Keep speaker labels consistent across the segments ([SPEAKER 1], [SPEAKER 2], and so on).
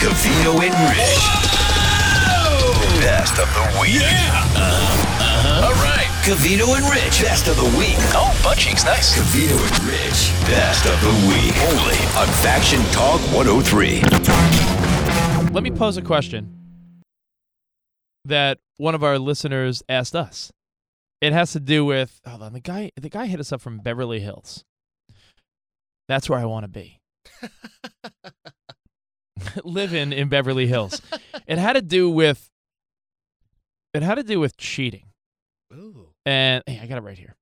[SPEAKER 1] Vino and Rich. Best of the week. Yeah. Uh-huh. All right. Cavino and Rich. Best of the week.
[SPEAKER 2] Oh, butt cheeks, nice.
[SPEAKER 1] Cavino and Rich. Best of the week. Only on Faction Talk 103.
[SPEAKER 3] Let me pose a question that one of our listeners asked us. It has to do with hold on, the guy the guy hit us up from Beverly Hills. That's where I want to be. Living in Beverly Hills. It had to do with it had to do with cheating.
[SPEAKER 4] Ooh.
[SPEAKER 3] And hey, I got it right here.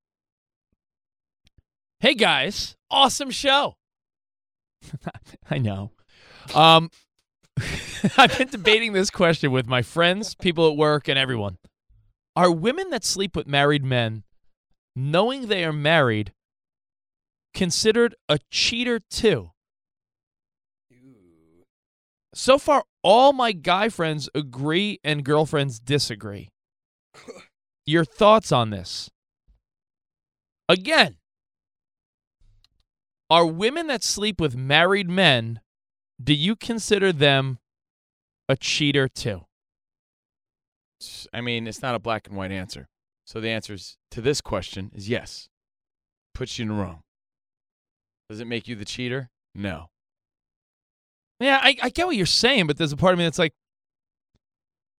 [SPEAKER 3] Hey guys, awesome show. I know. Um, I've been debating this question with my friends, people at work, and everyone. Are women that sleep with married men, knowing they are married, considered a cheater too? So far, all my guy friends agree and girlfriends disagree your thoughts on this. Again, are women that sleep with married men, do you consider them a cheater too?
[SPEAKER 4] I mean, it's not a black and white answer. So the answer is, to this question is yes. Puts you in the wrong. Does it make you the cheater? No.
[SPEAKER 3] Yeah, I, I get what you're saying, but there's a part of me that's like,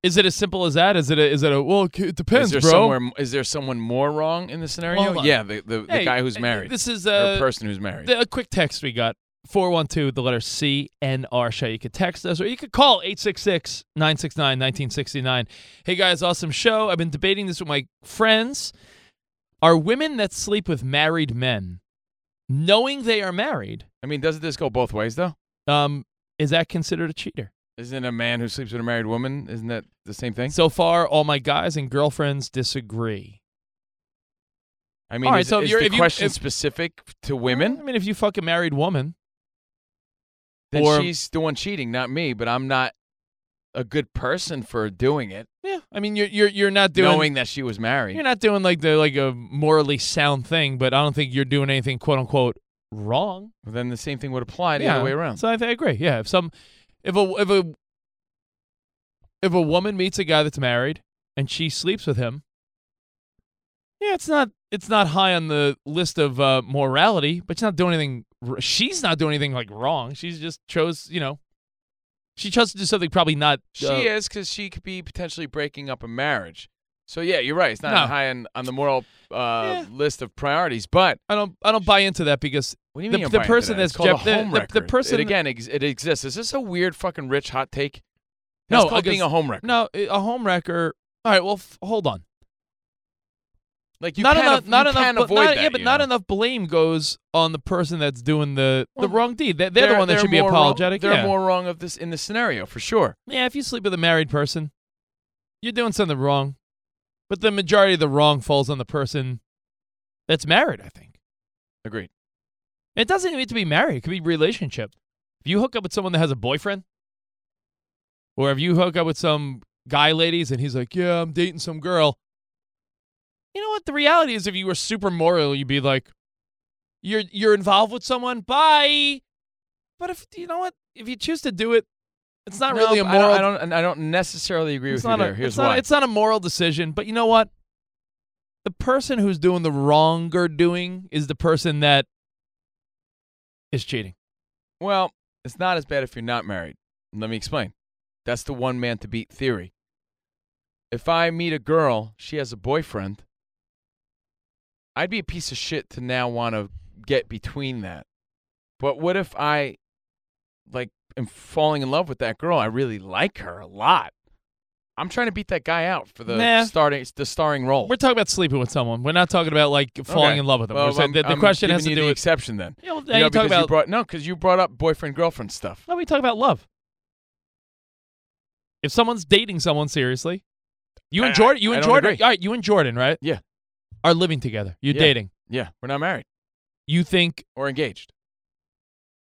[SPEAKER 3] is it as simple as that? Is it a, is it a well? It depends,
[SPEAKER 4] is there
[SPEAKER 3] bro.
[SPEAKER 4] somewhere? Is there someone more wrong in the
[SPEAKER 3] Hold
[SPEAKER 4] scenario?
[SPEAKER 3] on.
[SPEAKER 4] Yeah, the, the, the
[SPEAKER 3] Hey,
[SPEAKER 4] guy who's
[SPEAKER 3] uh,
[SPEAKER 4] married.
[SPEAKER 3] This is
[SPEAKER 4] or
[SPEAKER 3] uh,
[SPEAKER 4] a person who's married.
[SPEAKER 3] The, a quick text we got 412, the letter C N R show. You could text us or you could call 866 969 1969. Hey guys, awesome show. I've been debating this with my friends. Are women that sleep with married men, knowing they are married,
[SPEAKER 4] I mean, doesn't this go both ways though?
[SPEAKER 3] um, is that considered a cheater?
[SPEAKER 4] Isn't a man who sleeps with a married woman? Isn't that the same thing?
[SPEAKER 3] So far, all my guys and girlfriends disagree.
[SPEAKER 4] I mean,
[SPEAKER 3] All right,
[SPEAKER 4] is,
[SPEAKER 3] so if
[SPEAKER 4] is
[SPEAKER 3] you're-
[SPEAKER 4] the
[SPEAKER 3] if you-
[SPEAKER 4] question
[SPEAKER 3] if-
[SPEAKER 4] specific to
[SPEAKER 3] I
[SPEAKER 4] women?
[SPEAKER 3] mean, if you fuck a married woman,
[SPEAKER 4] Then
[SPEAKER 3] or-
[SPEAKER 4] she's the one cheating, not me. But I'm not a good person for doing it,
[SPEAKER 3] yeah, I mean, you're you're you're not doing
[SPEAKER 4] knowing that she was married.
[SPEAKER 3] You're not doing like the like a morally sound thing, but I don't think you're doing anything quote unquote wrong.
[SPEAKER 4] Well, then the same thing would apply the other way around.
[SPEAKER 3] So I, think I agree. Yeah, if some if a if a if a woman meets a guy that's married and she sleeps with him, yeah, it's not it's not high on the list of uh, morality, but she's not doing anything. r- She's not doing anything like wrong. She's just chose you know. She chose to do something probably not.
[SPEAKER 4] she
[SPEAKER 3] uh,
[SPEAKER 4] is because she could be potentially breaking up a marriage. So yeah, you're right. It's not
[SPEAKER 3] No.
[SPEAKER 4] high on, on the moral uh,
[SPEAKER 3] Yeah.
[SPEAKER 4] list of priorities. But
[SPEAKER 3] I don't. I don't buy into that because
[SPEAKER 4] what do you
[SPEAKER 3] The-
[SPEAKER 4] mean? you're
[SPEAKER 3] the
[SPEAKER 4] buying
[SPEAKER 3] person
[SPEAKER 4] into that? It's
[SPEAKER 3] that's
[SPEAKER 4] called
[SPEAKER 3] Jeff-
[SPEAKER 4] a
[SPEAKER 3] the-
[SPEAKER 4] home
[SPEAKER 3] the- the
[SPEAKER 4] record.
[SPEAKER 3] person-
[SPEAKER 4] it, again ex- it exists. Is this a weird fucking rich hot take?
[SPEAKER 3] No,
[SPEAKER 4] That's called
[SPEAKER 3] because-
[SPEAKER 4] being a home record.
[SPEAKER 3] no, a home wrecker. All right, well, f- hold on.
[SPEAKER 4] like you
[SPEAKER 3] not
[SPEAKER 4] can't,
[SPEAKER 3] enough,
[SPEAKER 4] af- you
[SPEAKER 3] not
[SPEAKER 4] can't
[SPEAKER 3] enough, but
[SPEAKER 4] avoid
[SPEAKER 3] not,
[SPEAKER 4] that.
[SPEAKER 3] yeah, but
[SPEAKER 4] you
[SPEAKER 3] not
[SPEAKER 4] know?
[SPEAKER 3] enough blame goes on the person that's doing the
[SPEAKER 4] Well,
[SPEAKER 3] the wrong deed. They're, they're, the one that should be
[SPEAKER 4] more wrong-
[SPEAKER 3] apologetic.
[SPEAKER 4] they're
[SPEAKER 3] yeah.
[SPEAKER 4] more wrong of this in the scenario for sure.
[SPEAKER 3] yeah, if you sleep with a married person, you're doing something wrong, but the majority of the wrong falls on the person that's married. I think
[SPEAKER 4] Agreed.
[SPEAKER 3] it doesn't even need to be married; it could be relationship. If you hook up with someone that has a boyfriend, or if you hook up with some guy, ladies, and he's like, "Yeah, I'm dating some girl," you know what? The reality is, if you were super moral, you'd be like, "You're you're involved with someone, bye." But if you know what, if you choose to do it, it's not really a
[SPEAKER 4] No, I don't-
[SPEAKER 3] moral.
[SPEAKER 4] I don't, and I don't necessarily agree
[SPEAKER 3] it's
[SPEAKER 4] with you
[SPEAKER 3] not
[SPEAKER 4] there.
[SPEAKER 3] a,
[SPEAKER 4] Here's
[SPEAKER 3] it's not-
[SPEAKER 4] why.
[SPEAKER 3] it's not a moral decision. But you know what? The person who's doing the wronger doing is the person that is cheating.
[SPEAKER 4] Well, it's not as bad if you're not married. Let me explain. That's the one man to beat theory. If I meet a girl, she has a boyfriend, I'd be a piece of shit to now want to get between that. But what if I, like, am falling in love with that girl? I really like her a lot. I'm trying to beat that guy out for the
[SPEAKER 3] Nah.
[SPEAKER 4] starting the starring role.
[SPEAKER 3] We're talking about sleeping with someone. We're not talking about like falling
[SPEAKER 4] Okay.
[SPEAKER 3] in love with them.
[SPEAKER 4] Well,
[SPEAKER 3] We're saying
[SPEAKER 4] I'm-
[SPEAKER 3] that the
[SPEAKER 4] I'm
[SPEAKER 3] question has
[SPEAKER 4] giving
[SPEAKER 3] to
[SPEAKER 4] you
[SPEAKER 3] do
[SPEAKER 4] the
[SPEAKER 3] with.
[SPEAKER 4] exception then.
[SPEAKER 3] You know, now
[SPEAKER 4] You
[SPEAKER 3] you
[SPEAKER 4] know,
[SPEAKER 3] talk
[SPEAKER 4] because you
[SPEAKER 3] about
[SPEAKER 4] brought no, because you brought up boyfriend girlfriend stuff.
[SPEAKER 3] No, we talk about love. If someone's dating someone seriously, you
[SPEAKER 4] I-
[SPEAKER 3] and Jordan, you
[SPEAKER 4] I
[SPEAKER 3] and
[SPEAKER 4] don't
[SPEAKER 3] Jordan,
[SPEAKER 4] agree.
[SPEAKER 3] all right, you and Jordan, right?
[SPEAKER 4] Yeah.
[SPEAKER 3] Are living together. You're
[SPEAKER 4] Yeah.
[SPEAKER 3] dating.
[SPEAKER 4] Yeah, we're not married
[SPEAKER 3] You think
[SPEAKER 4] or engaged.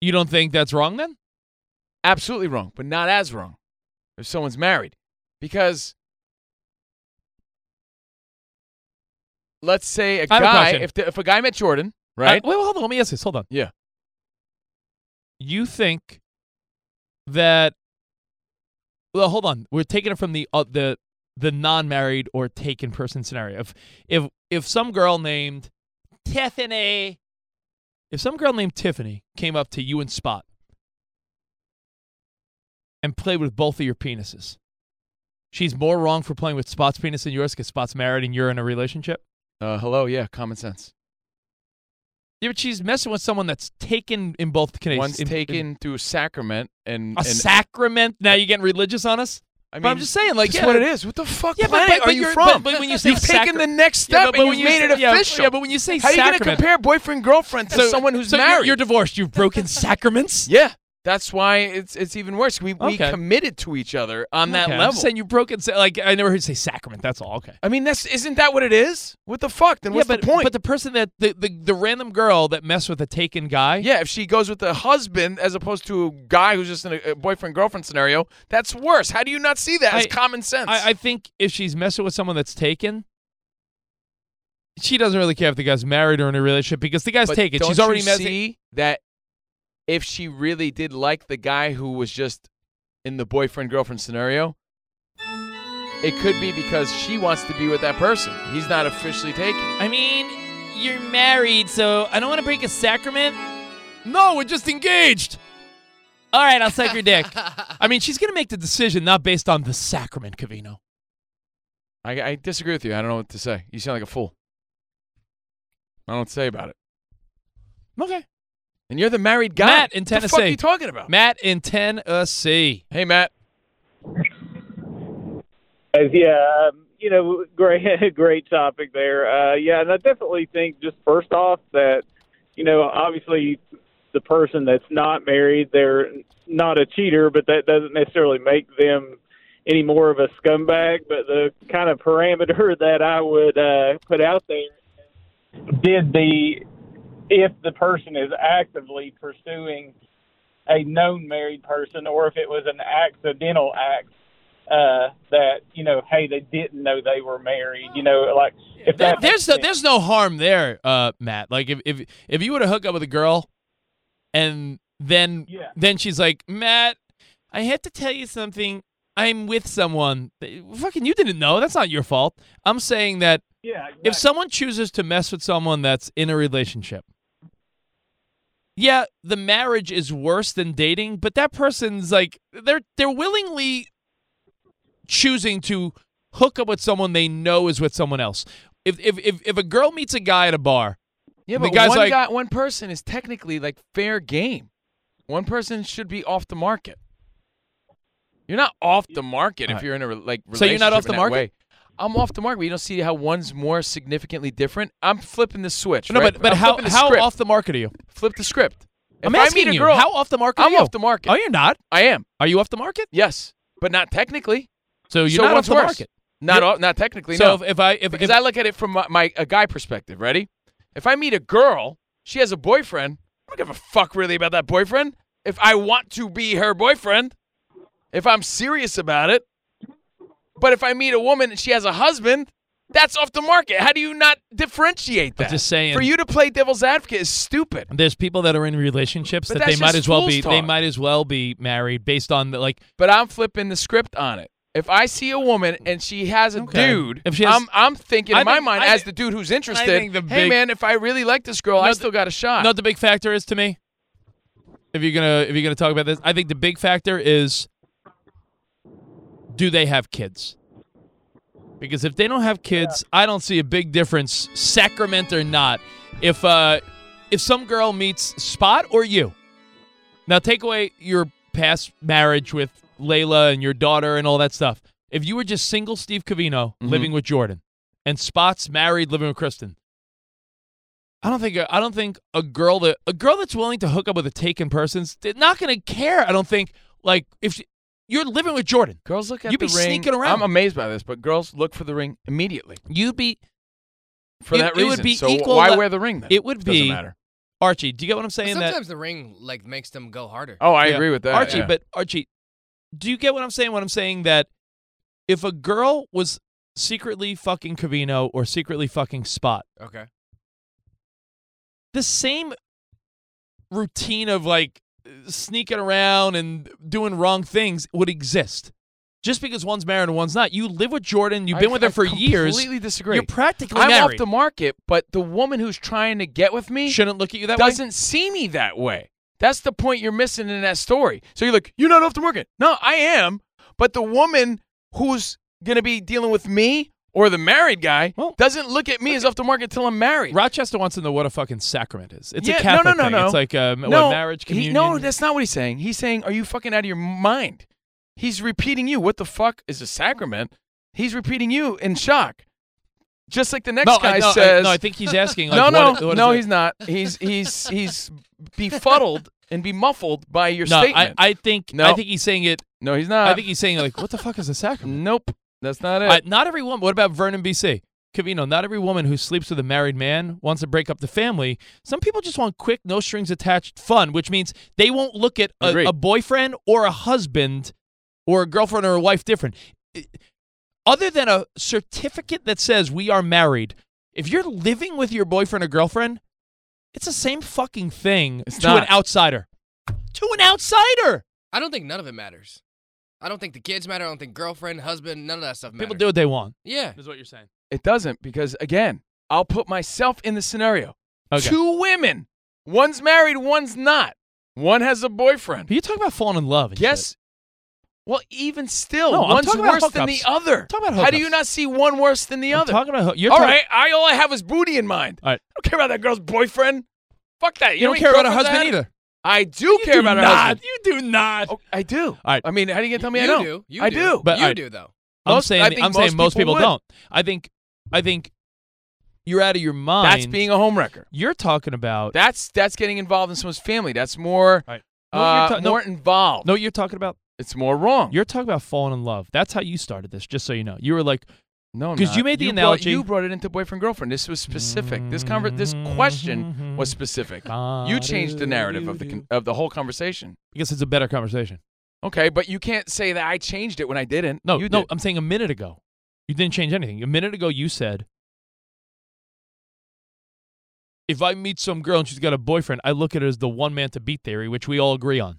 [SPEAKER 3] you don't think that's wrong then?
[SPEAKER 4] absolutely wrong, but not as wrong if someone's married. Because let's say a
[SPEAKER 3] I have a
[SPEAKER 4] guy,
[SPEAKER 3] question.
[SPEAKER 4] if, the, if a guy met Jordan,
[SPEAKER 3] Uh,
[SPEAKER 4] right?
[SPEAKER 3] wait, well, hold on. Let me ask this. Hold on.
[SPEAKER 4] Yeah.
[SPEAKER 3] You think that well, hold on. We're taking it from the uh, the the non-married or taken person scenario. If if if some girl named Tiffany, if some girl named Tiffany came up to you and Spot and played with both of your penises, she's more wrong for playing with Spot's penis than yours because Spot's married and you're in a relationship.
[SPEAKER 4] Uh, hello, yeah, common sense.
[SPEAKER 3] Yeah, but she's messing with someone that's taken in both cases.
[SPEAKER 4] One's
[SPEAKER 3] In- in-
[SPEAKER 4] taken through sacrament and,
[SPEAKER 3] a
[SPEAKER 4] and
[SPEAKER 3] sacrament. Now you're getting religious on us.
[SPEAKER 4] I mean,
[SPEAKER 3] but I'm just saying, like,
[SPEAKER 4] that's
[SPEAKER 3] yeah,
[SPEAKER 4] what it is. What the fuck
[SPEAKER 3] Yeah, but-
[SPEAKER 4] planet
[SPEAKER 3] but- but
[SPEAKER 4] are you
[SPEAKER 3] you're-
[SPEAKER 4] from?
[SPEAKER 3] but- but when you say
[SPEAKER 4] you've taken
[SPEAKER 3] sacra-
[SPEAKER 4] the next step
[SPEAKER 3] Yeah,
[SPEAKER 4] and you've made
[SPEAKER 3] say-
[SPEAKER 4] it
[SPEAKER 3] yeah,
[SPEAKER 4] official.
[SPEAKER 3] Yeah, but when you say
[SPEAKER 4] How are you gonna
[SPEAKER 3] sacrament,
[SPEAKER 4] compare boyfriend girlfriend to
[SPEAKER 3] so-
[SPEAKER 4] someone who's
[SPEAKER 3] so you're-
[SPEAKER 4] married?
[SPEAKER 3] You're divorced. You've broken sacraments.
[SPEAKER 4] yeah, that's why it's it's even worse. We we
[SPEAKER 3] Okay.
[SPEAKER 4] committed to each other on that
[SPEAKER 3] Okay, I'm
[SPEAKER 4] level.
[SPEAKER 3] just saying you've broken. sa- Like I never heard you say sacrament. That's all. Okay.
[SPEAKER 4] I mean, that's isn't that what it is? What the fuck? Then what's
[SPEAKER 3] yeah, but
[SPEAKER 4] the point?
[SPEAKER 3] but the person that the, the the random girl that messed with a taken guy.
[SPEAKER 4] yeah, if she goes with a husband as opposed to a guy who's just in a, a boyfriend girlfriend scenario, that's worse. How do you not see that as
[SPEAKER 3] I-
[SPEAKER 4] common sense?
[SPEAKER 3] I, I think if she's messing with someone that's taken. She doesn't really care if the guy's married or in a relationship because the guy's
[SPEAKER 4] But
[SPEAKER 3] taken.
[SPEAKER 4] don't
[SPEAKER 3] She's already
[SPEAKER 4] you
[SPEAKER 3] messing.
[SPEAKER 4] see that if she really did like the guy who was just in the boyfriend girlfriend scenario, it could be because she wants to be with that person. He's not officially taken.
[SPEAKER 3] I mean, you're married, so I don't want to break a sacrament. No, we're just engaged. All right, I'll suck your dick. I mean, she's going to make the decision not based on the sacrament, Cavino.
[SPEAKER 4] I, I disagree with you. I don't know what to say. You sound like a fool. I don't know what to say about it.
[SPEAKER 3] Okay.
[SPEAKER 4] And you're the married guy.
[SPEAKER 3] Matt in
[SPEAKER 4] What the fuck
[SPEAKER 3] Tennessee.
[SPEAKER 4] are you talking about?
[SPEAKER 3] Matt in Tennessee.
[SPEAKER 4] Hey, Matt.
[SPEAKER 2] Guys, yeah, um, you know, great, great topic there. Uh, yeah, and I definitely think just first off that, you know, obviously the person that's not married, they're not a cheater, but that doesn't necessarily make them any more of a scumbag. But the kind of parameter that I would uh, put out there did the if the person is actively pursuing a known married person, or if it was an accidental act uh, that you know, hey, they didn't know they were married. You know, like if
[SPEAKER 3] There-
[SPEAKER 2] that
[SPEAKER 3] there's no,
[SPEAKER 2] makes sense.
[SPEAKER 3] there's no harm there, uh, Matt. Like if if if you were to hook up with a girl, and then
[SPEAKER 2] Yeah.
[SPEAKER 3] then she's like, Matt, I have to tell you something. I'm with someone. Fucking, you didn't know. That's not your fault. I'm saying that
[SPEAKER 2] yeah,
[SPEAKER 3] If someone chooses to mess with someone that's in a relationship, yeah, the marriage is worse than dating, but that person's like they're they're willingly choosing to hook up with someone they know is with someone else. If if if, if a girl meets a guy at a bar,
[SPEAKER 4] Yeah,
[SPEAKER 3] The
[SPEAKER 4] but
[SPEAKER 3] guy's
[SPEAKER 4] one
[SPEAKER 3] like-
[SPEAKER 4] guy, one person is technically like fair game. One person should be off the market. You're not off the market if
[SPEAKER 3] Alright.
[SPEAKER 4] you're in a re- like relationship
[SPEAKER 3] So you're not off
[SPEAKER 4] in
[SPEAKER 3] the
[SPEAKER 4] that
[SPEAKER 3] market?
[SPEAKER 4] way. I'm off the market. but You don't see how one's more significantly different. I'm flipping the switch.
[SPEAKER 3] no,
[SPEAKER 4] right?
[SPEAKER 3] but but
[SPEAKER 4] I'm
[SPEAKER 3] how
[SPEAKER 4] flipping the
[SPEAKER 3] how
[SPEAKER 4] script.
[SPEAKER 3] off the market are you?
[SPEAKER 4] flip the script? If
[SPEAKER 3] I'm
[SPEAKER 4] I
[SPEAKER 3] asking
[SPEAKER 4] meet a
[SPEAKER 3] you,
[SPEAKER 4] girl,
[SPEAKER 3] how off the market?
[SPEAKER 4] I'm
[SPEAKER 3] are you?
[SPEAKER 4] off the market.
[SPEAKER 3] Oh, you're not.
[SPEAKER 4] I am.
[SPEAKER 3] Are you off the market?
[SPEAKER 4] Yes, but not technically.
[SPEAKER 3] So you're
[SPEAKER 4] so
[SPEAKER 3] not off
[SPEAKER 4] one's
[SPEAKER 3] the
[SPEAKER 4] worse.
[SPEAKER 3] market.
[SPEAKER 4] Not
[SPEAKER 3] You're-
[SPEAKER 4] off, not technically.
[SPEAKER 3] So
[SPEAKER 4] no.
[SPEAKER 3] if, if I if,
[SPEAKER 4] because
[SPEAKER 3] if
[SPEAKER 4] I look at it from my, my a guy perspective. Ready? If I meet a girl, she has a boyfriend. I don't give a fuck really about that boyfriend. If I want to be her boyfriend, if I'm serious about it. But if I meet a woman and she has a husband, that's off the market. How do you not differentiate that?
[SPEAKER 3] just saying-
[SPEAKER 4] For you to play devil's advocate is stupid.
[SPEAKER 3] there's people that are in relationships
[SPEAKER 4] But
[SPEAKER 3] that they
[SPEAKER 4] that's
[SPEAKER 3] might
[SPEAKER 4] just
[SPEAKER 3] as well
[SPEAKER 4] fool's
[SPEAKER 3] be they
[SPEAKER 4] talk.
[SPEAKER 3] might as well be married based on the like
[SPEAKER 4] But I'm flipping the script on it. If I see a woman and she has a
[SPEAKER 3] Okay.
[SPEAKER 4] dude,
[SPEAKER 3] If she has-
[SPEAKER 4] I'm, I'm thinking
[SPEAKER 3] I
[SPEAKER 4] in my
[SPEAKER 3] think-
[SPEAKER 4] mind
[SPEAKER 3] I
[SPEAKER 4] as
[SPEAKER 3] thi-
[SPEAKER 4] the dude who's interested.
[SPEAKER 3] think the
[SPEAKER 4] hey
[SPEAKER 3] big-
[SPEAKER 4] man, if I really like this girl, I
[SPEAKER 3] No,
[SPEAKER 4] still got a shot.
[SPEAKER 3] No, the big factor is to me. If you're gonna if you're gonna talk about this, I think the big factor is do they have kids? Because if they don't have kids, I don't see a big difference, sacrament or not. If uh if some girl meets Spot or you. Now take away your past marriage with Layla and your daughter and all that stuff. If you were just single Steve Cavino living with Jordan and Spot's married living with Kristen, I don't think I don't think a girl that a girl that's willing to hook up with a taken person's they're not going to care. I don't think like if she- you're living with Jordan,
[SPEAKER 4] Girls look at
[SPEAKER 3] You
[SPEAKER 4] the
[SPEAKER 3] be
[SPEAKER 4] ring.
[SPEAKER 3] sneaking around.
[SPEAKER 4] I'm amazed by this, but girls look for the ring immediately
[SPEAKER 3] you'd be
[SPEAKER 4] for
[SPEAKER 3] It-
[SPEAKER 4] that
[SPEAKER 3] it
[SPEAKER 4] reason.
[SPEAKER 3] would be
[SPEAKER 4] so
[SPEAKER 3] equal
[SPEAKER 4] why
[SPEAKER 3] le-
[SPEAKER 4] wear the ring then?
[SPEAKER 3] it would
[SPEAKER 4] doesn't
[SPEAKER 3] be-
[SPEAKER 4] matter.
[SPEAKER 3] Archie. Do you get what I'm
[SPEAKER 5] But
[SPEAKER 3] saying? that
[SPEAKER 5] Sometimes the ring like makes them go harder.
[SPEAKER 4] Oh, I
[SPEAKER 3] Yeah.
[SPEAKER 4] agree with that.
[SPEAKER 3] Archie,
[SPEAKER 4] yeah.
[SPEAKER 3] but Archie, do you get what I'm saying? What I'm saying that if a girl was secretly fucking Cavino or secretly fucking Spot,
[SPEAKER 5] Okay.
[SPEAKER 3] the same routine of like sneaking around and doing wrong things would exist. Just because one's married and one's not, you live with Jordan. You've
[SPEAKER 4] I-
[SPEAKER 3] been with
[SPEAKER 4] I
[SPEAKER 3] her for years.
[SPEAKER 4] Completely disagree.
[SPEAKER 3] You're practically
[SPEAKER 4] I'm
[SPEAKER 3] married.
[SPEAKER 4] off the market, but the woman who's trying to get with me
[SPEAKER 3] Shouldn't look at you that way.
[SPEAKER 4] doesn't see me that way. That's the point you're missing in that story. So you're like, you're not off the market. No, I am. But the woman who's going to be dealing with me or the married guy
[SPEAKER 3] Well-
[SPEAKER 4] doesn't look at me as off the market till I'm married.
[SPEAKER 3] Rochester wants to know what a fucking sacrament is. It's
[SPEAKER 4] Yeah,
[SPEAKER 3] a Catholic
[SPEAKER 4] no, no, no,
[SPEAKER 3] thing.
[SPEAKER 4] no.
[SPEAKER 3] It's like um,
[SPEAKER 4] no,
[SPEAKER 3] what, marriage
[SPEAKER 4] he-
[SPEAKER 3] communion.
[SPEAKER 4] no, that's not what he's saying. He's saying, are you fucking out of your mind? He's repeating you. What the fuck is a sacrament? He's repeating you in shock. Just like the next
[SPEAKER 3] no,
[SPEAKER 4] guy
[SPEAKER 3] I, no, I-
[SPEAKER 4] says.
[SPEAKER 3] no, I think he's asking. Like,
[SPEAKER 4] no, no,
[SPEAKER 3] what, what is
[SPEAKER 4] no,
[SPEAKER 3] it?
[SPEAKER 4] he's not. He's he's he's befuddled and bemuffled by your
[SPEAKER 3] no. I,
[SPEAKER 4] statement.
[SPEAKER 3] I think
[SPEAKER 4] No.
[SPEAKER 3] I think he's saying it.
[SPEAKER 4] no, he's not.
[SPEAKER 3] I think he's saying like, what the fuck is a sacrament?
[SPEAKER 4] nope, that's not it.
[SPEAKER 3] I, not every woman. What about Vernon, BC? Cavino, not every woman who sleeps with a married man wants to break up the family. Some people just want quick, no strings attached fun, which means they won't look at
[SPEAKER 4] Agreed.
[SPEAKER 3] a, a boyfriend or a husband or a girlfriend or a wife different. I- Other than a certificate that says we are married, if you're living with your boyfriend or girlfriend, it's the same fucking thing
[SPEAKER 4] It's
[SPEAKER 3] to an
[SPEAKER 4] not.
[SPEAKER 3] outsider. To an outsider.
[SPEAKER 5] I don't think none of it matters. I don't think the kids matter. I don't think girlfriend, husband, none of that stuff matters.
[SPEAKER 3] People do what they want.
[SPEAKER 5] Yeah.
[SPEAKER 3] Is what you're saying.
[SPEAKER 4] it doesn't because again, I'll put myself in the scenario.
[SPEAKER 3] Okay.
[SPEAKER 4] Two women, one's married, one's not. One has a boyfriend.
[SPEAKER 3] But you're talking about falling in love. and shit.
[SPEAKER 4] Yes. Well, even still,
[SPEAKER 3] No, I'm
[SPEAKER 4] one's
[SPEAKER 3] talking about
[SPEAKER 4] worse than the
[SPEAKER 3] hookups.
[SPEAKER 4] other.
[SPEAKER 3] I'm talking about
[SPEAKER 4] How do you
[SPEAKER 3] hookups.
[SPEAKER 4] not see one worse than the
[SPEAKER 3] I'm
[SPEAKER 4] other?
[SPEAKER 3] talking about you're
[SPEAKER 4] all
[SPEAKER 3] talking-
[SPEAKER 4] right, I all I have is booty in mind.
[SPEAKER 3] All right.
[SPEAKER 4] I don't care about that girl's boyfriend. Fuck that. You,
[SPEAKER 3] You
[SPEAKER 4] know
[SPEAKER 3] don't
[SPEAKER 4] how
[SPEAKER 3] care
[SPEAKER 4] many
[SPEAKER 3] about her
[SPEAKER 4] girlfriends I
[SPEAKER 3] husband
[SPEAKER 4] had?
[SPEAKER 3] either.
[SPEAKER 4] I do care about her husband.
[SPEAKER 3] You do not.
[SPEAKER 4] Oh, I do. All
[SPEAKER 3] right.
[SPEAKER 4] I mean, how do you get to tell me
[SPEAKER 5] you
[SPEAKER 4] I don't?
[SPEAKER 5] do. You
[SPEAKER 4] I
[SPEAKER 5] do.
[SPEAKER 4] do.
[SPEAKER 3] But
[SPEAKER 5] you
[SPEAKER 3] I-
[SPEAKER 5] do though.
[SPEAKER 3] I'm
[SPEAKER 4] Most-
[SPEAKER 3] saying
[SPEAKER 4] I think
[SPEAKER 3] I'm saying
[SPEAKER 4] most
[SPEAKER 3] most people,
[SPEAKER 4] people would.
[SPEAKER 3] don't. I think I think you're out of your mind.
[SPEAKER 4] That's being a homewrecker.
[SPEAKER 3] you're talking about.
[SPEAKER 4] That's that's getting involved in someone's family. That's more
[SPEAKER 3] All right. No,
[SPEAKER 4] uh,
[SPEAKER 3] you're ta- no.
[SPEAKER 4] more involved.
[SPEAKER 3] no, what you're talking about.
[SPEAKER 4] It's more wrong.
[SPEAKER 3] You're talking about falling in love. That's how you started this. Just so you know, you were like,
[SPEAKER 4] no, I'm
[SPEAKER 3] 'cause
[SPEAKER 4] not.
[SPEAKER 3] you made the
[SPEAKER 4] brought-
[SPEAKER 3] analogy-
[SPEAKER 4] you brought it into boyfriend girlfriend. This was specific. This conver- this question was specific.
[SPEAKER 3] Mm-hmm.
[SPEAKER 4] You changed the narrative of the con- of the whole conversation.
[SPEAKER 3] I guess it's a better conversation.
[SPEAKER 4] Okay, but you can't say that I changed it when I didn't.
[SPEAKER 3] No,
[SPEAKER 4] you
[SPEAKER 3] no,
[SPEAKER 4] did.
[SPEAKER 3] I'm saying a minute ago. You didn't change anything. A minute ago, you said, if I meet some girl and she's got a boyfriend, I look at it as the one man to beat theory, which we all agree on.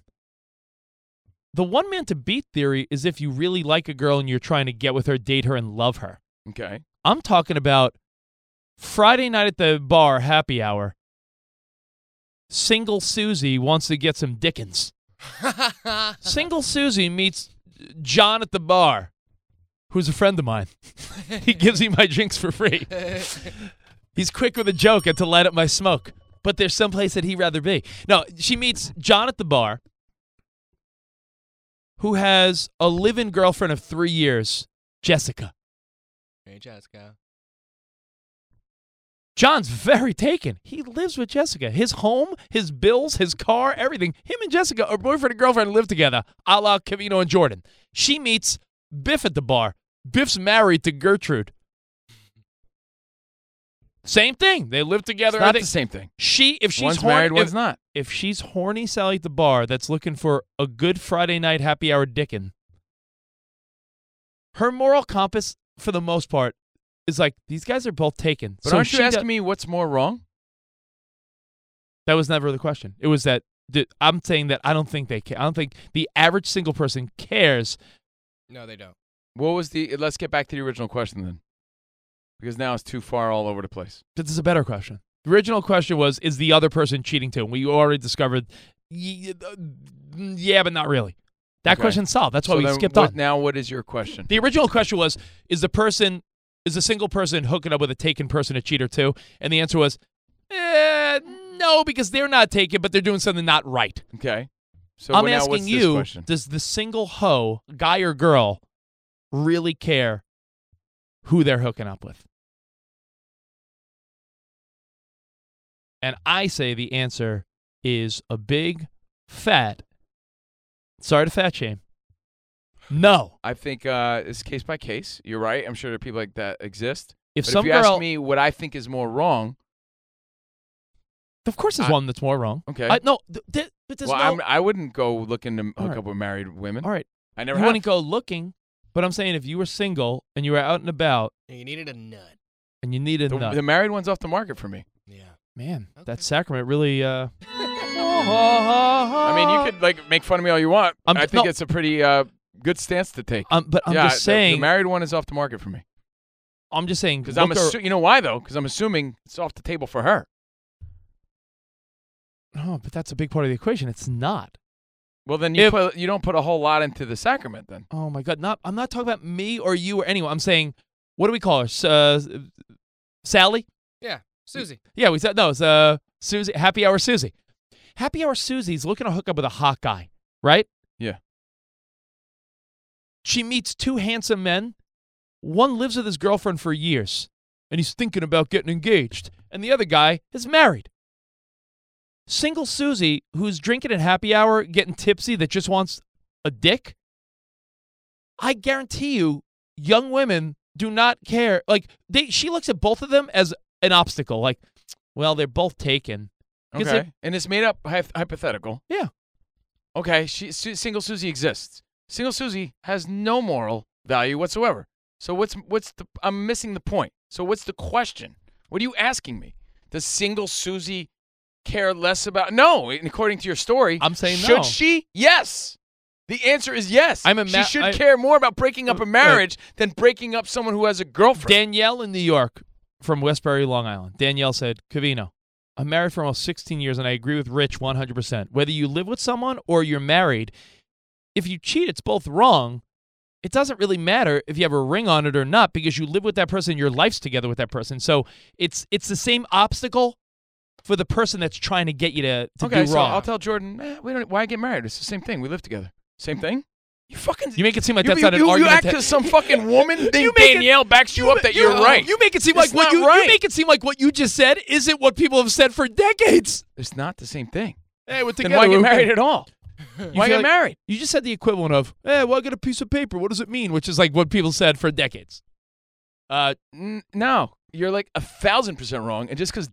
[SPEAKER 3] The one man to beat theory is if you really like a girl and you're trying to get with her, date her, and love her.
[SPEAKER 4] Okay.
[SPEAKER 3] I'm talking about Friday night at the bar, happy hour. Single Susie wants to get some Dickens. Single Susie meets John at the bar, who's a friend of mine. he gives me my drinks for free. He's quick with a joke and to light up my smoke. But there's someplace that he'd rather be. No, she meets John at the bar, who has a live in girlfriend of three years, Jessica.
[SPEAKER 5] Hey, Jessica.
[SPEAKER 3] John's very taken. He lives with Jessica. His home, his bills, his car, everything. Him and Jessica are boyfriend and girlfriend and live together, a la Camino and Jordan. She meets Biff at the bar. Biff's married to Gertrude. Same thing. They live
[SPEAKER 4] It's
[SPEAKER 3] together.
[SPEAKER 4] not
[SPEAKER 3] everything.
[SPEAKER 4] the same thing.
[SPEAKER 3] she, if she's
[SPEAKER 4] one's
[SPEAKER 3] horny,
[SPEAKER 4] married,
[SPEAKER 3] if,
[SPEAKER 4] one's not.
[SPEAKER 3] if she's horny Sally at the bar that's looking for a good Friday night happy hour dickin', her moral compass, for the most part, is like these guys are both taken.
[SPEAKER 4] But
[SPEAKER 3] so
[SPEAKER 4] aren't you
[SPEAKER 3] she
[SPEAKER 4] asking
[SPEAKER 3] do-
[SPEAKER 4] me what's more wrong?
[SPEAKER 3] That was never the question. It was that th- I'm saying that I don't think they care. I don't think the average single person cares.
[SPEAKER 5] No, they don't.
[SPEAKER 4] What was the? Let's get back to the original question then, because now it's too far all over the place.
[SPEAKER 3] This is a better question. The original question was, is the other person cheating too? And we already discovered, y- uh, yeah, but not really. That
[SPEAKER 4] Okay.
[SPEAKER 3] question's solved. That's why
[SPEAKER 4] So
[SPEAKER 3] we
[SPEAKER 4] then
[SPEAKER 3] skipped
[SPEAKER 4] what-
[SPEAKER 3] on.
[SPEAKER 4] Now, what is your question?
[SPEAKER 3] The original question was, is the person, is a single person hooking up with a taken person a cheater too? And the answer was, eh, no, because they're not taken, but they're doing something not right.
[SPEAKER 4] Okay. So
[SPEAKER 3] I'm
[SPEAKER 4] now what's
[SPEAKER 3] asking
[SPEAKER 4] this
[SPEAKER 3] you,
[SPEAKER 4] question?
[SPEAKER 3] does the single hoe, guy or girl, really care who they're hooking up with? And I say the answer is a big fat, sorry to fat shame, no.
[SPEAKER 4] I think uh, it's case by case. You're right. I'm sure there are people like that exist.
[SPEAKER 3] If
[SPEAKER 4] but
[SPEAKER 3] some
[SPEAKER 4] if you
[SPEAKER 3] girl,
[SPEAKER 4] ask me what I think is more wrong,
[SPEAKER 3] of course, there's
[SPEAKER 4] I-
[SPEAKER 3] one that's more wrong.
[SPEAKER 4] okay.
[SPEAKER 3] I, Uh, no, th- th- but there's
[SPEAKER 4] well,
[SPEAKER 3] no.
[SPEAKER 4] I'm, I wouldn't go looking to hook
[SPEAKER 3] All right.
[SPEAKER 4] up with married women.
[SPEAKER 3] all right,
[SPEAKER 4] I
[SPEAKER 3] you
[SPEAKER 4] never have.
[SPEAKER 3] wouldn't go looking, but I'm saying if you were single and you were out and about
[SPEAKER 5] You needed a nut.
[SPEAKER 3] and you needed
[SPEAKER 4] the,
[SPEAKER 3] nut,
[SPEAKER 4] the married one's off the market for me.
[SPEAKER 5] Yeah.
[SPEAKER 3] man, that
[SPEAKER 5] Okay.
[SPEAKER 3] sacrament really. Uh,
[SPEAKER 4] Uh-huh. I mean, you could like make fun of me all you want.
[SPEAKER 3] I'm-
[SPEAKER 4] I think
[SPEAKER 3] no.
[SPEAKER 4] it's a pretty uh, good stance to take.
[SPEAKER 3] Um, but I'm
[SPEAKER 4] yeah,
[SPEAKER 3] just
[SPEAKER 4] the-
[SPEAKER 3] saying.
[SPEAKER 4] the married one is off the market for me
[SPEAKER 3] I'm just saying.
[SPEAKER 4] because I'm
[SPEAKER 3] look ar-
[SPEAKER 4] assu- you know why though because I'm assuming it's off the table for her.
[SPEAKER 3] No, Oh, but that's a big part of the equation. It's not.
[SPEAKER 4] Well, then you
[SPEAKER 3] If-
[SPEAKER 4] put, you don't put a whole lot into the sacrament then.
[SPEAKER 3] Oh my God! Not. I'm not talking about me or you or anyone. I'm saying, what do we call her? S- Uh, Sally.
[SPEAKER 5] Yeah, Susie.
[SPEAKER 3] Yeah, we said no. It's uh, Susie. Happy hour, Susie. Happy hour, Susie's looking to hook up with a hot guy, right?
[SPEAKER 4] Yeah.
[SPEAKER 3] She meets two handsome men. One lives with his girlfriend for years, and he's thinking about getting engaged. And the other guy is married. Single Susie, who's drinking at happy hour, getting tipsy, that just wants a dick. I guarantee you, young women do not care. Like they, she looks at both of them as an obstacle. Like, well, they're both taken. 'Cause
[SPEAKER 4] Okay,
[SPEAKER 3] they're-
[SPEAKER 4] and it's made up hy- hypothetical.
[SPEAKER 3] Yeah.
[SPEAKER 4] Okay, she Su- single Susie exists. Single Susie has no moral value whatsoever. So what's what's the I'm missing the point. So what's the question? What are you asking me? Does single Susie care less about? No, and according to your story,
[SPEAKER 3] I'm saying
[SPEAKER 4] should
[SPEAKER 3] no.
[SPEAKER 4] she? Yes. The answer is yes.
[SPEAKER 3] I'm a
[SPEAKER 4] she
[SPEAKER 3] ma-
[SPEAKER 4] should
[SPEAKER 3] I-
[SPEAKER 4] care more about breaking up
[SPEAKER 3] Uh,
[SPEAKER 4] a
[SPEAKER 3] uh,
[SPEAKER 4] marriage than breaking up someone who has a girlfriend.
[SPEAKER 3] Danielle in New York from Westbury, Long Island. Danielle said, Cavino, I'm married for almost 16 years, and I agree with Rich 100%. Whether you live with someone or you're married, if you cheat, it's both wrong. It doesn't really matter if you have a ring on it or not because you live with that person, your life's together with that person. So it's it's the same obstacle for the person that's trying to get you to, to
[SPEAKER 4] okay,
[SPEAKER 3] do
[SPEAKER 4] so
[SPEAKER 3] wrong.
[SPEAKER 4] I'll tell Jordan, eh, we don't. Why get married? It's the same thing. We live together. Same thing. You fucking.
[SPEAKER 3] you make it seem like
[SPEAKER 4] you,
[SPEAKER 3] that's
[SPEAKER 4] you,
[SPEAKER 3] not an
[SPEAKER 4] you,
[SPEAKER 3] argument.
[SPEAKER 4] You act
[SPEAKER 3] that-
[SPEAKER 4] as some fucking woman. Then
[SPEAKER 3] You make it-
[SPEAKER 4] Danielle backs you, up that are right.
[SPEAKER 3] You make it seem
[SPEAKER 4] It's
[SPEAKER 3] like what
[SPEAKER 4] not
[SPEAKER 3] you, you
[SPEAKER 4] right.
[SPEAKER 3] make it seem like what you just said isn't what people have said for decades.
[SPEAKER 4] It's not the same thing.
[SPEAKER 3] Hey, we're
[SPEAKER 4] Then why get married at all? why
[SPEAKER 3] feel
[SPEAKER 4] get
[SPEAKER 3] like-
[SPEAKER 4] married?
[SPEAKER 3] You just said the equivalent of, "Eh, well, I got a piece of paper. What does it mean?" Which is like what people said for decades. Uh,
[SPEAKER 4] N- no, you're like a thousand percent wrong. And just because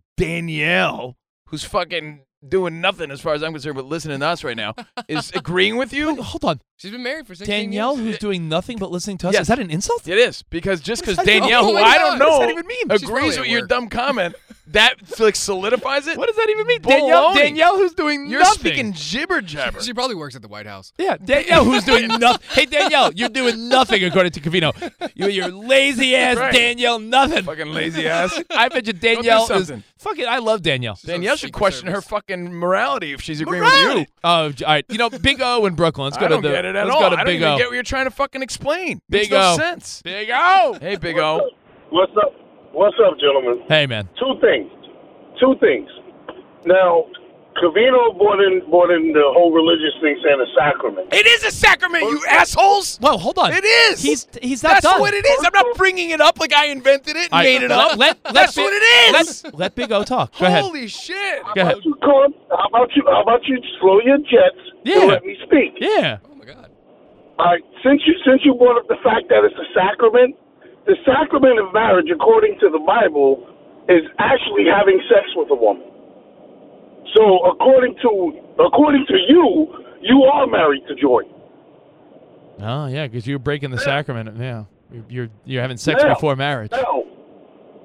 [SPEAKER 4] Danielle, who's fucking doing nothing as far as I'm concerned, but listening to us right now, is agreeing with you.
[SPEAKER 3] hold on,
[SPEAKER 5] She's been married for 16
[SPEAKER 3] Danielle,
[SPEAKER 5] years.
[SPEAKER 3] who's doing nothing but listening to us.
[SPEAKER 4] Yes.
[SPEAKER 3] Is that an insult?
[SPEAKER 4] It is because just because
[SPEAKER 3] What does that-
[SPEAKER 4] Danielle,
[SPEAKER 5] oh
[SPEAKER 4] who
[SPEAKER 5] my
[SPEAKER 4] I
[SPEAKER 5] God, what
[SPEAKER 4] don't
[SPEAKER 5] does
[SPEAKER 4] know,
[SPEAKER 5] that
[SPEAKER 3] even mean? She's
[SPEAKER 4] agrees
[SPEAKER 5] probably
[SPEAKER 4] with
[SPEAKER 5] at
[SPEAKER 4] your
[SPEAKER 5] work.
[SPEAKER 4] dumb comment, that like solidifies it.
[SPEAKER 3] What does that even mean?
[SPEAKER 4] Baloney.
[SPEAKER 3] Danielle, Danielle, who's doing
[SPEAKER 4] You're
[SPEAKER 3] nothing.
[SPEAKER 4] speaking gibber jabber.
[SPEAKER 5] She probably works at the White House.
[SPEAKER 3] Yeah, Danielle, who's doing nothing. Hey, Danielle, you're doing nothing according to Cavino. You, you're lazy ass
[SPEAKER 4] Right.
[SPEAKER 3] Danielle, nothing.
[SPEAKER 4] fucking lazy ass.
[SPEAKER 3] I bet you Danielle is
[SPEAKER 4] something.
[SPEAKER 3] fucking. I love Danielle.
[SPEAKER 5] on
[SPEAKER 4] Danielle should
[SPEAKER 5] Secret
[SPEAKER 4] question
[SPEAKER 5] Service.
[SPEAKER 4] her fucking morality if she's agreeing with you.
[SPEAKER 3] Oh, j- all right. You know, Big O in Brooklyn. Let's go
[SPEAKER 4] I
[SPEAKER 3] to
[SPEAKER 4] don't
[SPEAKER 3] the.
[SPEAKER 4] get it at
[SPEAKER 3] let's
[SPEAKER 4] all.
[SPEAKER 3] go to
[SPEAKER 4] I don't
[SPEAKER 3] Big
[SPEAKER 4] even
[SPEAKER 3] O.
[SPEAKER 4] get what you're trying to fucking explain. Makes
[SPEAKER 3] Big
[SPEAKER 4] no
[SPEAKER 3] O.
[SPEAKER 4] sense.
[SPEAKER 3] Big O.
[SPEAKER 4] Hey, Big O.
[SPEAKER 6] What's up? What's up, gentlemen?
[SPEAKER 3] Hey, man.
[SPEAKER 6] Two things. Two things. Now, Cavino brought in brought in the whole religious thing saying a sacrament.
[SPEAKER 4] It is a sacrament, you assholes.
[SPEAKER 3] Whoa, hold on.
[SPEAKER 4] It is.
[SPEAKER 3] He's he's not
[SPEAKER 4] That's
[SPEAKER 3] done.
[SPEAKER 4] what it is. I'm not bringing it up like I invented it and
[SPEAKER 3] All right,
[SPEAKER 4] made it
[SPEAKER 3] let-
[SPEAKER 4] up.
[SPEAKER 3] Let, let
[SPEAKER 4] That's
[SPEAKER 3] Big-
[SPEAKER 4] what it is.
[SPEAKER 3] Let, let Big O talk. Go ahead.
[SPEAKER 4] Holy shit.
[SPEAKER 3] Go ahead.
[SPEAKER 6] You call, how about you? How about you slow your jets
[SPEAKER 3] Yeah.
[SPEAKER 6] and let me speak?
[SPEAKER 3] Yeah.
[SPEAKER 5] Oh my God.
[SPEAKER 6] All right. Since you since you brought up the fact that it's a sacrament, the sacrament of marriage, according to the Bible, is actually having sex with a woman. So according to according to you, you are married to Jordan.
[SPEAKER 3] Oh yeah, because you're breaking the sacrament. Yeah. You're you're, you're having sex
[SPEAKER 6] Yeah.
[SPEAKER 3] before marriage.
[SPEAKER 6] No.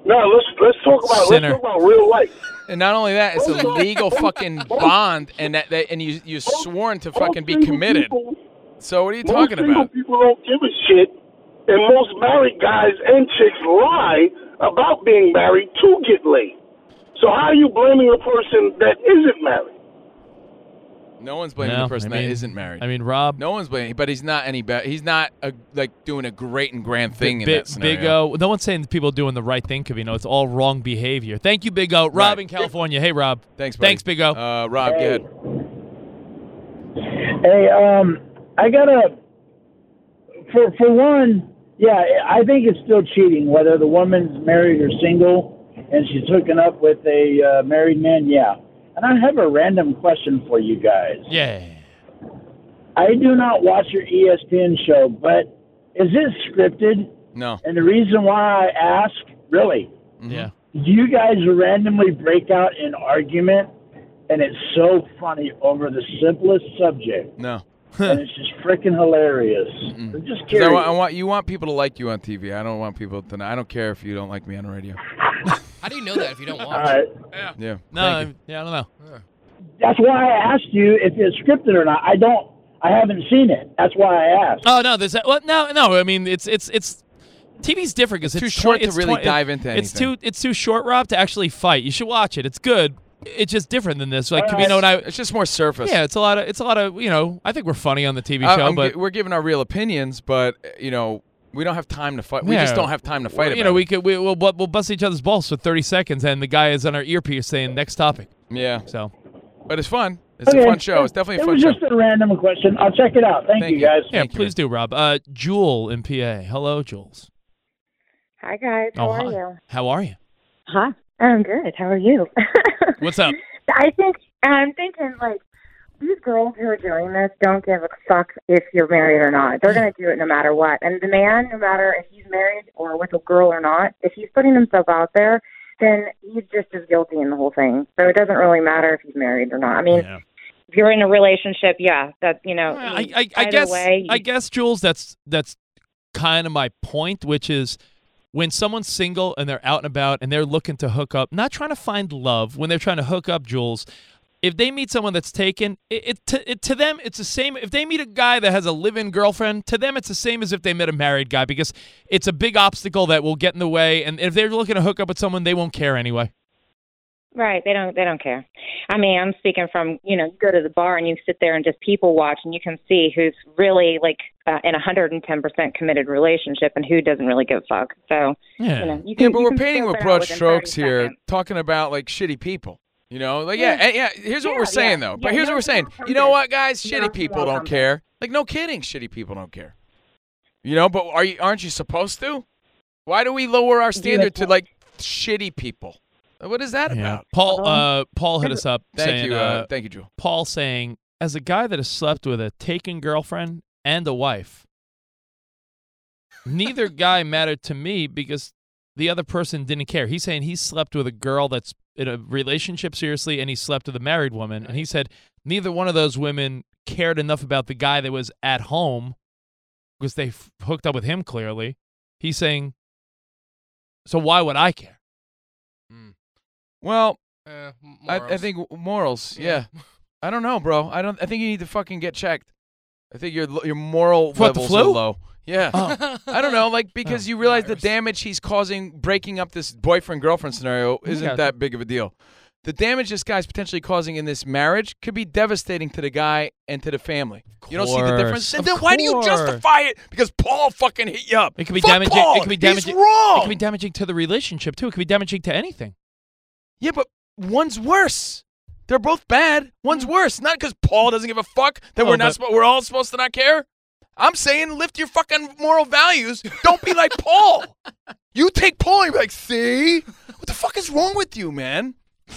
[SPEAKER 6] No, let's let's talk about
[SPEAKER 3] Sinner.
[SPEAKER 6] let's talk about real life.
[SPEAKER 4] And not only that, it's a
[SPEAKER 6] Hold on.
[SPEAKER 4] legal fucking bond, and that, that and you you're
[SPEAKER 6] Most-
[SPEAKER 4] sworn to
[SPEAKER 6] most
[SPEAKER 4] fucking be
[SPEAKER 6] single
[SPEAKER 4] committed.
[SPEAKER 6] People,
[SPEAKER 4] So what are you
[SPEAKER 6] most
[SPEAKER 4] talking
[SPEAKER 6] single
[SPEAKER 4] about?
[SPEAKER 6] people don't give a shit, and most married guys and chicks lie about being married to get laid. So how are you blaming a person that isn't married?
[SPEAKER 4] No one's blaming
[SPEAKER 3] No,
[SPEAKER 4] the person
[SPEAKER 3] I mean-
[SPEAKER 4] that isn't married.
[SPEAKER 3] I mean, Rob.
[SPEAKER 4] No one's blaming, but he's not any better. He's not a, like doing a great and grand thing in
[SPEAKER 3] Big,
[SPEAKER 4] that scenario.
[SPEAKER 3] Big O. No one's saying people doing the right thing, Cavino. It's all wrong behavior. Thank you, Big O. Rob
[SPEAKER 4] Right.
[SPEAKER 3] in California. Hey, Rob.
[SPEAKER 4] Thanks, buddy.
[SPEAKER 3] Thanks, Big O.
[SPEAKER 4] Uh, Rob, go ahead.
[SPEAKER 7] Hey, um, I gotta. For for one, yeah, I think it's still cheating whether the woman's married or single, and she's hooking up with a uh, married man. Yeah, and I have a random question for you guys.
[SPEAKER 3] yeah.
[SPEAKER 7] I do not watch your E ESPN show, but is it scripted?
[SPEAKER 4] No. Mm-hmm.
[SPEAKER 7] And the reason why I ask, really,
[SPEAKER 3] Yeah.
[SPEAKER 7] you guys randomly break out in argument, and it's so funny over the simplest subject.
[SPEAKER 4] No.
[SPEAKER 7] and it's just freaking hilarious. I'm just
[SPEAKER 4] 'Cause I,
[SPEAKER 7] curious.
[SPEAKER 4] want, I want you want people to like you on TV. I don't want people to. I don't care if you don't like me on the radio.
[SPEAKER 5] How do you know that if you don't
[SPEAKER 7] All
[SPEAKER 5] watch?
[SPEAKER 7] right,
[SPEAKER 4] Yeah. Uh,
[SPEAKER 3] No.
[SPEAKER 4] Thank you.
[SPEAKER 3] I'm- yeah. I don't know.
[SPEAKER 7] that's why I asked you if it's scripted or not. I don't. I haven't seen it. That's why I asked.
[SPEAKER 3] Oh no, there's well, no, no. I mean, it's it's it's TV's different because it's,
[SPEAKER 4] too short
[SPEAKER 3] twen-
[SPEAKER 4] to
[SPEAKER 3] it's
[SPEAKER 4] really
[SPEAKER 3] twen-
[SPEAKER 4] dive into
[SPEAKER 3] It's
[SPEAKER 4] anything.
[SPEAKER 3] too it's too short, Rob, to actually fight. You should watch it. It's good. It's just different than this. Like
[SPEAKER 7] All
[SPEAKER 3] Camino and I.
[SPEAKER 4] It's just more surface.
[SPEAKER 3] Yeah, it's a lot of it's a lot of you know. I think we're funny on the TV
[SPEAKER 4] I-
[SPEAKER 3] show,
[SPEAKER 4] I'm gi-
[SPEAKER 3] but
[SPEAKER 4] we're giving our real opinions, but uh, you know, we don't have time to fight. We
[SPEAKER 3] Yeah.
[SPEAKER 4] just don't have time to fight.
[SPEAKER 3] Well, you
[SPEAKER 4] about
[SPEAKER 3] know, we
[SPEAKER 4] it.
[SPEAKER 3] could we, we'll bu- we'll bust each other's balls for thirty seconds, and the guy is on our earpiece saying next topic.
[SPEAKER 4] yeah,
[SPEAKER 3] So
[SPEAKER 4] but it's fun. It's a fun show. It's definitely a
[SPEAKER 7] it
[SPEAKER 4] fun
[SPEAKER 7] was
[SPEAKER 4] show.
[SPEAKER 7] just a random question. I'll check it out. Thank,
[SPEAKER 4] Thank
[SPEAKER 7] you
[SPEAKER 4] you.
[SPEAKER 7] guys.
[SPEAKER 3] yeah,
[SPEAKER 4] Thank you,
[SPEAKER 3] please do, Rob. Uh, Jewel in PA. Hello, Jules.
[SPEAKER 8] Hi guys, how
[SPEAKER 3] oh,
[SPEAKER 8] are
[SPEAKER 3] hi.
[SPEAKER 8] you?
[SPEAKER 3] How are you?
[SPEAKER 8] Hi, I'm good. How are you?
[SPEAKER 3] What's up?
[SPEAKER 8] I think I'm thinking like these girls who are doing this don't give a fuck if you're married or not. They're gonna do it no matter what. And the man, no matter if he's married or with a girl or not, if he's putting himself out there, then he's just as guilty in the whole thing. So it doesn't really matter if he's married or not. I mean,
[SPEAKER 3] Yeah.
[SPEAKER 8] if you're in a relationship, yeah, that you know.
[SPEAKER 3] I, I, I
[SPEAKER 8] either
[SPEAKER 3] guess
[SPEAKER 8] way,
[SPEAKER 3] I
[SPEAKER 8] you-
[SPEAKER 3] guess Jules, that's that's kind of my point, which is when someone's single and they're out and about and they're looking to hook up, not trying to find love, when they're trying to hook up, Jules. If they meet someone that's taken, it, it, to, it to them it's the same. If they meet a guy that has a live-in girlfriend, to them it's the same as if they met a married guy because it's a big obstacle that will get in the way. And if they're looking to hook up with someone, they won't care anyway.
[SPEAKER 8] Right. They don't they don't care. I mean, I'm speaking from, you know, you go to the bar and you sit there and just people watch and you can see who's really like uh, in a 110% committed relationship and who doesn't really give a fuck. So,
[SPEAKER 3] Yeah,
[SPEAKER 8] you know, you can
[SPEAKER 4] Yeah, but
[SPEAKER 8] you
[SPEAKER 4] we're
[SPEAKER 8] can
[SPEAKER 4] painting
[SPEAKER 8] scope
[SPEAKER 4] with
[SPEAKER 8] it out
[SPEAKER 4] broad
[SPEAKER 8] within
[SPEAKER 4] strokes
[SPEAKER 8] 30
[SPEAKER 4] here,
[SPEAKER 8] seconds.
[SPEAKER 4] talking about like shitty people. You know, like yeah, yeah. yeah, here's what
[SPEAKER 8] Yeah,
[SPEAKER 4] we're saying
[SPEAKER 8] yeah.
[SPEAKER 4] though.
[SPEAKER 8] Yeah,
[SPEAKER 4] But here's
[SPEAKER 8] no
[SPEAKER 4] what we're saying.
[SPEAKER 8] small
[SPEAKER 4] You know what, guys?
[SPEAKER 8] No
[SPEAKER 4] Shitty people
[SPEAKER 8] small
[SPEAKER 4] don't
[SPEAKER 8] company.
[SPEAKER 4] care. Like no kidding, shitty people don't care. You know, but are you? Aren't you supposed to? Why do we lower our standard to like shitty people? What is that
[SPEAKER 3] yeah.
[SPEAKER 4] about?
[SPEAKER 3] Paul, uh, Paul hit us up
[SPEAKER 4] Thank
[SPEAKER 3] saying,
[SPEAKER 4] you,
[SPEAKER 3] uh,
[SPEAKER 4] uh, thank you, Jewel.
[SPEAKER 3] Paul saying, as a guy that has slept with a taken girlfriend and a wife, neither guy mattered to me because the other person didn't care. He's saying he slept with a girl that's in a relationship seriously and he slept with a married woman. And he said neither one of those women cared enough about the guy that was at home because they f- hooked up with him clearly. He's saying, so why would I care?
[SPEAKER 4] Well,
[SPEAKER 5] Uh,
[SPEAKER 4] Mm. I, I
[SPEAKER 5] morals.
[SPEAKER 4] think w- Eh, morals. Yeah.
[SPEAKER 5] Yeah.
[SPEAKER 4] I don't know, bro. I don't. I think you need to fucking get checked. I think your l- your moral
[SPEAKER 3] What, the
[SPEAKER 4] levels are
[SPEAKER 3] flu? Oh.
[SPEAKER 4] low. Yeah. I don't know, like because you realize the damage he's causing breaking up this boyfriend girlfriend scenario isn't
[SPEAKER 3] Yeah.
[SPEAKER 4] that big of a deal. The damage this guy's potentially causing in this marriage could be devastating to the guy and to the family. You don't see the difference.
[SPEAKER 3] course.
[SPEAKER 4] And
[SPEAKER 3] Of
[SPEAKER 4] then why do you
[SPEAKER 3] course.
[SPEAKER 4] justify it? Because Paul fucking hit you up.
[SPEAKER 3] It could be
[SPEAKER 4] Fuck
[SPEAKER 3] damaging.
[SPEAKER 4] Paul.
[SPEAKER 3] It could be
[SPEAKER 4] He's
[SPEAKER 3] damaging. It
[SPEAKER 4] wrong.
[SPEAKER 3] could be damaging to the relationship too. It could be damaging to anything.
[SPEAKER 4] Yeah, but one's worse. They're both bad. One's worse. Not because Paul doesn't give a fuck that
[SPEAKER 3] No,
[SPEAKER 4] we're not.
[SPEAKER 3] Mm. Oh, but-
[SPEAKER 4] spo- we're all supposed to not care. I'm saying lift your fucking moral values. Don't be like Paul. You take Paul and be like, see, what the fuck is wrong with you, man?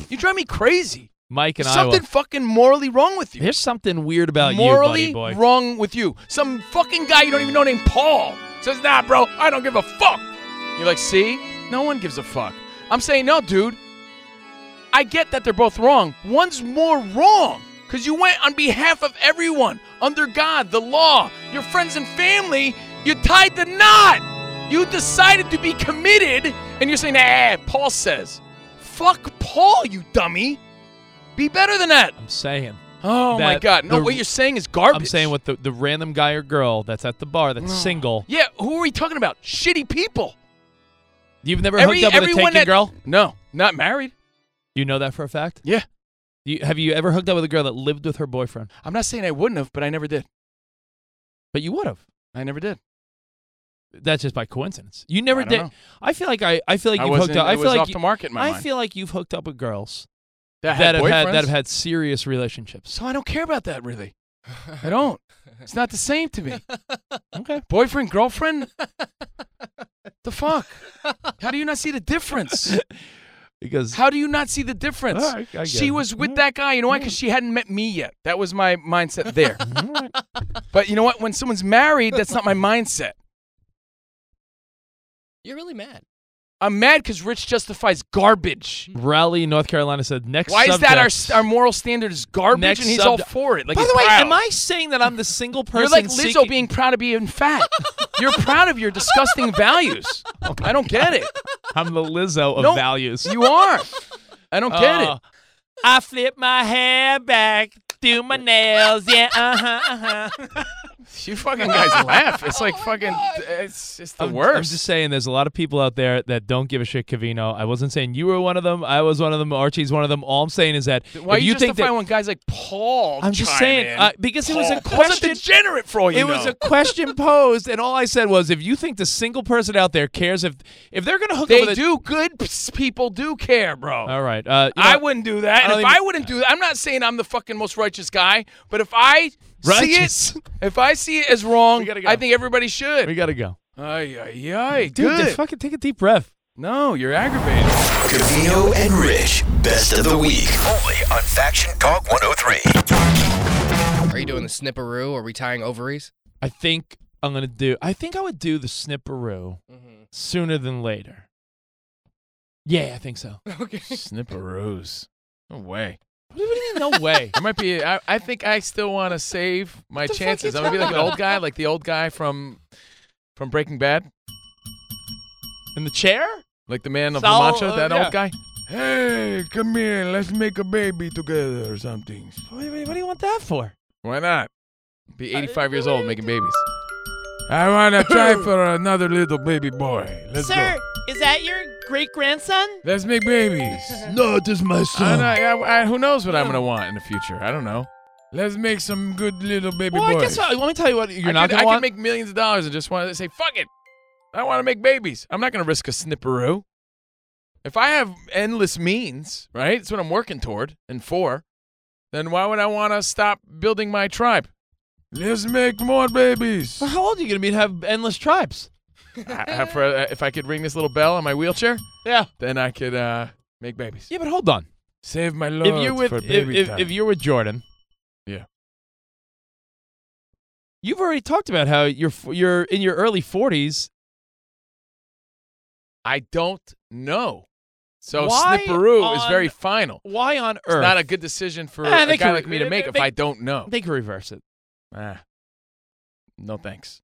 [SPEAKER 4] You drive me crazy.
[SPEAKER 3] Mike and I.
[SPEAKER 4] Something fucking morally wrong with you.
[SPEAKER 3] There's something weird about
[SPEAKER 4] morally
[SPEAKER 3] you, buddy boy.
[SPEAKER 4] wrong with you. Some fucking guy you don't even know named Paul says, nah, bro, I don't give a fuck. You're like, see? No one gives a fuck. I'm saying, no, dude. I get that they're both wrong. One's more wrong because you went on behalf of everyone, under God, the law, your friends and family. You tied the knot. You decided to be committed, and you're saying, ah, Paul says. Fuck Paul, you dummy. Be better than that.
[SPEAKER 3] I'm saying.
[SPEAKER 4] Oh my
[SPEAKER 3] that
[SPEAKER 4] God! No,
[SPEAKER 3] the-
[SPEAKER 4] what you're saying is garbage.
[SPEAKER 3] I'm saying with the, the random guy or girl that's at the bar that's single.
[SPEAKER 4] Oh. Yeah, who are we talking about? Shitty people.
[SPEAKER 3] You've never
[SPEAKER 4] Every-
[SPEAKER 3] hooked up with a
[SPEAKER 4] everyone
[SPEAKER 3] taken
[SPEAKER 4] that-
[SPEAKER 3] girl.
[SPEAKER 4] No, not married.
[SPEAKER 3] You know that for a fact.
[SPEAKER 4] Yeah,
[SPEAKER 3] You, have you ever hooked up with a girl that lived with her boyfriend?
[SPEAKER 4] I'm not saying I wouldn't have, but I never did.
[SPEAKER 3] But you would have.
[SPEAKER 4] I never did.
[SPEAKER 3] That's just by coincidence. You never
[SPEAKER 4] I don't
[SPEAKER 3] did.
[SPEAKER 4] know.
[SPEAKER 3] I feel like I. I feel like
[SPEAKER 4] I
[SPEAKER 3] you've hooked
[SPEAKER 4] wasn't-
[SPEAKER 3] up.
[SPEAKER 4] it
[SPEAKER 3] I feel
[SPEAKER 4] was
[SPEAKER 3] like
[SPEAKER 4] off
[SPEAKER 3] you-
[SPEAKER 4] the market in my
[SPEAKER 3] I
[SPEAKER 4] mind.
[SPEAKER 3] feel like you've hooked up with girls
[SPEAKER 4] That,
[SPEAKER 3] that have had
[SPEAKER 4] boyfriends?
[SPEAKER 3] that have had serious relationships.
[SPEAKER 4] So I don't care about that really. I don't. It's not the same to me.
[SPEAKER 3] Okay.
[SPEAKER 4] Boyfriend, girlfriend. the fuck? How do you not see the difference?
[SPEAKER 3] Because
[SPEAKER 4] How do you not see the difference?
[SPEAKER 3] All right, I get
[SPEAKER 4] she
[SPEAKER 3] it.
[SPEAKER 4] was with
[SPEAKER 3] Mm.
[SPEAKER 4] that guy. You know why? Because she hadn't met me yet. That was my mindset there. but you know what? When someone's married, that's not my mindset.
[SPEAKER 5] You're really mad.
[SPEAKER 4] I'm mad because Rich justifies garbage.
[SPEAKER 3] Raleigh, North Carolina said next.
[SPEAKER 4] Why is that
[SPEAKER 3] subject-
[SPEAKER 4] our our moral standard is garbage
[SPEAKER 3] Next
[SPEAKER 4] and he's all
[SPEAKER 3] subject-
[SPEAKER 4] for it? Like
[SPEAKER 3] By
[SPEAKER 4] he's
[SPEAKER 3] the way,
[SPEAKER 4] proud.
[SPEAKER 3] am I saying that I'm the single person?
[SPEAKER 4] You're like Lizzo
[SPEAKER 3] seeking-
[SPEAKER 4] being proud of being fat. You're proud of your disgusting values. I don't get it.
[SPEAKER 3] I'm the Lizzo of
[SPEAKER 4] No,
[SPEAKER 3] values.
[SPEAKER 4] You are. I don't get
[SPEAKER 3] Uh, I flip my hair back. do my nails. Yeah, uh huh, uh huh.
[SPEAKER 4] You fucking guys laugh. It's like fucking. It's it's the
[SPEAKER 3] I'm,
[SPEAKER 4] worst.
[SPEAKER 3] I'm just saying, there's a lot of people out there that don't give a shit, Cavino. I wasn't saying you were one of them. I was one of them. Archie's one of them. All I'm saying is that
[SPEAKER 4] Why
[SPEAKER 3] if
[SPEAKER 4] you,
[SPEAKER 3] you think
[SPEAKER 4] justify
[SPEAKER 3] that
[SPEAKER 4] when guys like Paul?
[SPEAKER 3] I'm just
[SPEAKER 4] chime
[SPEAKER 3] saying,
[SPEAKER 4] in?
[SPEAKER 3] uh, because it was a
[SPEAKER 4] Paul. Paul's
[SPEAKER 3] question-
[SPEAKER 4] degenerate for all you
[SPEAKER 3] it
[SPEAKER 4] know.
[SPEAKER 3] was a question posed, and all I said was, if you think the single person out there cares if if they're gonna hook up with
[SPEAKER 4] they
[SPEAKER 3] a-
[SPEAKER 4] do. Good p- people do care, bro.
[SPEAKER 3] all right, uh, you know-
[SPEAKER 4] I wouldn't do that.
[SPEAKER 3] I
[SPEAKER 4] And
[SPEAKER 3] don't
[SPEAKER 4] if
[SPEAKER 3] even-
[SPEAKER 4] I wouldn't do that, I'm not saying I'm the fucking most righteous guy, but if I
[SPEAKER 3] Righteous.
[SPEAKER 4] see it, if I see it as wrong,
[SPEAKER 3] We gotta go.
[SPEAKER 4] I think everybody should.
[SPEAKER 3] We gotta go,
[SPEAKER 4] Ay, ay, ay.
[SPEAKER 3] dude.
[SPEAKER 4] good.
[SPEAKER 3] Just fucking take a deep breath.
[SPEAKER 4] no, you're aggravated.
[SPEAKER 1] Cavino and Rich, best of the week. Only on Faction Talk 103.
[SPEAKER 5] Are you doing the snipperoo? Are we tying ovaries?
[SPEAKER 3] I think I'm gonna do. I think I would do the snipperoo
[SPEAKER 5] Mm-hmm.
[SPEAKER 3] sooner than later. Yeah, I think so.
[SPEAKER 5] Okay.
[SPEAKER 4] Snipperoos. No way.
[SPEAKER 3] What do you mean, no way?
[SPEAKER 4] I might be. I, I think I still want to save my
[SPEAKER 3] the fuck
[SPEAKER 4] chances.
[SPEAKER 3] you
[SPEAKER 4] I'm gonna be like an
[SPEAKER 3] talking
[SPEAKER 4] old guy, like the old guy from from Breaking Bad,
[SPEAKER 3] In the chair?
[SPEAKER 4] like the man of
[SPEAKER 3] Saul,
[SPEAKER 4] La Mancha,
[SPEAKER 3] uh,
[SPEAKER 4] that
[SPEAKER 3] yeah.
[SPEAKER 4] old guy. Hey, come here. Let's make a baby together or something.
[SPEAKER 3] What, what- what do you want that for?
[SPEAKER 4] Why not? Be 85 years old making babies. I want to try for another little baby boy. Let's go.
[SPEAKER 3] is that your great grandson?
[SPEAKER 4] Let's make babies.
[SPEAKER 3] No, it is my
[SPEAKER 4] I, I, I- who knows what I'm going to want in the future? I don't know. Let's make some good little baby
[SPEAKER 3] Well, I
[SPEAKER 4] boys.
[SPEAKER 3] guess I, let me tell you what you're
[SPEAKER 4] I
[SPEAKER 3] not
[SPEAKER 4] could,
[SPEAKER 3] gonna
[SPEAKER 4] I
[SPEAKER 3] want.
[SPEAKER 4] could make millions of dollars and just want to say, fuck it. I want to make babies. I'm not going to risk a snipperoo. If I have endless means, right? It's what I'm working toward and for. Then why would I want to stop building my tribe? Let's make more babies.
[SPEAKER 3] Well, how old are you gonna be to have endless tribes?
[SPEAKER 4] I- I- for- uh, if I could ring this little bell on my wheelchair,
[SPEAKER 3] Yeah.
[SPEAKER 4] then I could uh, make babies.
[SPEAKER 3] Yeah, but hold on.
[SPEAKER 4] Save my lord
[SPEAKER 3] If you're with if, if, if you're with Jordan,
[SPEAKER 4] Yeah.
[SPEAKER 3] You've already talked about how you're f- you're in your early 40s.
[SPEAKER 4] I don't know. So
[SPEAKER 3] Why
[SPEAKER 4] snipperoo is
[SPEAKER 3] on
[SPEAKER 4] very final.
[SPEAKER 3] Why on
[SPEAKER 4] It's
[SPEAKER 3] earth?
[SPEAKER 4] not a good decision for
[SPEAKER 3] Eh,
[SPEAKER 4] a
[SPEAKER 3] they
[SPEAKER 4] guy
[SPEAKER 3] could-
[SPEAKER 4] like me to
[SPEAKER 3] they-
[SPEAKER 4] make if
[SPEAKER 3] they-
[SPEAKER 4] I don't know.
[SPEAKER 3] they can reverse it.
[SPEAKER 4] Ah. No thanks.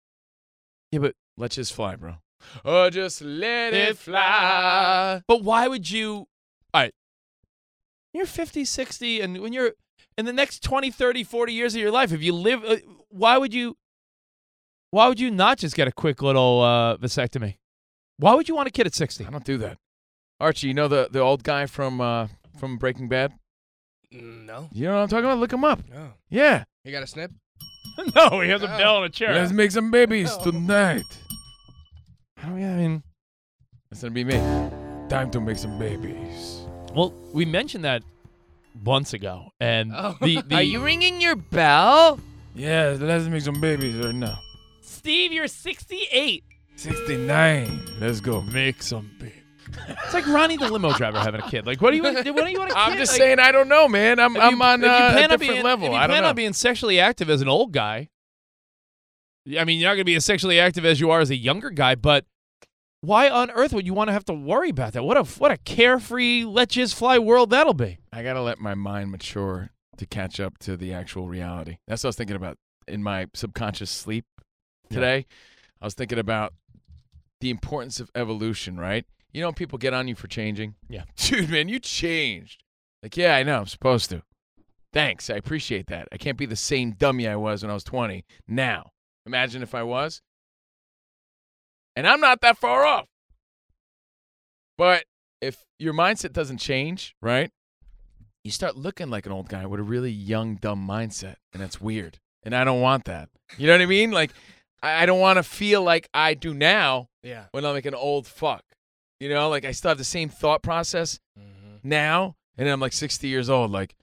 [SPEAKER 3] Yeah, but
[SPEAKER 4] Let's just fly, bro. Oh, just let it fly.
[SPEAKER 3] But why would you? All right. You're 50, 60, and when you're in the next 20, 30, 40 years of your life, if you live, uh, why would you? Why would you not just get a quick little uh, vasectomy? Why would you want a kid at 60?
[SPEAKER 4] I don't do that. Archie, you know the, the old guy from uh, from Breaking Bad?
[SPEAKER 5] No.
[SPEAKER 4] You know what I'm talking about? Look him up.
[SPEAKER 5] No.
[SPEAKER 4] Yeah.
[SPEAKER 5] You got a snip?
[SPEAKER 3] no, he has
[SPEAKER 5] a bell
[SPEAKER 3] and a chair.
[SPEAKER 4] Let's make some babies tonight.
[SPEAKER 3] I mean,
[SPEAKER 4] That's gonna be me. Time to make some babies.
[SPEAKER 3] well, we mentioned that months ago, and
[SPEAKER 5] Oh.
[SPEAKER 3] the, the
[SPEAKER 5] ringing your bell?
[SPEAKER 4] Yeah, let's make some babies right now.
[SPEAKER 3] Steve, you're 68.
[SPEAKER 4] 69. Let's go.
[SPEAKER 3] Make some baby. It's like Ronnie the limo driver having a kid. Like, what do you? What do you want a kid?
[SPEAKER 4] I'm just
[SPEAKER 3] Like-
[SPEAKER 4] saying, I don't know, man. I'm,
[SPEAKER 3] If
[SPEAKER 4] I'm
[SPEAKER 3] you-
[SPEAKER 4] on
[SPEAKER 3] if you
[SPEAKER 4] uh, a
[SPEAKER 3] plan on
[SPEAKER 4] different
[SPEAKER 3] being-
[SPEAKER 4] level.
[SPEAKER 3] If you
[SPEAKER 4] I don't
[SPEAKER 3] plan
[SPEAKER 4] know.
[SPEAKER 3] on being sexually active as an old guy, I mean, you're not going to be as sexually active as you are as a younger guy. But why on earth would you want to have to worry about that? What a what a carefree, let jizz fly world that'll be.
[SPEAKER 4] I gotta let my mind mature to catch up to the actual reality. That's what I was thinking about in my subconscious sleep today. I was thinking about the importance of evolution, right? You know, people get on you for changing.
[SPEAKER 3] Yeah.
[SPEAKER 4] Dude, man, you changed. Like, yeah, I know, I'm supposed to. Thanks, I appreciate that. I can't be the same dummy I was when I was 20 now. Imagine if I was. And I'm not that far off. But if your mindset doesn't change, right? you start looking like an old guy with a really young, dumb mindset, and that's weird. And I don't want that. You know what I mean? Like, I I don't want to feel like I do now
[SPEAKER 5] Yeah.
[SPEAKER 4] when I'm like an old fuck. You know, like I still have the same thought process
[SPEAKER 5] Mm-hmm.
[SPEAKER 3] Mm-hmm.
[SPEAKER 4] now, and then I'm like 60 years old. Like,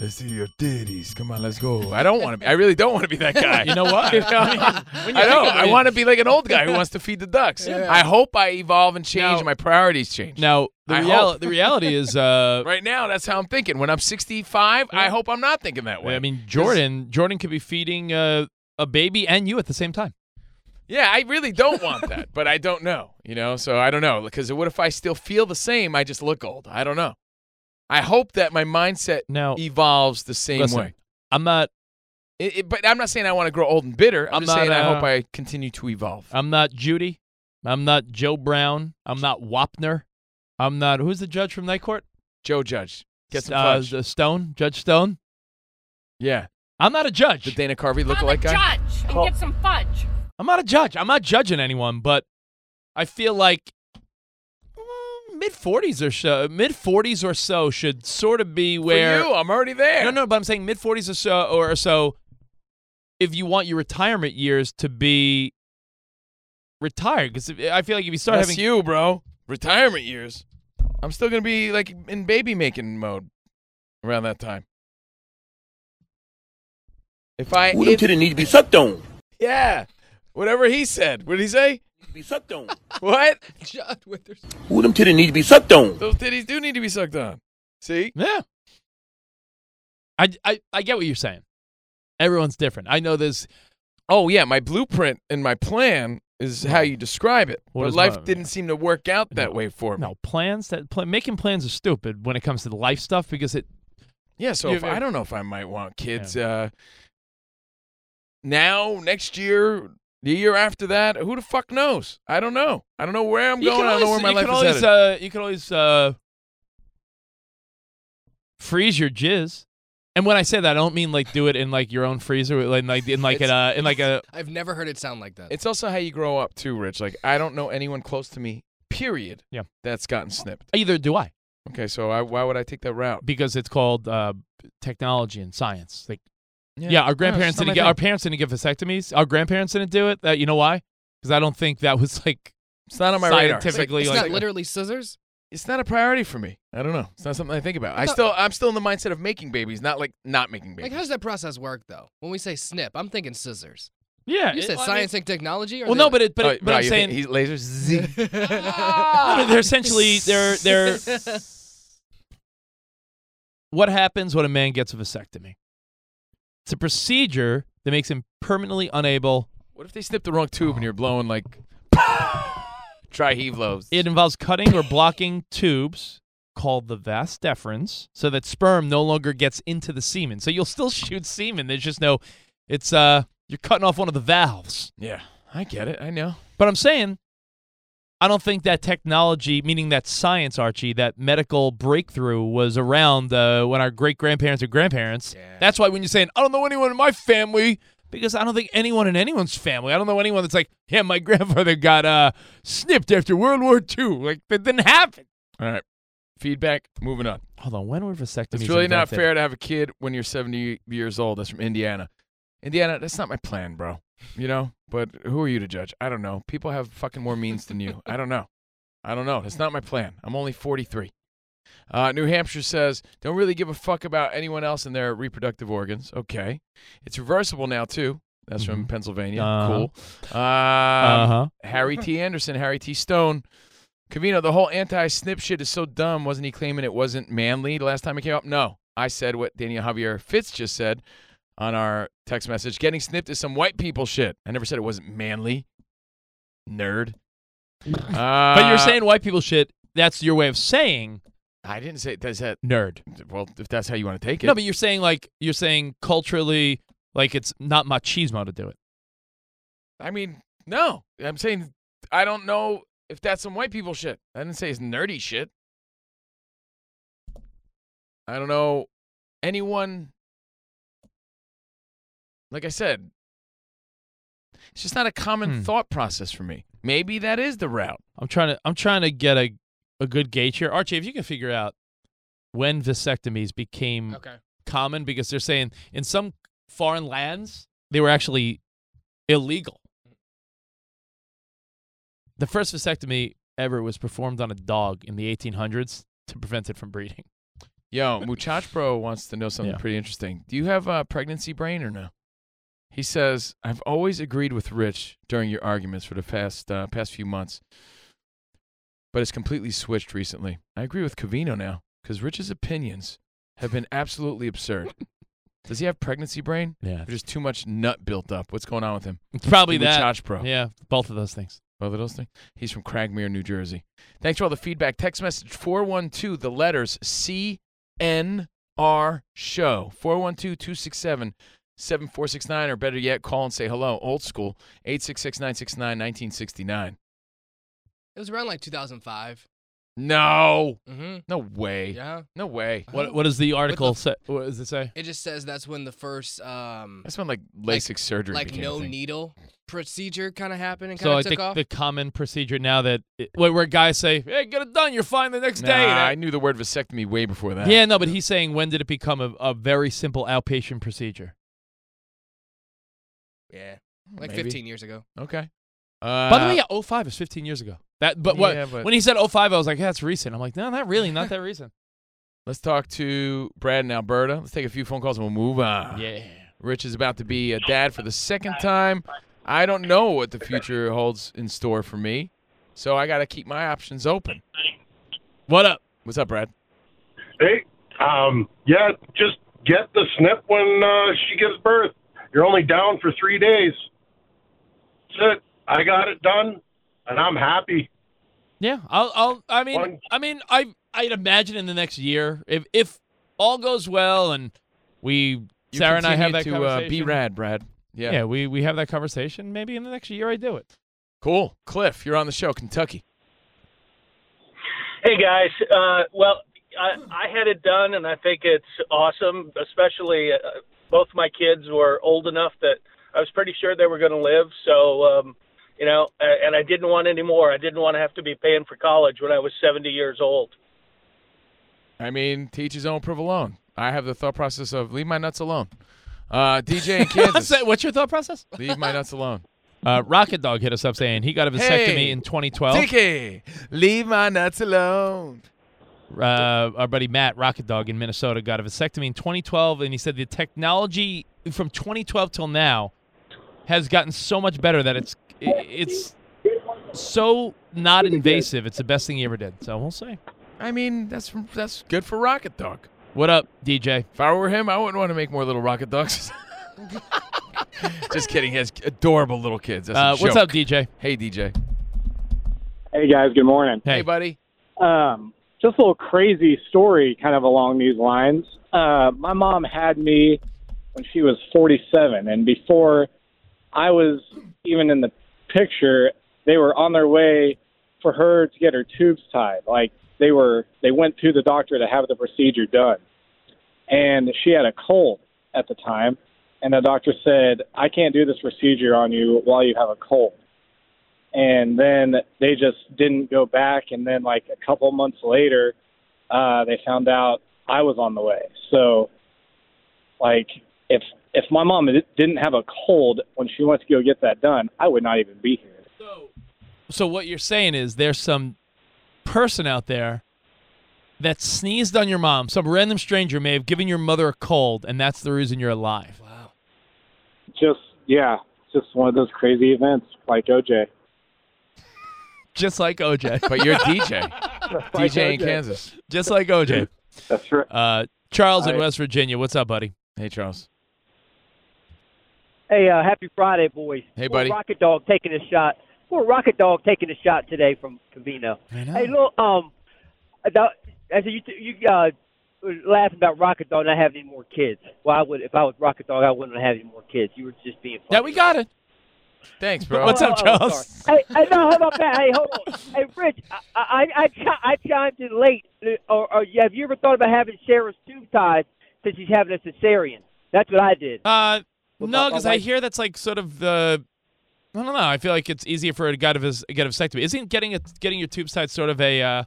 [SPEAKER 4] let's see your titties. Come on, let's go. I don't want to. I really don't want to be that guy.
[SPEAKER 3] You know what?
[SPEAKER 4] You know? I know. I want to be like an old guy who wants to feed the ducks.
[SPEAKER 5] Yeah.
[SPEAKER 4] I hope I evolve and change,
[SPEAKER 3] Now-
[SPEAKER 4] and my priorities change.
[SPEAKER 3] Now the
[SPEAKER 4] I
[SPEAKER 3] real
[SPEAKER 4] hope.
[SPEAKER 3] the reality is, uh,
[SPEAKER 4] Right now, that's how I'm thinking. When I'm 65, I hope I'm not thinking that way.
[SPEAKER 3] I mean, Jordan Jordan could be feeding uh, a baby and you at the same time.
[SPEAKER 4] yeah, I really don't want that, but I don't know, you know. So I don't know because what if I still feel the same? I just look old. I don't know. I hope that my mindset
[SPEAKER 3] Now,
[SPEAKER 4] evolves the same
[SPEAKER 3] listen,
[SPEAKER 4] way.
[SPEAKER 3] I'm not
[SPEAKER 4] It, it- but I'm not saying I want to grow old and bitter. I'm,
[SPEAKER 3] I'm
[SPEAKER 4] just
[SPEAKER 3] not,
[SPEAKER 4] saying I hope
[SPEAKER 3] uh,
[SPEAKER 4] I continue to evolve.
[SPEAKER 3] I'm not Judy. I'm not Joe Brown. I'm not Wapner. I'm not who's the judge from Night Court?
[SPEAKER 4] Joe Judge, get some
[SPEAKER 3] uh,
[SPEAKER 4] fudge.
[SPEAKER 3] the Stone, Judge Stone.
[SPEAKER 4] Yeah.
[SPEAKER 3] I'm not a judge.
[SPEAKER 4] The Dana Carvey look-alike guy.
[SPEAKER 9] judge and get some fudge.
[SPEAKER 3] I'm not a judge. I'm not judging anyone, but I feel like mid 40s or so, mid 40s or so should sort of be
[SPEAKER 4] For
[SPEAKER 3] where
[SPEAKER 4] you, I'm already there.
[SPEAKER 3] No, no, but I'm saying mid 40s or so or so if you want your retirement years to be retired cuz I feel like if you start
[SPEAKER 4] That's
[SPEAKER 3] having
[SPEAKER 4] you, bro. oh, Retirement years. I'm still gonna be like in baby making mode around that time. If I
[SPEAKER 10] William
[SPEAKER 4] if-
[SPEAKER 10] didn't need to be sucked on.
[SPEAKER 4] yeah, whatever he said. What did he say?
[SPEAKER 10] Be sucked on.
[SPEAKER 4] What?
[SPEAKER 5] John Withers.
[SPEAKER 10] William didn't need to be sucked on.
[SPEAKER 4] Those titties do need to be sucked on. See?
[SPEAKER 3] Yeah. I, I I get what you're saying. Everyone's different. I know there's
[SPEAKER 4] Oh yeah, my blueprint and my plan is how you describe it.
[SPEAKER 3] What
[SPEAKER 4] but
[SPEAKER 3] is
[SPEAKER 4] life
[SPEAKER 3] mine?
[SPEAKER 4] didn't seem to work out that
[SPEAKER 3] No.
[SPEAKER 4] way for me.
[SPEAKER 3] no plans that pl- making plans are stupid when it comes to the life stuff because it
[SPEAKER 4] Yeah, so
[SPEAKER 3] You-
[SPEAKER 4] if, I don't know if I might want kids uh, now, next year, the year after that. Who the fuck knows? I don't know. I don't know where I'm
[SPEAKER 3] You
[SPEAKER 4] going.
[SPEAKER 3] can
[SPEAKER 4] I don't know where
[SPEAKER 3] always-
[SPEAKER 4] my
[SPEAKER 3] you
[SPEAKER 4] life
[SPEAKER 3] can
[SPEAKER 4] is
[SPEAKER 3] always,
[SPEAKER 4] headed.
[SPEAKER 3] uh, you can always uh, freeze your jizz. And when I say that, I don't mean like do it in like your own freezer, like like- in like in a in like a.
[SPEAKER 5] I've never heard it sound like that.
[SPEAKER 4] it's also how you grow up too, Rich. Like I don't know anyone close to me. Period.
[SPEAKER 3] Yeah.
[SPEAKER 4] That's gotten snipped.
[SPEAKER 3] Either do I,
[SPEAKER 4] Okay, so I, why would I take that route?
[SPEAKER 3] because it's called uh, technology and science. Like, yeah,
[SPEAKER 4] No,
[SPEAKER 3] our
[SPEAKER 4] it's
[SPEAKER 3] grandparents
[SPEAKER 4] not my
[SPEAKER 3] didn't get
[SPEAKER 4] thing.
[SPEAKER 3] our parents didn't get vasectomies. Our grandparents didn't do it. Uh, you know why? Because I don't think that was like
[SPEAKER 4] It's not on my radar.
[SPEAKER 3] scientific- typically,
[SPEAKER 5] it's
[SPEAKER 3] like-
[SPEAKER 5] not literally scissors.
[SPEAKER 4] It's not a priority for me. I don't know. It's not something I think about. I
[SPEAKER 5] thought-
[SPEAKER 4] still, I'm still in the mindset of making babies, not like not making
[SPEAKER 5] Like,
[SPEAKER 4] babies.
[SPEAKER 5] how does that process work though? When we say snip, I'm thinking scissors.
[SPEAKER 3] yeah.
[SPEAKER 5] You
[SPEAKER 3] it-
[SPEAKER 5] said
[SPEAKER 3] I mean-
[SPEAKER 5] science and technology. Or
[SPEAKER 3] well, no, but it, but,
[SPEAKER 4] Oh,
[SPEAKER 3] it, but
[SPEAKER 4] wow,
[SPEAKER 3] I'm
[SPEAKER 4] you
[SPEAKER 3] saying
[SPEAKER 4] think he's lasers. Z.
[SPEAKER 3] I mean, Ah! they're essentially they're they're what happens when a man gets a vasectomy? It's a procedure that makes him permanently unable.
[SPEAKER 4] What if they snip the wrong tube and you're blowing like try heave lows?
[SPEAKER 3] It involves cutting or blocking tubes called the vas deferens so that sperm no longer gets into the semen. So you'll still shoot semen. There's just no it's uh you're cutting off one of the valves.
[SPEAKER 4] yeah, I get it. I know.
[SPEAKER 3] But I'm saying I don't think that technology, meaning that science, Archie, that medical breakthrough was around uh, when our great grandparents or grandparents.
[SPEAKER 5] Yeah.
[SPEAKER 3] That's why when you're saying, I don't know anyone in my family, because I don't think anyone in anyone's family, I don't know anyone that's like, yeah, my grandfather got uh, snipped after World War II. Like, that didn't happen.
[SPEAKER 4] All right. Feedback. Moving on.
[SPEAKER 3] Hold on, when were vasectomies?
[SPEAKER 4] It's really not
[SPEAKER 3] invented?
[SPEAKER 4] fair to have a kid when you're 70 years old. That's from Indiana. Indiana, that's not my plan, bro. You know. But who are you to judge? I don't know. People have fucking more means than you. I don't know. I don't know. That's not my plan. I'm only 43. Uh, New Hampshire says, don't really give a fuck about anyone else and their reproductive organs. Okay. It's reversible now, too. That's from Pennsylvania.
[SPEAKER 3] Uh-huh.
[SPEAKER 4] Cool. Um,
[SPEAKER 3] Uh-huh.
[SPEAKER 4] Harry T. Anderson, Harry T. Stone. Cavino, the whole anti snip shit is so dumb. Wasn't he claiming it wasn't manly the last time it came up? No. I said what Daniel Javier Fitz just said on our text message. Getting snipped is some white people shit. I never said it wasn't manly. Nerd.
[SPEAKER 3] But
[SPEAKER 4] Uh,
[SPEAKER 3] you're saying white people shit. That's your way of saying
[SPEAKER 4] I didn't say that's that.
[SPEAKER 3] nerd.
[SPEAKER 4] Well, if that's how you want to take it.
[SPEAKER 3] No, but you're saying like you're saying culturally, like it's not machismo to do it.
[SPEAKER 4] I mean, no. I'm saying I don't know if that's some white people shit. I didn't say it's nerdy shit. I don't know anyone. Like I said, it's just not a common
[SPEAKER 3] Hmm.
[SPEAKER 4] thought process for me. Maybe that is the route.
[SPEAKER 3] I'm trying to I'm trying to get a a good gauge here. Archie, if you can figure out when vasectomies became
[SPEAKER 5] okay.
[SPEAKER 3] common because they're saying in some foreign lands they were actually illegal. The first vasectomy ever was performed on a dog in the 1800s to prevent it from breeding.
[SPEAKER 4] Yo, Muchach Bro wants to know something
[SPEAKER 3] Yeah.
[SPEAKER 4] pretty interesting. Do you have a pregnancy brain or no? He says, I've always agreed with Rich during your arguments for the past uh, past few months, but it's completely switched recently. I agree with Cavino now because Rich's opinions have been absolutely absurd. Does he have pregnancy brain?
[SPEAKER 3] Yeah,
[SPEAKER 4] Or just too much nut built up? What's going on with him?
[SPEAKER 3] it's probably
[SPEAKER 4] The
[SPEAKER 3] that.
[SPEAKER 4] Muchach Bro.
[SPEAKER 3] Yeah, both of those things.
[SPEAKER 4] Both of those things. He's from Cragmere, New Jersey. Thanks for all the feedback. Text message 412, the letters C N R show. 412 267 7469, or better yet, call and say hello. Old school, 866 969 1969.
[SPEAKER 5] It was around like 2005.
[SPEAKER 4] No.
[SPEAKER 5] Mm-hmm.
[SPEAKER 4] No way.
[SPEAKER 5] Yeah.
[SPEAKER 4] No way.
[SPEAKER 3] What What does the article say? What does it say?
[SPEAKER 5] It just says that's when the first um
[SPEAKER 4] That's when like LASIK surgery
[SPEAKER 5] like
[SPEAKER 4] became a
[SPEAKER 5] no
[SPEAKER 4] thing.
[SPEAKER 5] needle procedure kind of happened and kind
[SPEAKER 3] So
[SPEAKER 5] of
[SPEAKER 3] I
[SPEAKER 5] took
[SPEAKER 3] think
[SPEAKER 5] off.
[SPEAKER 3] the common procedure now that it, where, where guys say, "Hey, get it done. You're fine the next
[SPEAKER 4] Nah,
[SPEAKER 3] day." That-
[SPEAKER 4] I knew the word vasectomy way before that.
[SPEAKER 3] yeah, no, but he's saying when did it become a, a very simple outpatient procedure?
[SPEAKER 5] yeah, like
[SPEAKER 4] Maybe.
[SPEAKER 5] 15 years ago.
[SPEAKER 4] Okay. Uh,
[SPEAKER 3] By the way, yeah, 05 is 15 years ago. That, but what
[SPEAKER 4] Yeah, but-
[SPEAKER 3] when he said 05, I was like, "Yeah, that's recent." I'm like, "No, not really. Not that recent."
[SPEAKER 4] let's talk to Brad in Alberta. Let's take a few phone calls and we'll move on.
[SPEAKER 3] yeah.
[SPEAKER 4] Rich is about to be a dad for the second time. I don't know what the future holds in store for me, so I got to keep my options open.
[SPEAKER 3] What up?
[SPEAKER 4] What's up, Brad?
[SPEAKER 11] Hey, um, yeah, just get the snip when uh, she gives birth. You're only down for three days. That's it. I got it done, and I'm happy.
[SPEAKER 3] Yeah, I'll, I'll I mean,
[SPEAKER 11] One-
[SPEAKER 3] I mean, I, I'd imagine in the next year, if if all goes well and we,
[SPEAKER 4] You
[SPEAKER 3] Sarah and I have that
[SPEAKER 4] continue to
[SPEAKER 3] conversation.
[SPEAKER 4] uh, be rad, Brad. Yeah.
[SPEAKER 3] Yeah. we we have that conversation. Maybe in the next year, I do it.
[SPEAKER 4] Cool. Cliff, you're on the show, Kentucky.
[SPEAKER 12] Hey guys, uh, well, I, I had it done, and I think it's awesome. Especially, uh, both my kids were old enough that I was pretty sure they were going to live. So, um, you know, a- and I didn't want any more. I didn't want to have to be paying for college when I was seventy years old.
[SPEAKER 4] I mean, teach his own prove alone. I have the thought process of leave my nuts alone. Uh, DJ in Kansas,
[SPEAKER 3] Say- What's your thought process?
[SPEAKER 4] leave my nuts alone.
[SPEAKER 3] Uh, Rocket Dog hit us up saying he got a vasectomy
[SPEAKER 4] Hey.
[SPEAKER 3] in 2012.
[SPEAKER 4] Tiki, leave my nuts alone.
[SPEAKER 3] Uh, our buddy Matt Rocket Dog in Minnesota got a vasectomy in 2012, and he said the technology from 2012 till now has gotten so much better that it's i- it's so not invasive. It's the best thing he ever did. So we'll see.
[SPEAKER 4] I mean, that's that's good for Rocket Dog.
[SPEAKER 3] What up, DJ?
[SPEAKER 4] If I were him, I wouldn't want to make more little rocket dogs. Just kidding. He has adorable little kids. That's a
[SPEAKER 3] Uh, what's
[SPEAKER 4] joke.
[SPEAKER 3] up, DJ?
[SPEAKER 4] Hey, DJ.
[SPEAKER 13] Hey guys, good morning.
[SPEAKER 4] Hey, buddy.
[SPEAKER 13] Um, just a little crazy story, kind of along these lines. Uh, my mom had me when she was 47, and before I was even in the picture, they were on their way for her to get her tubes tied. Like they were, they went to the doctor to have the procedure done, and she had a cold at the time, and the doctor said, "I can't do this procedure on you while you have a cold." and then they just didn't go back and then like a couple months later uh they found out i was on the way so like if if my mom di- didn't have a cold when she went to go get that done i would not even be here
[SPEAKER 3] So what you're saying is there's some person out there that sneezed on your mom. Some random stranger may have given your mother a cold, and that's the reason you're alive.
[SPEAKER 13] just yeah just one of those crazy events like oj
[SPEAKER 3] Just like OJ.
[SPEAKER 4] But you're DJ.
[SPEAKER 13] like
[SPEAKER 4] DJ in
[SPEAKER 13] OJ.
[SPEAKER 4] Kansas.
[SPEAKER 3] Just like OJ.
[SPEAKER 13] that's right
[SPEAKER 3] Uh, Charles in
[SPEAKER 13] I-
[SPEAKER 3] West Virginia. What's up, buddy?
[SPEAKER 4] Hey, Charles.
[SPEAKER 14] Hey, uh, happy Friday, boys.
[SPEAKER 4] Hey,
[SPEAKER 14] Poor
[SPEAKER 4] buddy.
[SPEAKER 14] Rocket Dog taking a shot. Poor Rocket Dog taking a shot today from Covino. Hey, look, um, about, I said you, t- you uh, was laughing about Rocket Dog not having any more kids. Well, I would if I was Rocket Dog, I wouldn't have any more kids. You were just being funny.
[SPEAKER 3] Yeah, we got it.
[SPEAKER 4] Thanks, bro.
[SPEAKER 3] What's up,
[SPEAKER 14] Oh, oh,
[SPEAKER 3] Charles?
[SPEAKER 14] sorry. hey, hey, no, how about that? Hey, hold on. Hey, Rich, I I I, chi- I chimed in late. Or, or yeah, have you ever thought about having Sarah's tube tied since she's having a cesarean? That's what I did.
[SPEAKER 3] Uh, no,
[SPEAKER 14] my- my
[SPEAKER 3] because I
[SPEAKER 14] wife-
[SPEAKER 3] hear that's like sort of the. I don't know. I feel like it's easier for a guy to vis- get a vasectomy. Isn't getting a, getting your tubes tied sort of a? Uh,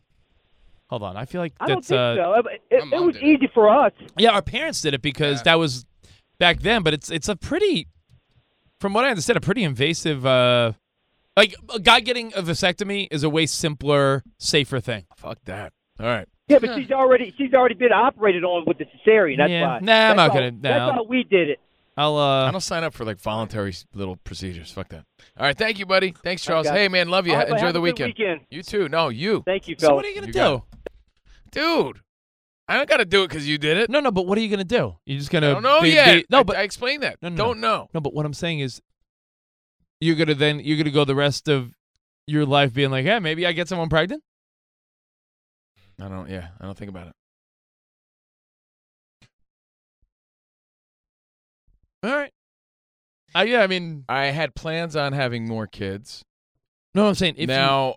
[SPEAKER 3] hold on, I feel like
[SPEAKER 14] I don't
[SPEAKER 3] that's.
[SPEAKER 14] think
[SPEAKER 3] uh,
[SPEAKER 14] so. It, it, it was easy for us.
[SPEAKER 3] Yeah, our parents did it because that was back then. But it's it's a pretty, from what I understand, a pretty invasive. Uh, like a guy getting a vasectomy is a way simpler, safer thing.
[SPEAKER 4] Fuck that. All right.
[SPEAKER 14] Yeah, but she's already she's already been operated on with the cesarean. That's
[SPEAKER 3] Yeah.
[SPEAKER 14] why.
[SPEAKER 3] Nah, I'm
[SPEAKER 14] That's
[SPEAKER 3] not
[SPEAKER 14] how-
[SPEAKER 3] gonna- nah, I'll-
[SPEAKER 14] That's how we did it.
[SPEAKER 3] I'll. Uh,
[SPEAKER 4] I don't sign up for like voluntary s- little procedures. Fuck that. All right. Thank you, buddy. Thanks,
[SPEAKER 14] I
[SPEAKER 4] Charles.
[SPEAKER 14] got
[SPEAKER 4] Hey,
[SPEAKER 14] it.
[SPEAKER 4] man. Love you.
[SPEAKER 14] All right, but
[SPEAKER 4] Enjoy
[SPEAKER 14] have
[SPEAKER 4] the
[SPEAKER 14] a good weekend.
[SPEAKER 4] You too. No, you.
[SPEAKER 14] Thank you,
[SPEAKER 3] so
[SPEAKER 14] fellas.
[SPEAKER 3] what are you gonna
[SPEAKER 4] You got
[SPEAKER 3] do?
[SPEAKER 4] Dude, I don't got to do it because you did it.
[SPEAKER 3] No, no. But what are you gonna do? You're just gonna.
[SPEAKER 4] I don't know
[SPEAKER 3] be- be-
[SPEAKER 4] yet.
[SPEAKER 3] no,
[SPEAKER 4] I-
[SPEAKER 3] but
[SPEAKER 4] I, explained that.
[SPEAKER 3] No, no,
[SPEAKER 4] don't know.
[SPEAKER 3] No, but what I'm saying is, you're gonna then you're gonna go the rest of your life being like, hey, maybe I get someone pregnant.
[SPEAKER 4] I don't. Yeah, I don't think about it.
[SPEAKER 3] All right. I yeah, I mean,
[SPEAKER 4] I had plans on having more kids.
[SPEAKER 3] no, I'm saying if you-
[SPEAKER 4] now,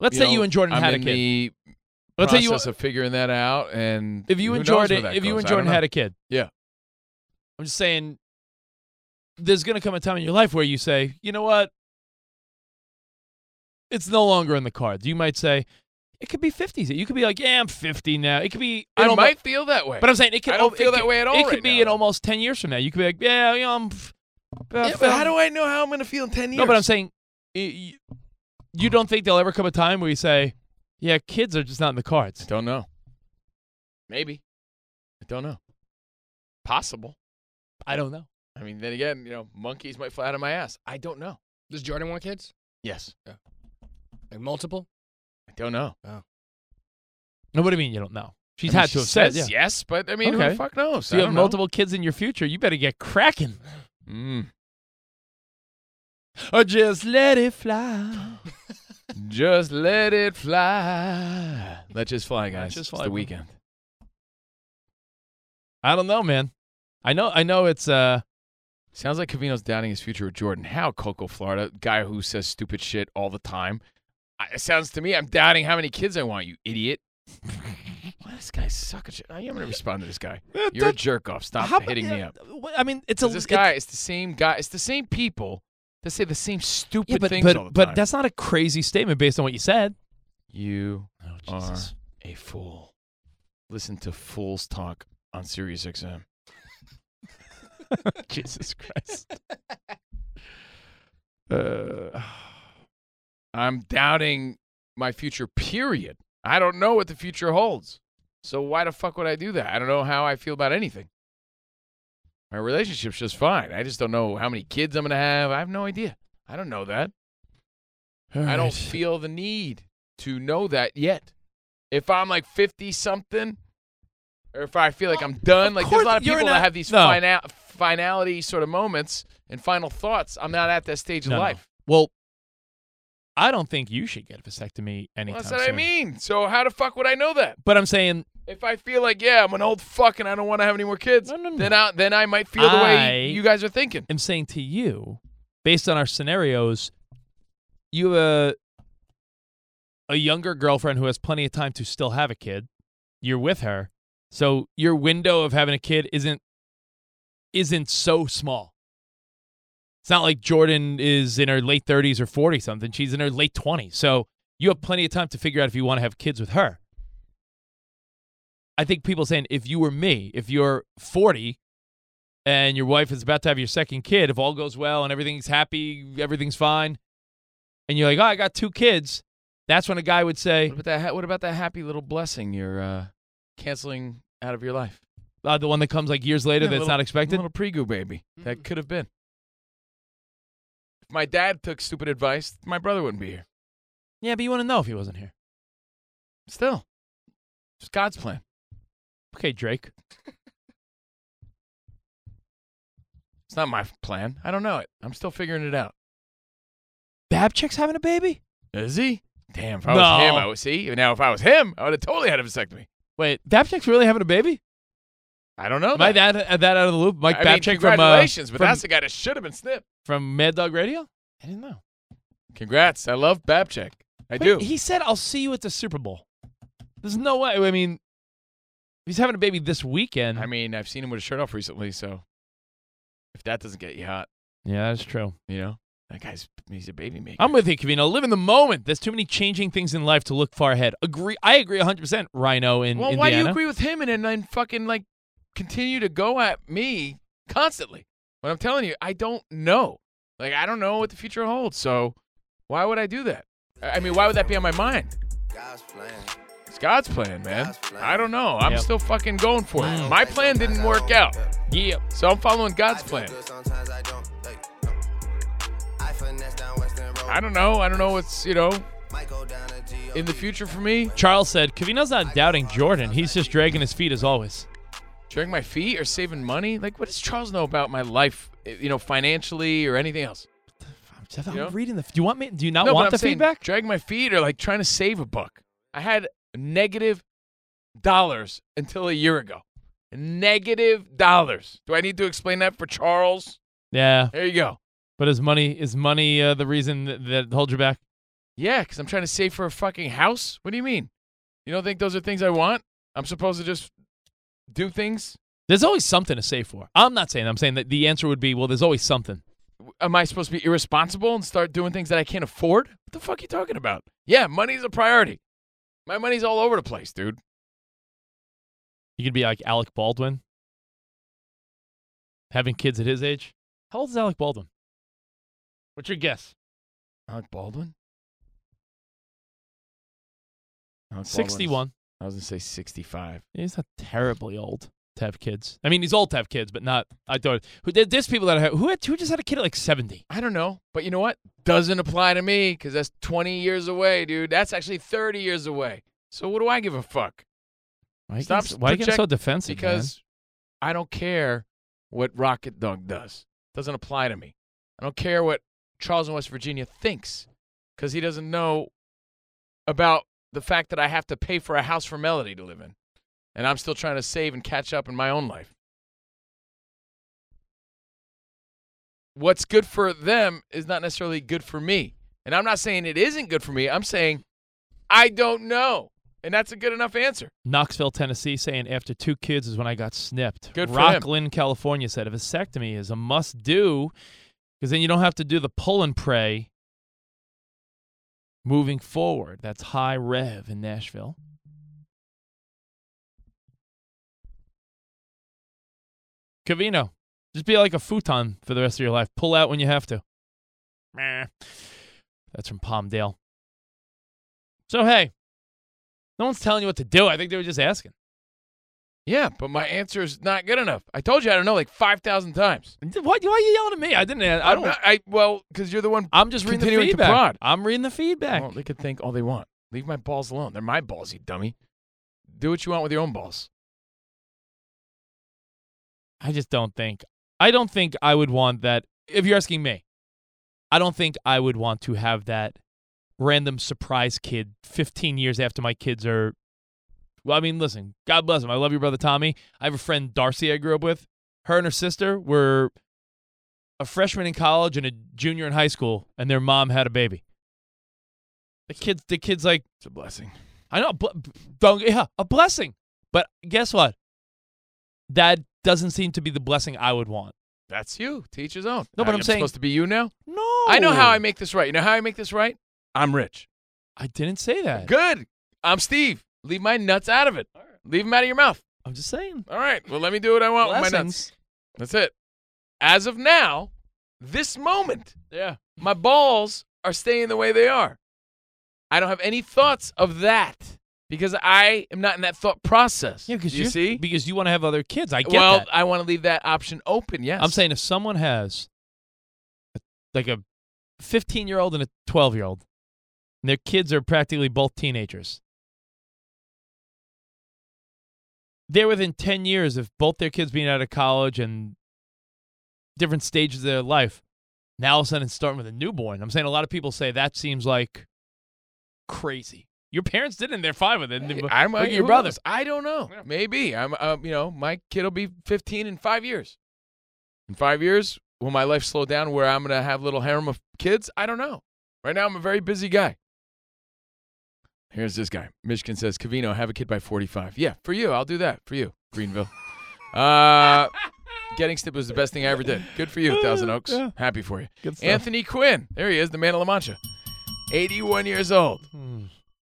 [SPEAKER 3] Let's say you and Jordan
[SPEAKER 4] I'm
[SPEAKER 3] had a
[SPEAKER 4] in
[SPEAKER 3] kid.
[SPEAKER 4] The
[SPEAKER 3] Let's say you-
[SPEAKER 4] process of figuring that out, and
[SPEAKER 3] If you
[SPEAKER 4] who
[SPEAKER 3] and
[SPEAKER 4] knows where
[SPEAKER 3] Jordan-
[SPEAKER 4] that
[SPEAKER 3] if you
[SPEAKER 4] goes,
[SPEAKER 3] and
[SPEAKER 4] I don't
[SPEAKER 3] Jordan had
[SPEAKER 4] know.
[SPEAKER 3] a kid.
[SPEAKER 4] yeah,
[SPEAKER 3] I'm just saying, there's going to come a time in your life where you say, you know what? It's no longer in the cards. You might say, it could be 50s. You could be like, yeah, I'm 50 now. It could be.
[SPEAKER 4] I
[SPEAKER 3] it almo-
[SPEAKER 4] might feel that way.
[SPEAKER 3] But I'm saying it could.
[SPEAKER 4] I don't
[SPEAKER 3] it
[SPEAKER 4] feel
[SPEAKER 3] could-
[SPEAKER 4] that way at all
[SPEAKER 3] It could
[SPEAKER 4] right
[SPEAKER 3] be in almost 10 years from now. You could be like, yeah, you know, I'm. f-
[SPEAKER 4] Yeah, but how do I know how I'm going to feel in ten years?
[SPEAKER 3] No, but I'm saying, y- y- you don't think there'll ever come a time where you say, yeah, kids are just not in the cards.
[SPEAKER 4] Don't know. maybe. I don't know. Possible.
[SPEAKER 3] I don't know.
[SPEAKER 4] I mean, then again, you know, monkeys might fly out of my ass. I don't know.
[SPEAKER 5] Does Jordan want kids?
[SPEAKER 4] Yes.
[SPEAKER 5] Like multiple?
[SPEAKER 4] I don't know.
[SPEAKER 5] Oh.
[SPEAKER 3] No, what do you mean you don't know? She's
[SPEAKER 4] I mean,
[SPEAKER 3] had
[SPEAKER 4] she
[SPEAKER 3] to have said
[SPEAKER 4] says
[SPEAKER 3] yeah.
[SPEAKER 4] yes, but, I mean, who the fuck knows?
[SPEAKER 3] So
[SPEAKER 4] I
[SPEAKER 3] you have
[SPEAKER 4] don't know.
[SPEAKER 3] multiple kids in your future. You better get cracking.
[SPEAKER 4] Mm.
[SPEAKER 3] Or just let it fly.
[SPEAKER 4] Just let it fly. Let just fly, guys.
[SPEAKER 3] just
[SPEAKER 4] It's
[SPEAKER 3] fly,
[SPEAKER 4] the
[SPEAKER 3] bro.
[SPEAKER 4] weekend.
[SPEAKER 3] I don't know, man. I know. I know it's. uh
[SPEAKER 4] Sounds like Cavino's doubting his future with Jordan. How Coco, Florida, guy who says stupid shit all the time. I, it sounds to me I'm doubting how many kids I want. You idiot. Why this guy suck at shit? I am gonna respond to this guy. You're a jerk off. Stop hitting me up.
[SPEAKER 3] What- I mean, it's a.
[SPEAKER 4] 'Cause this guy. It's the same guy. It's the same people that say the same stupid
[SPEAKER 3] Yeah, but
[SPEAKER 4] things all the
[SPEAKER 3] but,
[SPEAKER 4] time.
[SPEAKER 3] but that's not a crazy statement based on what you said.
[SPEAKER 4] You are
[SPEAKER 3] Jesus.
[SPEAKER 4] a fool. Listen to fools talk on Sirius XM. Jesus Christ. Uh, I'm doubting my future, period. I don't know what the future holds. So why the fuck would I do that? I don't know how I feel about anything. My relationship's just fine. I just don't know how many kids I'm going to have. I have no idea. I don't know that. I don't feel the need to know that yet. If I'm like 50 something, or if I feel like I'm done, like there's a lot of
[SPEAKER 3] you're
[SPEAKER 4] people
[SPEAKER 3] not-
[SPEAKER 4] that have these
[SPEAKER 3] No.
[SPEAKER 4] fina- finality sort of moments and final thoughts. I'm not at that stage of
[SPEAKER 3] No, no.
[SPEAKER 4] life.
[SPEAKER 3] Well, I don't think you should get a vasectomy anytime
[SPEAKER 4] That's what I
[SPEAKER 3] soon.
[SPEAKER 4] mean. So how the fuck would I know that?
[SPEAKER 3] But I'm saying
[SPEAKER 4] If I feel like yeah, I'm an old fuck and I don't want to have any more kids, then I then I might feel the way you guys are thinking.
[SPEAKER 3] I'm saying to you, based on our scenarios, you have a, a younger girlfriend who has plenty of time to still have a kid. You're with her. So your window of having a kid isn't isn't so small. It's not like Jordan is in her late 30s or 40 something. She's in her late 20s. So you have plenty of time to figure out if you want to have kids with her. I think people saying if you were me, if you're 40 and your wife is about to have your second kid, if all goes well and everything's happy, everything's fine, and you're like, oh, I got two kids, that's when a guy would say,
[SPEAKER 4] What about that? ha- What about that happy little blessing you're uh, canceling out of your life?
[SPEAKER 3] uh, the one that comes like years later
[SPEAKER 4] Yeah,
[SPEAKER 3] that's
[SPEAKER 4] little-
[SPEAKER 3] not expected?
[SPEAKER 4] Little pregoo baby. That could have been. If my dad took stupid advice, my brother wouldn't be here.
[SPEAKER 3] Yeah, but you wouldn't know if he wasn't here.
[SPEAKER 4] Still, it's God's plan.
[SPEAKER 3] Okay, Drake.
[SPEAKER 4] It's not my plan. I don't know it. I'm still figuring it out.
[SPEAKER 3] Babchick's having a baby?
[SPEAKER 4] Is he? Damn, if I was him,
[SPEAKER 3] No.
[SPEAKER 4] I would see. Now, if I was him, I would have totally had a vasectomy.
[SPEAKER 3] Wait, Babchick's really having a baby?
[SPEAKER 4] I don't know.
[SPEAKER 3] Am I
[SPEAKER 4] that.
[SPEAKER 3] that, uh, that out of the loop? Mike
[SPEAKER 4] I mean,
[SPEAKER 3] Babchick from, uh,
[SPEAKER 4] congratulations, but
[SPEAKER 3] from,
[SPEAKER 4] that's the guy that should have been snipped.
[SPEAKER 3] from Mad Dog Radio? I didn't know.
[SPEAKER 4] Congrats. I love Babchick. I
[SPEAKER 3] But
[SPEAKER 4] do.
[SPEAKER 3] He said, "I'll see you at the Super Bowl." There's no way. I mean, he's having a baby this weekend.
[SPEAKER 4] I mean, I've seen him with his shirt off recently, so if that doesn't get you hot,
[SPEAKER 3] yeah, that's true.
[SPEAKER 4] you know, that guy's he's a baby maker.
[SPEAKER 3] I'm with you, Cavino. Live in the moment. There's too many changing things in life to look far ahead. Agree. I agree 100. percent Rhino in
[SPEAKER 4] well,
[SPEAKER 3] Indiana.
[SPEAKER 4] why do you agree with him and then- then fucking like continue to go at me constantly? When I'm telling you, I don't know. Like I don't know what the future holds. So why would I do that? I I mean, why would that be on my mind? It's God's plan, Mm. man. I don't know. I'm
[SPEAKER 3] Yep.
[SPEAKER 4] still fucking going for it. My plan didn't work out.
[SPEAKER 3] Yeah.
[SPEAKER 4] So I'm following God's plan. I don't know. I don't know what's, you know, in the future for me.
[SPEAKER 3] Charles said, "Cavino's not doubting Jordan. He's just dragging his feet as always."
[SPEAKER 4] Sharing my feet or saving money? Like, what does Charles know about my life, eh, you know, financially or anything else?
[SPEAKER 3] Jeff, I'm
[SPEAKER 4] You know?
[SPEAKER 3] reading the. Do you want me? Do you not
[SPEAKER 4] No, but
[SPEAKER 3] want
[SPEAKER 4] I'm
[SPEAKER 3] the
[SPEAKER 4] saying
[SPEAKER 3] feedback?
[SPEAKER 4] Drag my feet or like trying to save a buck. I had negative dollars until a year ago. Negative dollars. Do I need to explain that for Charles?
[SPEAKER 3] Yeah.
[SPEAKER 4] There you go.
[SPEAKER 3] But is money is money uh, the reason that, that holds you back?
[SPEAKER 4] Yeah, because I'm trying to save for a fucking house. What do you mean? You don't think those are things I want? I'm supposed to just do things?
[SPEAKER 3] There's always something to save for. I'm not saying. I'm saying that the answer would be, well, there's always something.
[SPEAKER 4] Am I supposed to be irresponsible and start doing things that I can't afford? What the fuck are you talking about? Yeah, money's a priority. My money's all over the place, dude.
[SPEAKER 3] You could be like Alec Baldwin, having kids at his age. How old is Alec Baldwin? What's your guess?
[SPEAKER 4] Alec Baldwin? Alec Baldwin's-
[SPEAKER 3] 61.
[SPEAKER 4] I was going to say 65.
[SPEAKER 3] He's not terribly old to have kids. I mean, he's old to have kids, but not. I thought who there- there's people that have, who had, who just had a kid at like 70.
[SPEAKER 4] I don't know, but you know what? Doesn't apply to me because that's 20 years away, dude. That's actually 30 years away. So what do I give a fuck?
[SPEAKER 3] Why you
[SPEAKER 4] Stop
[SPEAKER 3] getting- why you getting
[SPEAKER 4] project-
[SPEAKER 3] so defensive? man?
[SPEAKER 4] Because I don't care what Rocket Dog does. Doesn't apply to me. I don't care what Charleston, West Virginia thinks because he doesn't know about the fact that I have to pay for a house for Melody to live in. And I'm still trying to save and catch up in my own life. What's good for them is not necessarily good for me. And I'm not saying it isn't good for me. I'm saying I don't know. And that's a good enough answer.
[SPEAKER 3] Knoxville, Tennessee, saying after two kids is when I got snipped.
[SPEAKER 4] Good for him.
[SPEAKER 3] Rockland, California said a vasectomy is a must do because then you don't have to do the pull and pray moving forward. That's high rev in Nashville. Cavino, just be like a futon for the rest of your life. Pull out when you have to. Meh. That's from Palmdale. So, hey, no one's telling you what to do. I think they were just asking.
[SPEAKER 4] Yeah, but my answer is not good enough. I told you I don't know like 5,000 times.
[SPEAKER 3] Why, why are you yelling at me? I didn't. I
[SPEAKER 4] I'm
[SPEAKER 3] don't.
[SPEAKER 4] not- I well, because you're the one.
[SPEAKER 3] I'm just reading the
[SPEAKER 4] continuing
[SPEAKER 3] feedback.
[SPEAKER 4] to prod.
[SPEAKER 3] I'm reading the feedback.
[SPEAKER 4] Well, they could think all they want. Leave my balls alone. They're my balls, you dummy. Do what you want with your own balls.
[SPEAKER 3] I just don't think. I don't think I would want that. If you're asking me, I don't think I would want to have that random surprise kid 15 years after my kids are. Well, I mean, listen. God bless him. I love your brother Tommy. I have a friend Darcy I grew up with. Her and her sister were a freshman in college and a junior in high school, and their mom had a baby. The kids, the kids, like
[SPEAKER 4] it's a blessing.
[SPEAKER 3] I know, bl- don't yeah, a blessing. But guess what? That doesn't seem to be the blessing I would want.
[SPEAKER 4] That's you. To each his own.
[SPEAKER 3] No,
[SPEAKER 4] Now
[SPEAKER 3] but I'm
[SPEAKER 4] I'm
[SPEAKER 3] saying-
[SPEAKER 4] supposed to be you now.
[SPEAKER 3] No,
[SPEAKER 4] I know how I make this right. You know how I make this right? I'm rich.
[SPEAKER 3] I didn't say that.
[SPEAKER 4] Good. I'm Steve. Leave my nuts out of it. Leave them out of your mouth.
[SPEAKER 3] I'm just saying.
[SPEAKER 4] All right. Well, let me do what I want with my nuts.
[SPEAKER 3] Blessings.
[SPEAKER 4] That's it. As of now, this moment,
[SPEAKER 3] Yeah.
[SPEAKER 4] my balls are staying the way they are. I don't have any thoughts of that because I am not in that thought process.
[SPEAKER 3] Yeah, because
[SPEAKER 4] you
[SPEAKER 3] you're-
[SPEAKER 4] see,
[SPEAKER 3] because you want to have other kids. I get
[SPEAKER 4] well,
[SPEAKER 3] that.
[SPEAKER 4] I want to leave that option open. Yes,
[SPEAKER 3] I'm saying if someone has a- like a 15 year old and a 12 year old, and their kids are practically both teenagers, they're within 10 years of both their kids being out of college and different stages of their life. Now all of a sudden, it's starting with a newborn. I'm saying a lot of people say that seems like crazy. Your parents did it and they're fine with it. And
[SPEAKER 4] I'm
[SPEAKER 3] look at
[SPEAKER 4] I-
[SPEAKER 3] your
[SPEAKER 4] who
[SPEAKER 3] brothers.
[SPEAKER 4] knows? I don't know. Maybe I'm. Um, you know, my kid will be 15 in five years. In five years, will my life slow down where I'm gonna have little harem of kids? I don't know. Right now, I'm a very busy guy. Here's this guy. Michigan says, Cavino, have a kid by 45. Yeah, for you. I'll do that for you, Greenville. uh, getting snipped was the best thing I ever did. Good for you, Thousand Oaks.
[SPEAKER 3] Yeah.
[SPEAKER 4] Happy for you.
[SPEAKER 3] Good stuff.
[SPEAKER 4] Anthony Quinn. There he is, the man of La Mancha. 81 years old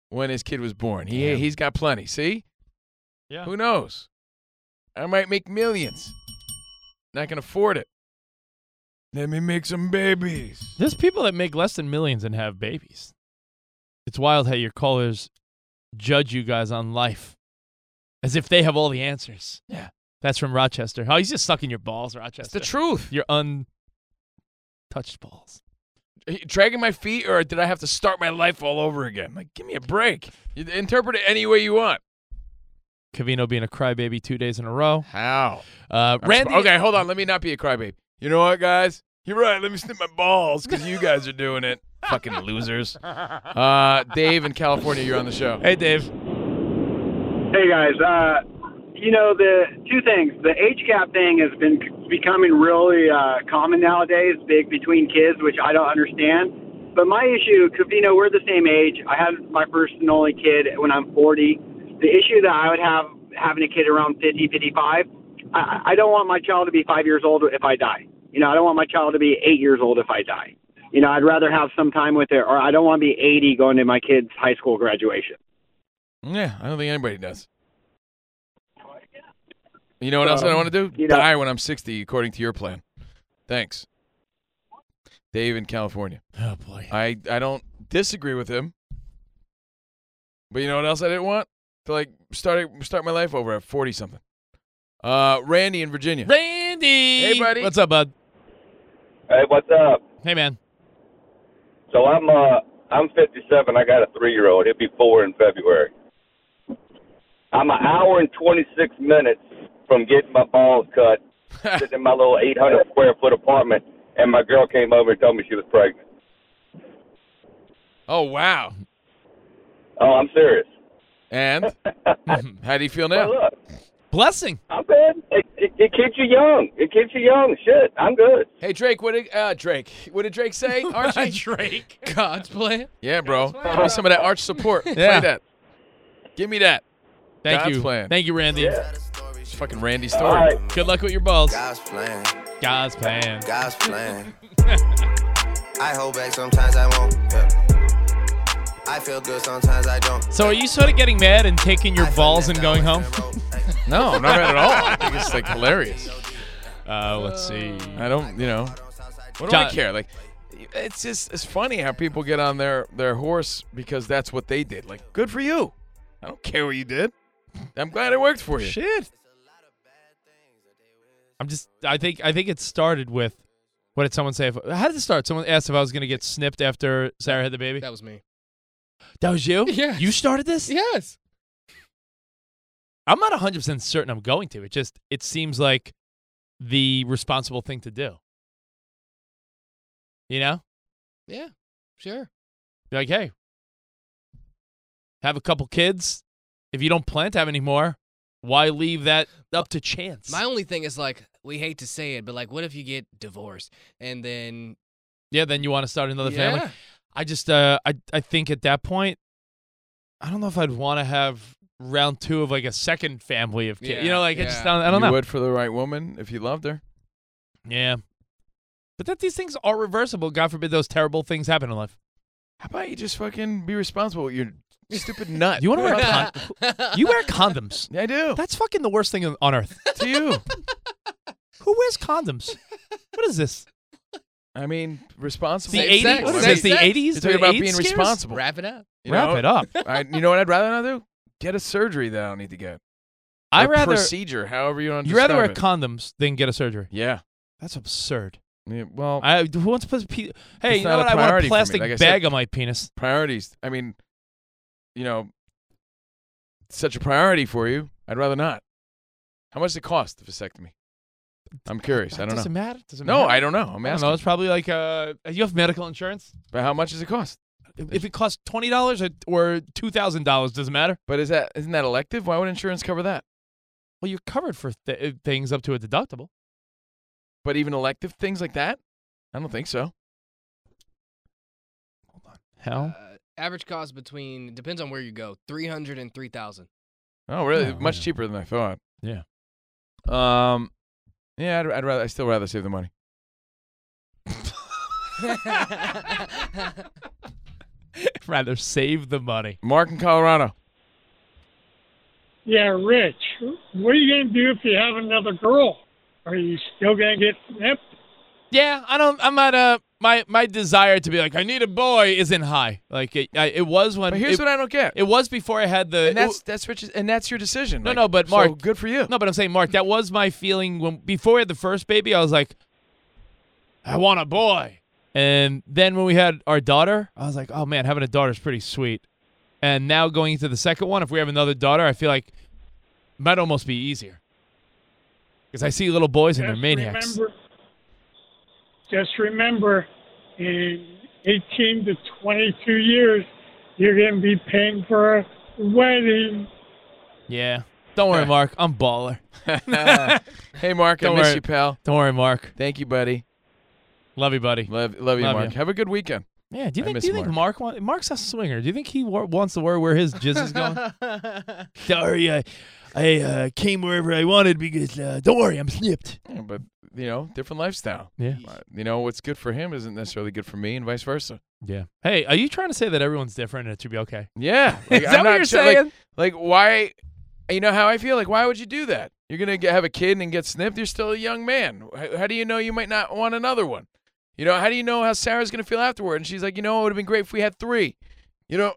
[SPEAKER 4] when his kid was born. He
[SPEAKER 3] Hmm. Damn.
[SPEAKER 4] he's got plenty. See?
[SPEAKER 3] Yeah.
[SPEAKER 4] Who knows? I might make millions. Not can afford it. Let me make some babies.
[SPEAKER 3] There's people that make less than millions and have babies. It's wild how your callers judge you guys on life as if they have all the answers.
[SPEAKER 4] Yeah.
[SPEAKER 3] That's from Rochester. Oh, he's just sucking your balls, Rochester.
[SPEAKER 4] It's the truth.
[SPEAKER 3] Your untouched balls.
[SPEAKER 4] Are you Dragging my feet, or did I have to start my life all over again? Like, give me a break. You interpret it any way you want.
[SPEAKER 3] Cavino being a crybaby two days in a row.
[SPEAKER 4] How?
[SPEAKER 3] Uh,
[SPEAKER 4] I'm
[SPEAKER 3] Randy.
[SPEAKER 4] sp- okay, hold on. Let me not be a crybaby. You know what, guys? You're right. Let me snip my balls because you guys are doing it. Fucking losers. Uh, Dave in California, you're on the show.
[SPEAKER 3] Hey, Dave.
[SPEAKER 15] Hey guys, uh, you know the two things. The age gap thing has been c- becoming really uh, common nowadays, big between kids, which I don't understand. But my issue, Covino, we're the same age. I had my first and only kid when I'm 40. The issue that I would have having a kid around 50, 55, I, I don't want my child to be five years old if I die. You know, I don't want my child to be eight years old if I die. You know, I'd rather have some time with it, or I don't want to be 80 going to my kid's high school graduation.
[SPEAKER 4] Yeah, I don't think anybody does. You know what else
[SPEAKER 15] Um,
[SPEAKER 4] I don't want to do?
[SPEAKER 15] you know-
[SPEAKER 4] Die when I'm 60, according to your plan. Thanks, Dave in California.
[SPEAKER 3] Oh boy,
[SPEAKER 4] I I don't disagree with him, but you know what else I didn't want to like start start my life over at 40 something. Uh, Randy in Virginia.
[SPEAKER 3] Randy,
[SPEAKER 4] hey buddy,
[SPEAKER 3] What's up, bud?
[SPEAKER 16] Hey, what's up?
[SPEAKER 3] Hey, man.
[SPEAKER 16] So I'm uh I'm 57. I got a three year old. He'll be four in February. I'm an hour and 26 minutes from getting my balls cut, sitting in my little 800 square foot apartment, and my girl came over and told me she was pregnant.
[SPEAKER 4] Oh wow.
[SPEAKER 16] Oh, I'm serious.
[SPEAKER 4] And how do you feel now?
[SPEAKER 16] Well, look,
[SPEAKER 3] Blessing.
[SPEAKER 16] I'm good. It, it, it keeps you young. It keeps you young. Shit, I'm good.
[SPEAKER 4] Hey Drake, what did uh, Drake? What did Drake say? Archie Drake.
[SPEAKER 5] God's plan.
[SPEAKER 4] Yeah, bro. Give me some of that arch support.
[SPEAKER 3] Yeah.
[SPEAKER 4] Play that. Give me that.
[SPEAKER 3] Thank
[SPEAKER 4] God's
[SPEAKER 3] you.
[SPEAKER 4] plan.
[SPEAKER 3] Thank you, Randy.
[SPEAKER 4] It's fucking Randy's
[SPEAKER 3] All
[SPEAKER 4] story.
[SPEAKER 3] right. Good luck with your balls.
[SPEAKER 17] God's plan.
[SPEAKER 3] God's plan.
[SPEAKER 17] God's plan. I hold back sometimes I won't. Yeah. I feel good sometimes I don't.
[SPEAKER 3] So are you sort of getting mad and taking your balls and going home?
[SPEAKER 4] No, I'm not mad at all. I think it's like hilarious.
[SPEAKER 3] Uh, let's see.
[SPEAKER 4] I don't, you know, what do I
[SPEAKER 3] John-
[SPEAKER 4] care? Like, it's just it's funny how people get on their their horse because that's what they did. Like, good for you. I don't care what you did. I'm glad it worked for you.
[SPEAKER 3] Shit. I'm just. I think. I think it started with. What did someone say? If, how did it start? Someone asked if I was going to get snipped after Sarah had the baby.
[SPEAKER 5] That was me.
[SPEAKER 3] That was you.
[SPEAKER 5] Yeah.
[SPEAKER 3] You started this.
[SPEAKER 5] Yes.
[SPEAKER 3] I'm not 100 percent certain I'm going to. It just. It seems like the responsible thing to do. You know,
[SPEAKER 5] Yeah. Sure.
[SPEAKER 3] You're like, hey, have a couple kids. If you don't plan to have any more, why leave that up to chance?
[SPEAKER 5] My only thing is like we hate to say it, but like, what if you get divorced and then
[SPEAKER 3] Yeah, then you want to start another family.
[SPEAKER 5] Yeah.
[SPEAKER 3] I just uh I I think at that point I don't know if I'd want to have round 2 of like a second family of kids. you know like I just don't, I don't
[SPEAKER 4] you
[SPEAKER 3] know.
[SPEAKER 4] would for the right woman if you loved her.
[SPEAKER 3] Yeah. But that these things are reversible. God forbid those terrible things happen in life.
[SPEAKER 4] How about you just fucking be responsible? with your stupid nut.
[SPEAKER 3] You want to wear
[SPEAKER 4] Fuck
[SPEAKER 3] con- You wear condoms.
[SPEAKER 4] I do.
[SPEAKER 3] That's fucking the worst thing on on earth.
[SPEAKER 4] to you.
[SPEAKER 3] Who wears condoms? What is this?
[SPEAKER 4] I mean, responsible.
[SPEAKER 3] The 80s? What is this, the 80s?
[SPEAKER 4] It's about being responsible.
[SPEAKER 5] Wrap it up.
[SPEAKER 4] You
[SPEAKER 3] Wrap
[SPEAKER 4] know?
[SPEAKER 3] it up.
[SPEAKER 4] I, you know what I'd rather not do? Get a surgery that I don't need to get.
[SPEAKER 3] I
[SPEAKER 4] Or
[SPEAKER 3] rather
[SPEAKER 4] procedure, however you want to
[SPEAKER 3] You rather wear
[SPEAKER 4] describe it.
[SPEAKER 3] condoms than get a surgery.
[SPEAKER 4] Yeah.
[SPEAKER 3] That's absurd.
[SPEAKER 4] Yeah, well,
[SPEAKER 3] I who wants to put pe- Hey,
[SPEAKER 4] it's
[SPEAKER 3] you
[SPEAKER 4] not
[SPEAKER 3] know what?
[SPEAKER 4] a
[SPEAKER 3] I want
[SPEAKER 4] priority
[SPEAKER 3] a
[SPEAKER 4] for me.
[SPEAKER 3] plastic
[SPEAKER 4] Like I
[SPEAKER 3] bag
[SPEAKER 4] said-
[SPEAKER 3] on my penis.
[SPEAKER 4] priorities. I mean, you know, it's such a priority for you. I'd rather not. How much does it cost, the vasectomy? I'm curious. I don't
[SPEAKER 3] doesn't
[SPEAKER 4] know.
[SPEAKER 3] matter. Doesn't
[SPEAKER 4] no,
[SPEAKER 3] matter.
[SPEAKER 4] I don't know. I'm
[SPEAKER 3] I don't
[SPEAKER 4] asking.
[SPEAKER 3] know. It's probably like uh, you have medical insurance.
[SPEAKER 4] But how much does it cost?
[SPEAKER 3] If it costs twenty dollars or, or two thousand dollars, doesn't matter.
[SPEAKER 4] But is that isn't that elective? Why would insurance cover that?
[SPEAKER 3] Uh, Well, you're covered for th- uh, things up to a deductible.
[SPEAKER 4] But even elective things like that? I don't think so.
[SPEAKER 3] Hell,
[SPEAKER 4] Uh,
[SPEAKER 5] average cost between depends on where you go, three hundred and three thousand.
[SPEAKER 4] Oh, really?
[SPEAKER 3] No,
[SPEAKER 4] Much
[SPEAKER 3] yeah.
[SPEAKER 4] cheaper than I thought.
[SPEAKER 3] Yeah.
[SPEAKER 4] Um. Yeah, I'd, I'd rather. I still rather save the money.
[SPEAKER 3] rather save the money.
[SPEAKER 4] Mark in Colorado.
[SPEAKER 18] Yeah, Rich, what are you going to do if you have another girl? Are you still going to get snipped?
[SPEAKER 3] Yeah, I don't. I'm not. Uh, my my desire to be like I need a boy isn't high. Like it, I, it was when.
[SPEAKER 4] But here's
[SPEAKER 3] it-
[SPEAKER 4] what I don't get.
[SPEAKER 3] It was before I had the.
[SPEAKER 4] And that's that's Rich's, and that's your decision.
[SPEAKER 3] Uh, No,
[SPEAKER 4] Like,
[SPEAKER 3] no, but
[SPEAKER 4] so
[SPEAKER 3] Mark,
[SPEAKER 4] good for you.
[SPEAKER 3] No, but I'm saying, Mark, that was my feeling when before we had the first baby. I was like, I want a boy, and then when we had our daughter, I was like, oh man, having a daughter is pretty sweet. And now going into the second one, if we have another daughter, I feel like it might almost be easier because I see little boys and they're maniacs.
[SPEAKER 18] Remember, just remember, in 18 to 22 years, you're going to be paying for a wedding.
[SPEAKER 3] Yeah, don't worry, Mark, I'm baller.
[SPEAKER 4] hey, Mark,
[SPEAKER 3] Don't
[SPEAKER 4] I miss
[SPEAKER 3] worry.
[SPEAKER 4] you, pal.
[SPEAKER 3] Don't worry, Mark.
[SPEAKER 4] Thank you, buddy.
[SPEAKER 3] Love you, buddy.
[SPEAKER 4] Love, love you,
[SPEAKER 3] Love
[SPEAKER 4] Mark.
[SPEAKER 3] you.
[SPEAKER 4] Have a good weekend.
[SPEAKER 3] Yeah. Do you
[SPEAKER 4] I
[SPEAKER 3] think?
[SPEAKER 4] miss
[SPEAKER 3] Do you think Mark? wa- Mark's a swinger. Do you think he wa- wants to word where his jizz is going? Don't worry, I, I uh, came wherever I wanted because uh, don't worry, I'm snipped.
[SPEAKER 4] Yeah, but you know, different lifestyle.
[SPEAKER 3] Yeah.
[SPEAKER 4] Uh, you know, what's good for him isn't necessarily good for me, and vice versa.
[SPEAKER 3] Yeah. Hey, are you trying to say that everyone's different and it should be okay?
[SPEAKER 4] Yeah.
[SPEAKER 3] Is that what you're
[SPEAKER 4] sure- like-
[SPEAKER 3] saying?
[SPEAKER 4] Like, why? You know how I feel? Like, why would you do that? You're gonna get, have a kid and get snipped. You're still a young man. How, how do you know you might not want another one? You know, how do you know how Sarah's gonna feel afterward? And she's like, you know, it would have been great if we had three. You know.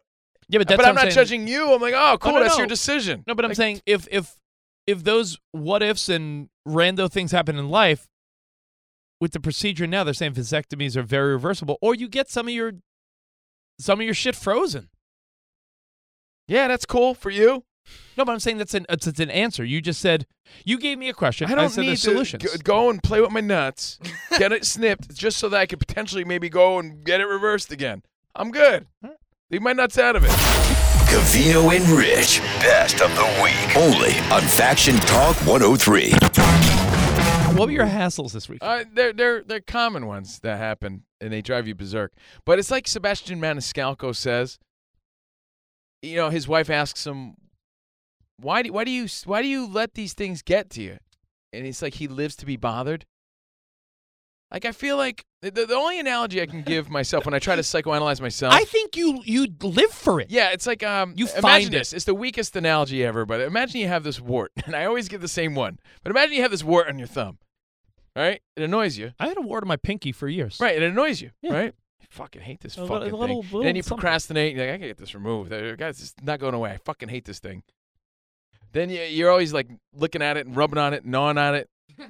[SPEAKER 3] Yeah, but that's
[SPEAKER 4] but I'm,
[SPEAKER 3] what I'm
[SPEAKER 4] not
[SPEAKER 3] saying.
[SPEAKER 4] judging you. I'm like, oh, cool,
[SPEAKER 3] no,
[SPEAKER 4] that's your
[SPEAKER 3] no.
[SPEAKER 4] decision.
[SPEAKER 3] No, but I'm
[SPEAKER 4] Like,
[SPEAKER 3] saying if if if those what ifs and rando things happen in life, with the procedure now, they're saying vasectomies are very reversible, or you get some of your some of your shit frozen.
[SPEAKER 4] Yeah, that's cool for you.
[SPEAKER 3] No, but I'm saying that's an it's, it's an answer. You just said you gave me a question.
[SPEAKER 4] I don't
[SPEAKER 3] said
[SPEAKER 4] need
[SPEAKER 3] there's solutions.
[SPEAKER 4] to g- go and play with my nuts, get it snipped, just so that I could potentially maybe go and get it reversed again. I'm good. Leave my nuts out of it.
[SPEAKER 1] Cavino and Rich, best of the week. Only on Faction Talk 103.
[SPEAKER 3] What were your hassles this week?
[SPEAKER 4] Uh, they're they're they're common ones that happen, and they drive you berserk. But it's like Sebastian Maniscalco says. You know, his wife asks him, "Why do why do you why do you let these things get to you?" And it's like he lives to be bothered. Like I feel like the, the only analogy I can give myself when I try to psychoanalyze myself.
[SPEAKER 3] I think you you live for it.
[SPEAKER 4] Yeah, it's like um, you
[SPEAKER 3] find
[SPEAKER 4] imagine this. It's the weakest analogy ever, but imagine you have this wart, and I always give the same one. But imagine you have this wart on your thumb, right? It annoys you.
[SPEAKER 3] I had a wart on my pinky for years.
[SPEAKER 4] Right, it annoys you,
[SPEAKER 3] Yeah.
[SPEAKER 4] right? I fucking hate this
[SPEAKER 3] A little-
[SPEAKER 4] fucking
[SPEAKER 3] a little-
[SPEAKER 4] thing.
[SPEAKER 3] little
[SPEAKER 4] and then you
[SPEAKER 3] something.
[SPEAKER 4] procrastinate. You're like, I gotta get this removed. Uh, Guys, it's not going away. I fucking hate this thing. Then you, you're always like looking at it and rubbing on it, and gnawing on it, and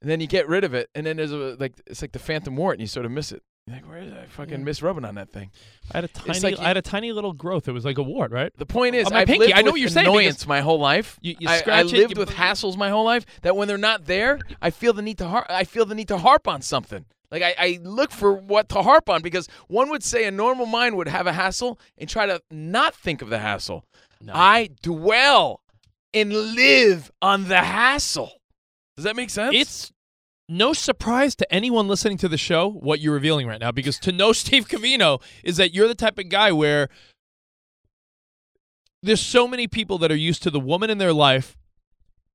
[SPEAKER 4] then you get rid of it. And then there's a like it's like the phantom wart, and you sort of miss it. You're like, where is it? I fucking
[SPEAKER 3] Yeah.
[SPEAKER 4] miss rubbing on that thing.
[SPEAKER 3] I had a tiny,
[SPEAKER 4] like you-
[SPEAKER 3] I had a tiny little growth. It was like a wart, right?
[SPEAKER 4] The point is,
[SPEAKER 3] on my
[SPEAKER 4] I've
[SPEAKER 3] pinky.
[SPEAKER 4] lived
[SPEAKER 3] I know
[SPEAKER 4] with
[SPEAKER 3] what you're saying. because-
[SPEAKER 4] annoyance my whole life.
[SPEAKER 3] You- you
[SPEAKER 4] I- I,
[SPEAKER 3] scratch it,
[SPEAKER 4] lived
[SPEAKER 3] you
[SPEAKER 4] with hassles my whole life. That when they're not there, I feel the need to har- I feel the need to harp on something. Like I, I look for what to harp on because one would say a normal mind would have a hassle and try to not think of the hassle. I dwell and live on the hassle. Does that make sense?
[SPEAKER 3] It's no surprise to anyone listening to the show what you're revealing right now because to know Steve Cavino is that you're the type of guy where there's so many people that are used to the woman in their life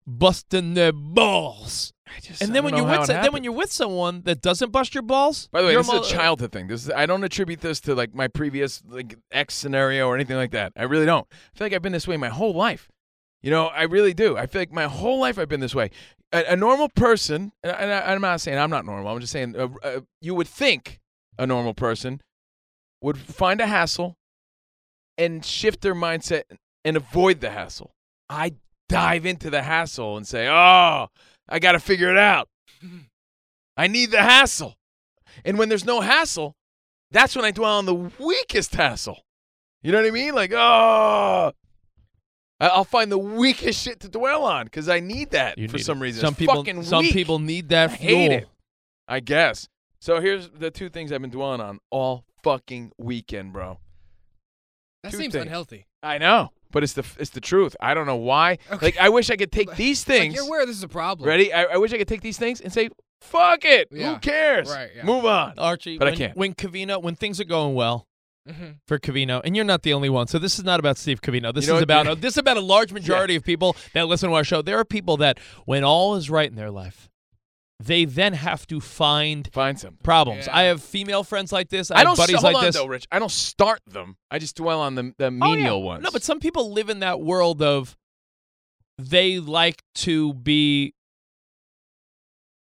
[SPEAKER 3] busting their balls.
[SPEAKER 4] just-
[SPEAKER 3] and
[SPEAKER 4] I
[SPEAKER 3] then
[SPEAKER 4] don't
[SPEAKER 3] when
[SPEAKER 4] know
[SPEAKER 3] you're
[SPEAKER 4] how
[SPEAKER 3] with
[SPEAKER 4] it
[SPEAKER 3] so- then when you're with someone that doesn't bust your balls,
[SPEAKER 4] By the way,
[SPEAKER 3] you're
[SPEAKER 4] this is a
[SPEAKER 3] mo- uh,
[SPEAKER 4] childhood thing. This is, I don't attribute this to like my previous like ex scenario or anything like that. I really don't. I feel like I've been this way my whole life. You know, I really do. I feel like my whole life I've been this way. A, a normal person, and, I, and I, I'm not saying I'm not normal. I'm just saying uh, uh, you would think a normal person would find a hassle and shift their mindset and avoid the hassle. I dive into the hassle and say, "Oh, I got to figure it out. I need the hassle." And when there's no hassle, that's when I dwell on the weakest hassle. You know what I mean? Like, oh, I- I'll find the weakest shit to dwell on because I need that
[SPEAKER 3] You
[SPEAKER 4] for
[SPEAKER 3] need
[SPEAKER 4] some
[SPEAKER 3] it.
[SPEAKER 4] reason.
[SPEAKER 3] Some
[SPEAKER 4] It's
[SPEAKER 3] people
[SPEAKER 4] fucking
[SPEAKER 3] some
[SPEAKER 4] weak.
[SPEAKER 3] people need that
[SPEAKER 4] I
[SPEAKER 3] fuel.
[SPEAKER 4] hate it. I guess. So here's the two things I've been dwelling on all fucking weekend, bro.
[SPEAKER 5] That
[SPEAKER 4] Two
[SPEAKER 5] seems
[SPEAKER 4] things.
[SPEAKER 5] unhealthy.
[SPEAKER 4] I know, but it's the it's the truth. I don't know why. Like, I wish I could take these
[SPEAKER 5] Like,
[SPEAKER 4] things.
[SPEAKER 5] you're aware this is a problem.
[SPEAKER 4] Ready? I, I wish I could take these things and say, "Fuck it,
[SPEAKER 5] Yeah.
[SPEAKER 4] who cares?
[SPEAKER 5] Right, yeah.
[SPEAKER 4] Move on."
[SPEAKER 3] Archie,
[SPEAKER 4] but
[SPEAKER 3] when,
[SPEAKER 4] I can't.
[SPEAKER 3] When Cavino, when things are going well for Cavino, and you're not the only one, so this is not about Steve Cavino. This
[SPEAKER 4] You know
[SPEAKER 3] is
[SPEAKER 4] what-
[SPEAKER 3] about this is about a large majority of people that listen to our show. There are people that, when all is right in their life, they then have to find
[SPEAKER 4] find some
[SPEAKER 3] problems. I have female friends like this. I,
[SPEAKER 4] I
[SPEAKER 3] have
[SPEAKER 4] don't
[SPEAKER 3] buddies
[SPEAKER 4] hold
[SPEAKER 3] like
[SPEAKER 4] on
[SPEAKER 3] this.
[SPEAKER 4] though, Rich. I don't start them. I just dwell on the the
[SPEAKER 3] Oh, yeah.
[SPEAKER 4] menial ones.
[SPEAKER 3] No, but some people live in that world of they like to be.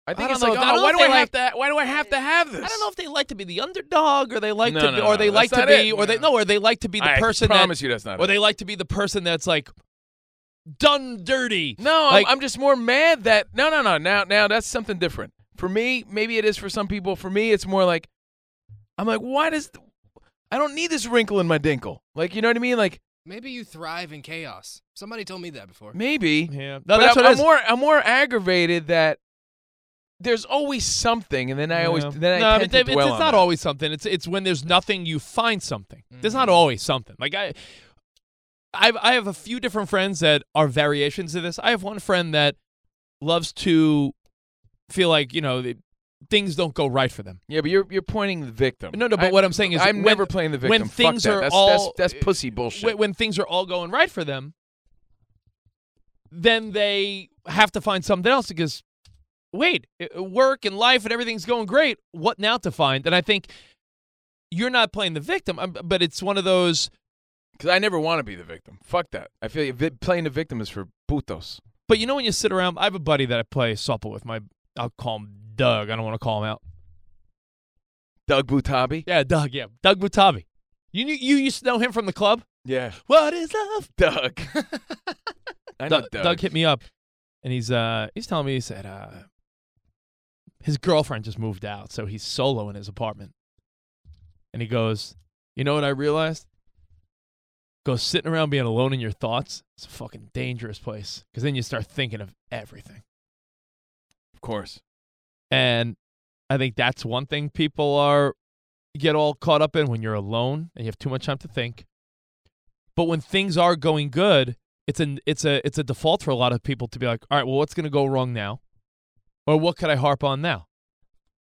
[SPEAKER 4] I think
[SPEAKER 3] don't
[SPEAKER 4] it's
[SPEAKER 3] know.
[SPEAKER 4] like,
[SPEAKER 3] I
[SPEAKER 4] oh,
[SPEAKER 3] don't know
[SPEAKER 4] why
[SPEAKER 3] if
[SPEAKER 4] do
[SPEAKER 3] they
[SPEAKER 4] I have
[SPEAKER 3] like-
[SPEAKER 4] to? Why do I have to have this?
[SPEAKER 3] I don't know if they like to be the underdog, or they like
[SPEAKER 4] No,
[SPEAKER 3] to,
[SPEAKER 4] no,
[SPEAKER 3] be,
[SPEAKER 4] no,
[SPEAKER 3] or
[SPEAKER 4] no,
[SPEAKER 3] they like to
[SPEAKER 4] that's
[SPEAKER 3] be,
[SPEAKER 4] not it.
[SPEAKER 3] or they no, or they like to be the
[SPEAKER 4] I
[SPEAKER 3] person
[SPEAKER 4] promise
[SPEAKER 3] that,
[SPEAKER 4] you that's not
[SPEAKER 3] or
[SPEAKER 4] it.
[SPEAKER 3] they like to be the person that's like done dirty.
[SPEAKER 4] No,
[SPEAKER 3] Like-
[SPEAKER 4] I'm, I'm just more mad that no, no, no. Now, now that's something different for me. Maybe it is for some people. For me, it's more like I'm like, why does I don't need this wrinkle in my dinkle? Like, you know what I mean? Like,
[SPEAKER 5] Maybe you thrive in chaos. Somebody told me that before.
[SPEAKER 4] maybe.
[SPEAKER 3] Yeah.
[SPEAKER 4] but
[SPEAKER 3] that's
[SPEAKER 4] I'm,
[SPEAKER 3] what it
[SPEAKER 4] I'm
[SPEAKER 3] is.
[SPEAKER 4] more. I'm more aggravated that there's always something, and then I always
[SPEAKER 3] Yeah.
[SPEAKER 4] then
[SPEAKER 3] no,
[SPEAKER 4] I
[SPEAKER 3] but
[SPEAKER 4] tend
[SPEAKER 3] Dave,
[SPEAKER 4] to
[SPEAKER 3] it's,
[SPEAKER 4] dwell
[SPEAKER 3] it's
[SPEAKER 4] on
[SPEAKER 3] not
[SPEAKER 4] that.
[SPEAKER 3] always something. It's it's when there's nothing, you find something. There's
[SPEAKER 4] Mm.
[SPEAKER 3] not always something. Like I, I've I have a few different friends that are variations of this. I have one friend that loves to feel like you know they, things don't go right for them.
[SPEAKER 4] Yeah, but you're you're pointing the victim.
[SPEAKER 3] No, no. But
[SPEAKER 4] I-
[SPEAKER 3] what I'm saying is,
[SPEAKER 4] I'm
[SPEAKER 3] when-
[SPEAKER 4] never playing the victim.
[SPEAKER 3] When
[SPEAKER 4] Fuck
[SPEAKER 3] things
[SPEAKER 4] that.
[SPEAKER 3] are
[SPEAKER 4] that's,
[SPEAKER 3] all uh,
[SPEAKER 4] that's, that's pussy bullshit.
[SPEAKER 3] when, when things are all going right for them, then they have to find something else because wait, i- work and life and everything's going great. What now to find? And I think you're not playing the victim, um, but it's one of those.
[SPEAKER 4] Because I never want to be the victim. Fuck that. I feel you. Vi- playing the victim is for putos.
[SPEAKER 3] But you know when you sit around, I have a buddy that I play softball with. My I'll call him Doug. I don't want to call him out.
[SPEAKER 4] Doug Butabi.
[SPEAKER 3] Yeah, Doug. Yeah, Doug Butabi. You knew, you used to know him from the club.
[SPEAKER 4] Yeah.
[SPEAKER 3] What is love,
[SPEAKER 4] Doug? I know
[SPEAKER 3] Doug,
[SPEAKER 4] Doug.
[SPEAKER 3] Doug hit me up, and he's uh he's telling me he said uh his girlfriend just moved out, so he's solo in his apartment. And he goes, you know what I realized? Goes sitting around being alone in your thoughts. It's a fucking dangerous place because then you start thinking of everything.
[SPEAKER 4] Of course.
[SPEAKER 3] And I think that's one thing people are get all caught up in when you're alone and you have too much time to think. But when things are going good, it's an it's a it's a default for a lot of people to be like, all right, well, what's going to go wrong now, or what could I harp on now?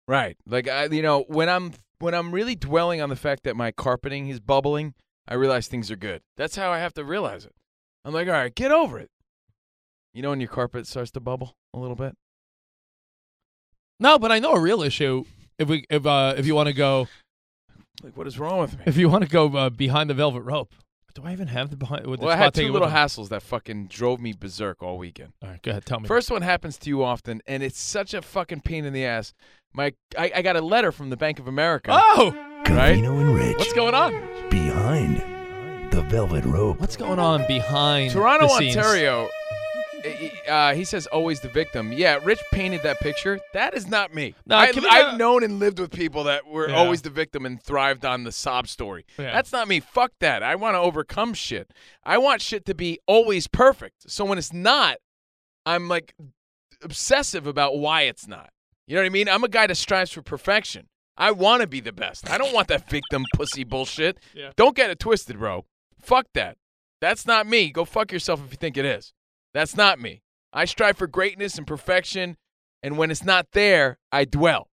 [SPEAKER 4] Right. Like I, you know, when I'm when I'm really dwelling on the fact that my carpeting is bubbling, I realize things are good. That's how I have to realize it. I'm like, all right, get over it. You know, when your carpet starts to bubble a little bit.
[SPEAKER 3] No, but I know a real issue. If we if uh if you want to go,
[SPEAKER 4] Like, what is wrong with me?
[SPEAKER 3] if you want to go uh, behind the velvet rope, do I even have the behind? With the
[SPEAKER 4] Well, I
[SPEAKER 3] spot
[SPEAKER 4] had two
[SPEAKER 3] taken
[SPEAKER 4] little
[SPEAKER 3] with-
[SPEAKER 4] hassles that fucking drove me berserk all weekend.
[SPEAKER 3] All right, go ahead, tell me.
[SPEAKER 4] First one happens to you often, and it's such a fucking pain in the ass. My, I, I got a letter from the Bank of America.
[SPEAKER 3] Oh,
[SPEAKER 4] right.
[SPEAKER 1] and Rich
[SPEAKER 4] What's going on?
[SPEAKER 1] behind the velvet rope.
[SPEAKER 3] What's going on behind
[SPEAKER 4] Toronto,
[SPEAKER 3] the scenes?
[SPEAKER 4] Ontario. uh, Uh, he says always the victim. Yeah, Rich painted that picture. That is not me.
[SPEAKER 3] No,
[SPEAKER 4] I,
[SPEAKER 3] can we
[SPEAKER 4] I've
[SPEAKER 3] not-
[SPEAKER 4] known and lived with people that were
[SPEAKER 3] Yeah.
[SPEAKER 4] always the victim and thrived on the sob story.
[SPEAKER 3] Yeah.
[SPEAKER 4] That's not me. Fuck that. I want to overcome shit. I want shit to be always perfect. So when it's not, I'm like obsessive about why it's not. You know what I mean? I'm a guy that strives for perfection. I want to be the best. I don't want that victim pussy bullshit.
[SPEAKER 3] Yeah.
[SPEAKER 4] Don't get it twisted, bro. Fuck that. That's not me. Go fuck yourself if you think it is. That's not me. I strive for greatness and perfection, and when it's not there, I dwell.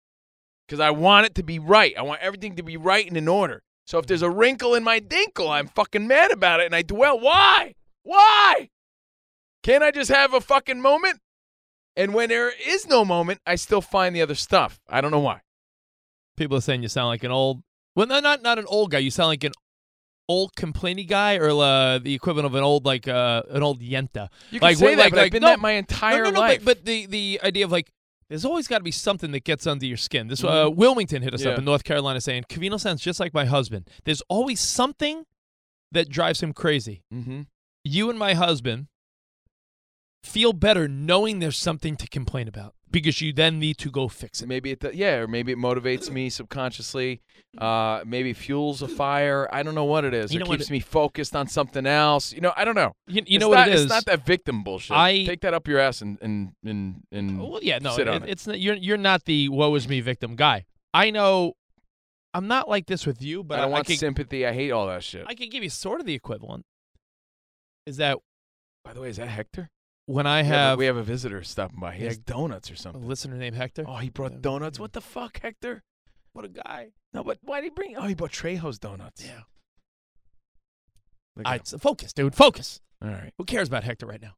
[SPEAKER 4] Because I want it to be right. I want everything to be right and in order. So if there's a wrinkle in my dinkle, I'm fucking mad about it and I dwell. Why? Why? Can't I just have a fucking moment? And when there is no moment, I still find the other stuff. I don't know why.
[SPEAKER 3] people are saying you sound like an old well no, not not an old guy you sound like an old complaining guy or uh, the equivalent of an old like uh, an old yenta
[SPEAKER 4] You can
[SPEAKER 3] like
[SPEAKER 4] say
[SPEAKER 3] we're
[SPEAKER 4] that,
[SPEAKER 3] like,
[SPEAKER 4] but I've
[SPEAKER 3] like,
[SPEAKER 4] been
[SPEAKER 3] no,
[SPEAKER 4] that my entire
[SPEAKER 3] no, no, no,
[SPEAKER 4] life.
[SPEAKER 3] but, but the the idea of like there's always got to be something that gets under your skin this uh,
[SPEAKER 4] Mhm.
[SPEAKER 3] wilmington hit us
[SPEAKER 4] Yeah.
[SPEAKER 3] up in north carolina saying cavino sounds just like my husband there's always something that drives him crazy
[SPEAKER 4] Mm-hmm.
[SPEAKER 3] you and my husband feel better knowing there's something to complain about because you then need to go fix it
[SPEAKER 4] Maybe it, do- yeah, or maybe it motivates me subconsciously. Uh, maybe fuels a fire. I don't know what it is. it
[SPEAKER 3] You know what
[SPEAKER 4] keeps
[SPEAKER 3] it-
[SPEAKER 4] me focused on something else. You know, I don't know.
[SPEAKER 3] You- you
[SPEAKER 4] It's
[SPEAKER 3] know what it
[SPEAKER 4] not-
[SPEAKER 3] is?
[SPEAKER 4] It's not that victim bullshit.
[SPEAKER 3] I- Uh,
[SPEAKER 4] take that up your ass and and and and
[SPEAKER 3] Well, yeah, no,
[SPEAKER 4] sit
[SPEAKER 3] it-
[SPEAKER 4] on it.
[SPEAKER 3] it's not, you're you're not the woe is me victim guy. I know I'm not like this with you, but
[SPEAKER 4] I don't want
[SPEAKER 3] can,
[SPEAKER 4] sympathy. I hate all that shit.
[SPEAKER 3] I can give you sort of the equivalent. Is that
[SPEAKER 4] By the way, is that Hector?
[SPEAKER 3] when I
[SPEAKER 4] We a-
[SPEAKER 3] have,
[SPEAKER 4] we have a visitor stopping by. He
[SPEAKER 3] Yeah.
[SPEAKER 4] has donuts or
[SPEAKER 3] a
[SPEAKER 4] something.
[SPEAKER 3] listener named Hector?
[SPEAKER 4] Oh, he brought donuts. What the fuck, Hector?
[SPEAKER 3] What a guy!
[SPEAKER 4] No, but why did he bring? Oh, he brought Trejo's donuts.
[SPEAKER 3] Yeah.
[SPEAKER 4] Look
[SPEAKER 3] I,
[SPEAKER 4] at
[SPEAKER 3] it's- focus, dude. Focus.
[SPEAKER 4] him. All right.
[SPEAKER 3] Who cares about Hector right now?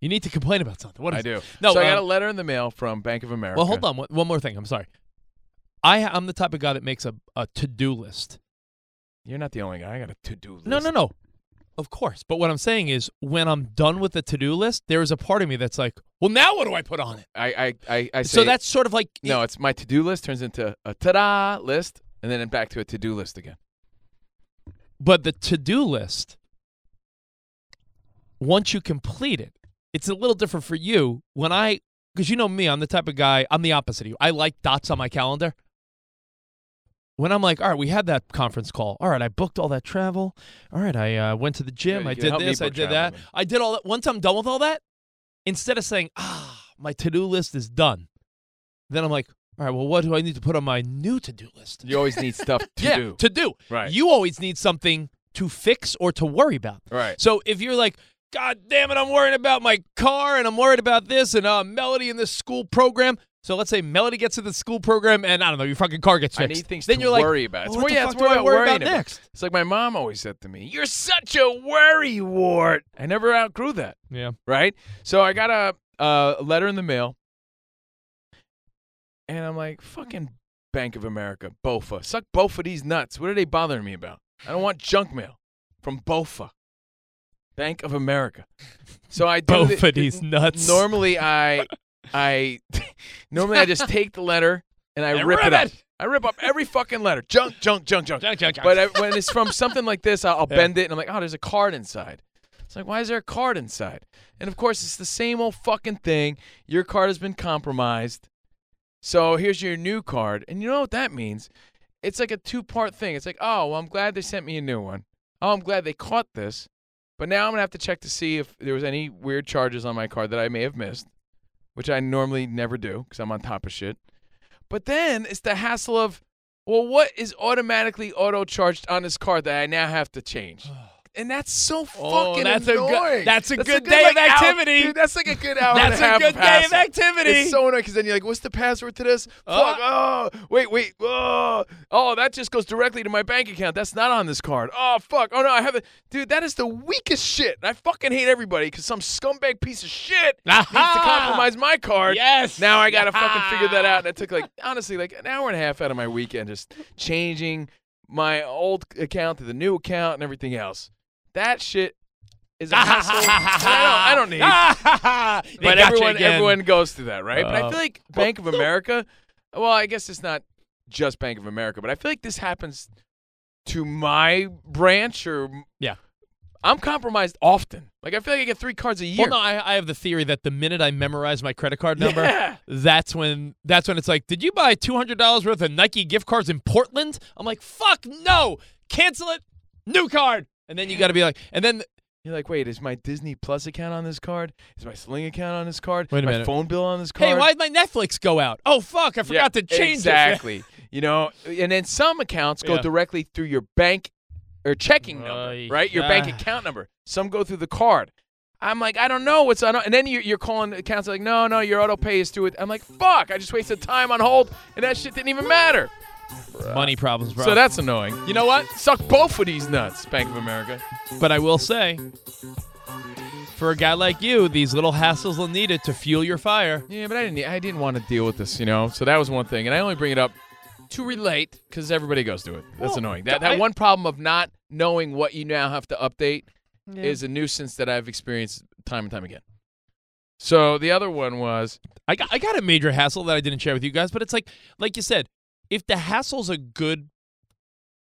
[SPEAKER 3] You need to complain about something. What
[SPEAKER 4] I
[SPEAKER 3] is-
[SPEAKER 4] do.
[SPEAKER 3] No,
[SPEAKER 4] so I
[SPEAKER 3] um,
[SPEAKER 4] got a letter in the mail from Bank of America.
[SPEAKER 3] Well, hold on. One, one more thing. I'm sorry. I I'm the type of guy that makes a, a to do list.
[SPEAKER 4] You're not the only guy. I got a to-do list.
[SPEAKER 3] No, no, no. Of course. But what I'm saying is when I'm done with the to-do list, there is a part of me that's like, well, now what do I put on it?
[SPEAKER 4] I, I, I, I
[SPEAKER 3] so
[SPEAKER 4] say-
[SPEAKER 3] that's sort of like
[SPEAKER 4] no. It's my to-do list turns into a ta-da list, and then back to a to-do list again.
[SPEAKER 3] but the to-do list once you complete it, it's a little different for you when I because you know me, I'm the type of guy, I'm the opposite of you. I like dots on my calendar. When I'm like, all right, we had that conference call. All right, I booked all that travel. All right, I uh, went to the gym.
[SPEAKER 4] you
[SPEAKER 3] I
[SPEAKER 4] can
[SPEAKER 3] did
[SPEAKER 4] help me
[SPEAKER 3] this. I
[SPEAKER 4] book
[SPEAKER 3] did
[SPEAKER 4] travel
[SPEAKER 3] that.
[SPEAKER 4] then.
[SPEAKER 3] I did all that. Once I'm done with all that, instead of saying, ah, my to do list is done, then I'm like, all right, well, what do I need to put on my new to do list?
[SPEAKER 4] You always need stuff to
[SPEAKER 3] yeah,
[SPEAKER 4] do.
[SPEAKER 3] to do.
[SPEAKER 4] Right.
[SPEAKER 3] You always need something to fix or to worry about.
[SPEAKER 4] Right.
[SPEAKER 3] So if you're like, God damn it, I'm worrying about my car and I'm worried about this and uh, Melody in this school program, So let's say Melody gets to the school program, and I don't know, your fucking car gets
[SPEAKER 4] I
[SPEAKER 3] fixed.
[SPEAKER 4] need things
[SPEAKER 3] then
[SPEAKER 4] to
[SPEAKER 3] you're like,
[SPEAKER 4] worry about. It's
[SPEAKER 3] "Well, what
[SPEAKER 4] more-
[SPEAKER 3] the
[SPEAKER 4] yeah,
[SPEAKER 3] fuck
[SPEAKER 4] it's
[SPEAKER 3] do
[SPEAKER 4] more
[SPEAKER 3] I
[SPEAKER 4] about
[SPEAKER 3] worry
[SPEAKER 4] worrying
[SPEAKER 3] about
[SPEAKER 4] about-
[SPEAKER 3] next?
[SPEAKER 4] It's like my mom always said to me, "You're such a worry wart." I never outgrew that.
[SPEAKER 3] Yeah.
[SPEAKER 4] Right. So I got a uh, a letter in the mail, and I'm like, "Fucking Bank of America, Bofa, suck both of these nuts. What are they bothering me about? I don't want junk mail from Bofa, Bank of America." So I do
[SPEAKER 3] Both of these nuts.
[SPEAKER 4] Normally I I normally I just take the letter and I
[SPEAKER 3] And
[SPEAKER 4] rip,
[SPEAKER 3] rip
[SPEAKER 4] it up.
[SPEAKER 3] it.
[SPEAKER 4] I rip up every fucking letter. Junk, junk, junk, junk. Junk, junk, junk. But I, when it's from something like this, I'll, I'll
[SPEAKER 3] Yeah.
[SPEAKER 4] bend it and I'm like, oh, there's a card inside. It's like, why is there a card inside? And of course, it's the same old fucking thing. Your card has been compromised. So here's your new card. And you know what that means? It's like a two part thing. It's like, oh, well, I'm glad they sent me a new one. Oh, I'm glad they caught this. But now I'm going to have to check to see if there was any weird charges on my card that I may have missed, which I normally never do because I'm on top of shit. But then it's the hassle of, well, what is automatically auto charged on this card that I now have to change? And that's so
[SPEAKER 3] Oh,
[SPEAKER 4] fucking
[SPEAKER 3] that's
[SPEAKER 4] annoying.
[SPEAKER 3] a good. That's a good day
[SPEAKER 4] like,
[SPEAKER 3] of
[SPEAKER 4] hour-
[SPEAKER 3] activity.
[SPEAKER 4] dude, that's like a good hour.
[SPEAKER 3] That's
[SPEAKER 4] and a,
[SPEAKER 3] a
[SPEAKER 4] half
[SPEAKER 3] good
[SPEAKER 4] of
[SPEAKER 3] day of
[SPEAKER 4] hassle.
[SPEAKER 3] activity.
[SPEAKER 4] It's so annoying because then you're like, "What's the password to this?
[SPEAKER 3] Oh.
[SPEAKER 4] Fuck! Oh, wait, wait. Oh, oh, that just goes directly to my bank account. That's not on this card. Oh, fuck. Oh no, I have it, dude. That is the weakest shit. I fucking hate everybody because some scumbag piece of shit needs to compromise my card.
[SPEAKER 3] Yes.
[SPEAKER 4] Now I gotta fucking figure that out, and it took like honestly like an hour and a half out of my weekend just changing my old account to the new account and everything else. That shit is a hassle. I, don't, I don't need.
[SPEAKER 3] They
[SPEAKER 4] but
[SPEAKER 3] got you
[SPEAKER 4] everyone,
[SPEAKER 3] again.
[SPEAKER 4] everyone goes through that, right? but I
[SPEAKER 3] Uh,
[SPEAKER 4] feel like Bank of America. Well, I guess it's not just Bank of America, but I feel like this happens to my branch or
[SPEAKER 3] Yeah.
[SPEAKER 4] I'm compromised often. Like I feel like I get three cards a year.
[SPEAKER 3] Well, no, I, I have the theory that the minute I memorize my credit card number,
[SPEAKER 4] Yeah.
[SPEAKER 3] that's when that's when it's like, did you buy two hundred dollars worth of Nike gift cards in Portland? I'm like, fuck no, cancel it, new card, and then you got to be like, and then
[SPEAKER 4] You're like, wait, is my Disney Plus account on this card? Is my Sling account on this card?
[SPEAKER 3] Wait a
[SPEAKER 4] my
[SPEAKER 3] minute.
[SPEAKER 4] phone bill on this card?
[SPEAKER 3] hey, why did my Netflix go out? Oh fuck, I forgot
[SPEAKER 4] Yeah,
[SPEAKER 3] to change
[SPEAKER 4] exactly. You know, and then some accounts go
[SPEAKER 3] Yeah.
[SPEAKER 4] directly through your bank or checking number,
[SPEAKER 3] Oy.
[SPEAKER 4] right? Your bank
[SPEAKER 3] Ah.
[SPEAKER 4] account number. Some go through the card. I'm like, I don't know what's on. And then you- you're calling accounts like, no, no, your auto pay is through it. I'm like, fuck, I just wasted time on hold, and that shit didn't even matter.
[SPEAKER 3] it. Money problems, bro.
[SPEAKER 4] So that's annoying. You know what? Suck both of these nuts, Bank of America.
[SPEAKER 3] But I will say, for a guy like you, these little hassles will need it to fuel your fire.
[SPEAKER 4] Yeah, but I didn't. I didn't want to deal with this, you know. So that was one thing, and I only bring it up to relate because everybody goes through it. That's
[SPEAKER 3] Well,
[SPEAKER 4] annoying. That
[SPEAKER 3] I-
[SPEAKER 4] that one problem of not knowing what you now have to update
[SPEAKER 3] Yeah.
[SPEAKER 4] is a nuisance that I've experienced time and time again. So the other one was
[SPEAKER 3] I got, I got a major hassle that I didn't share with you guys, but it's like, like you said, if the hassle's a good,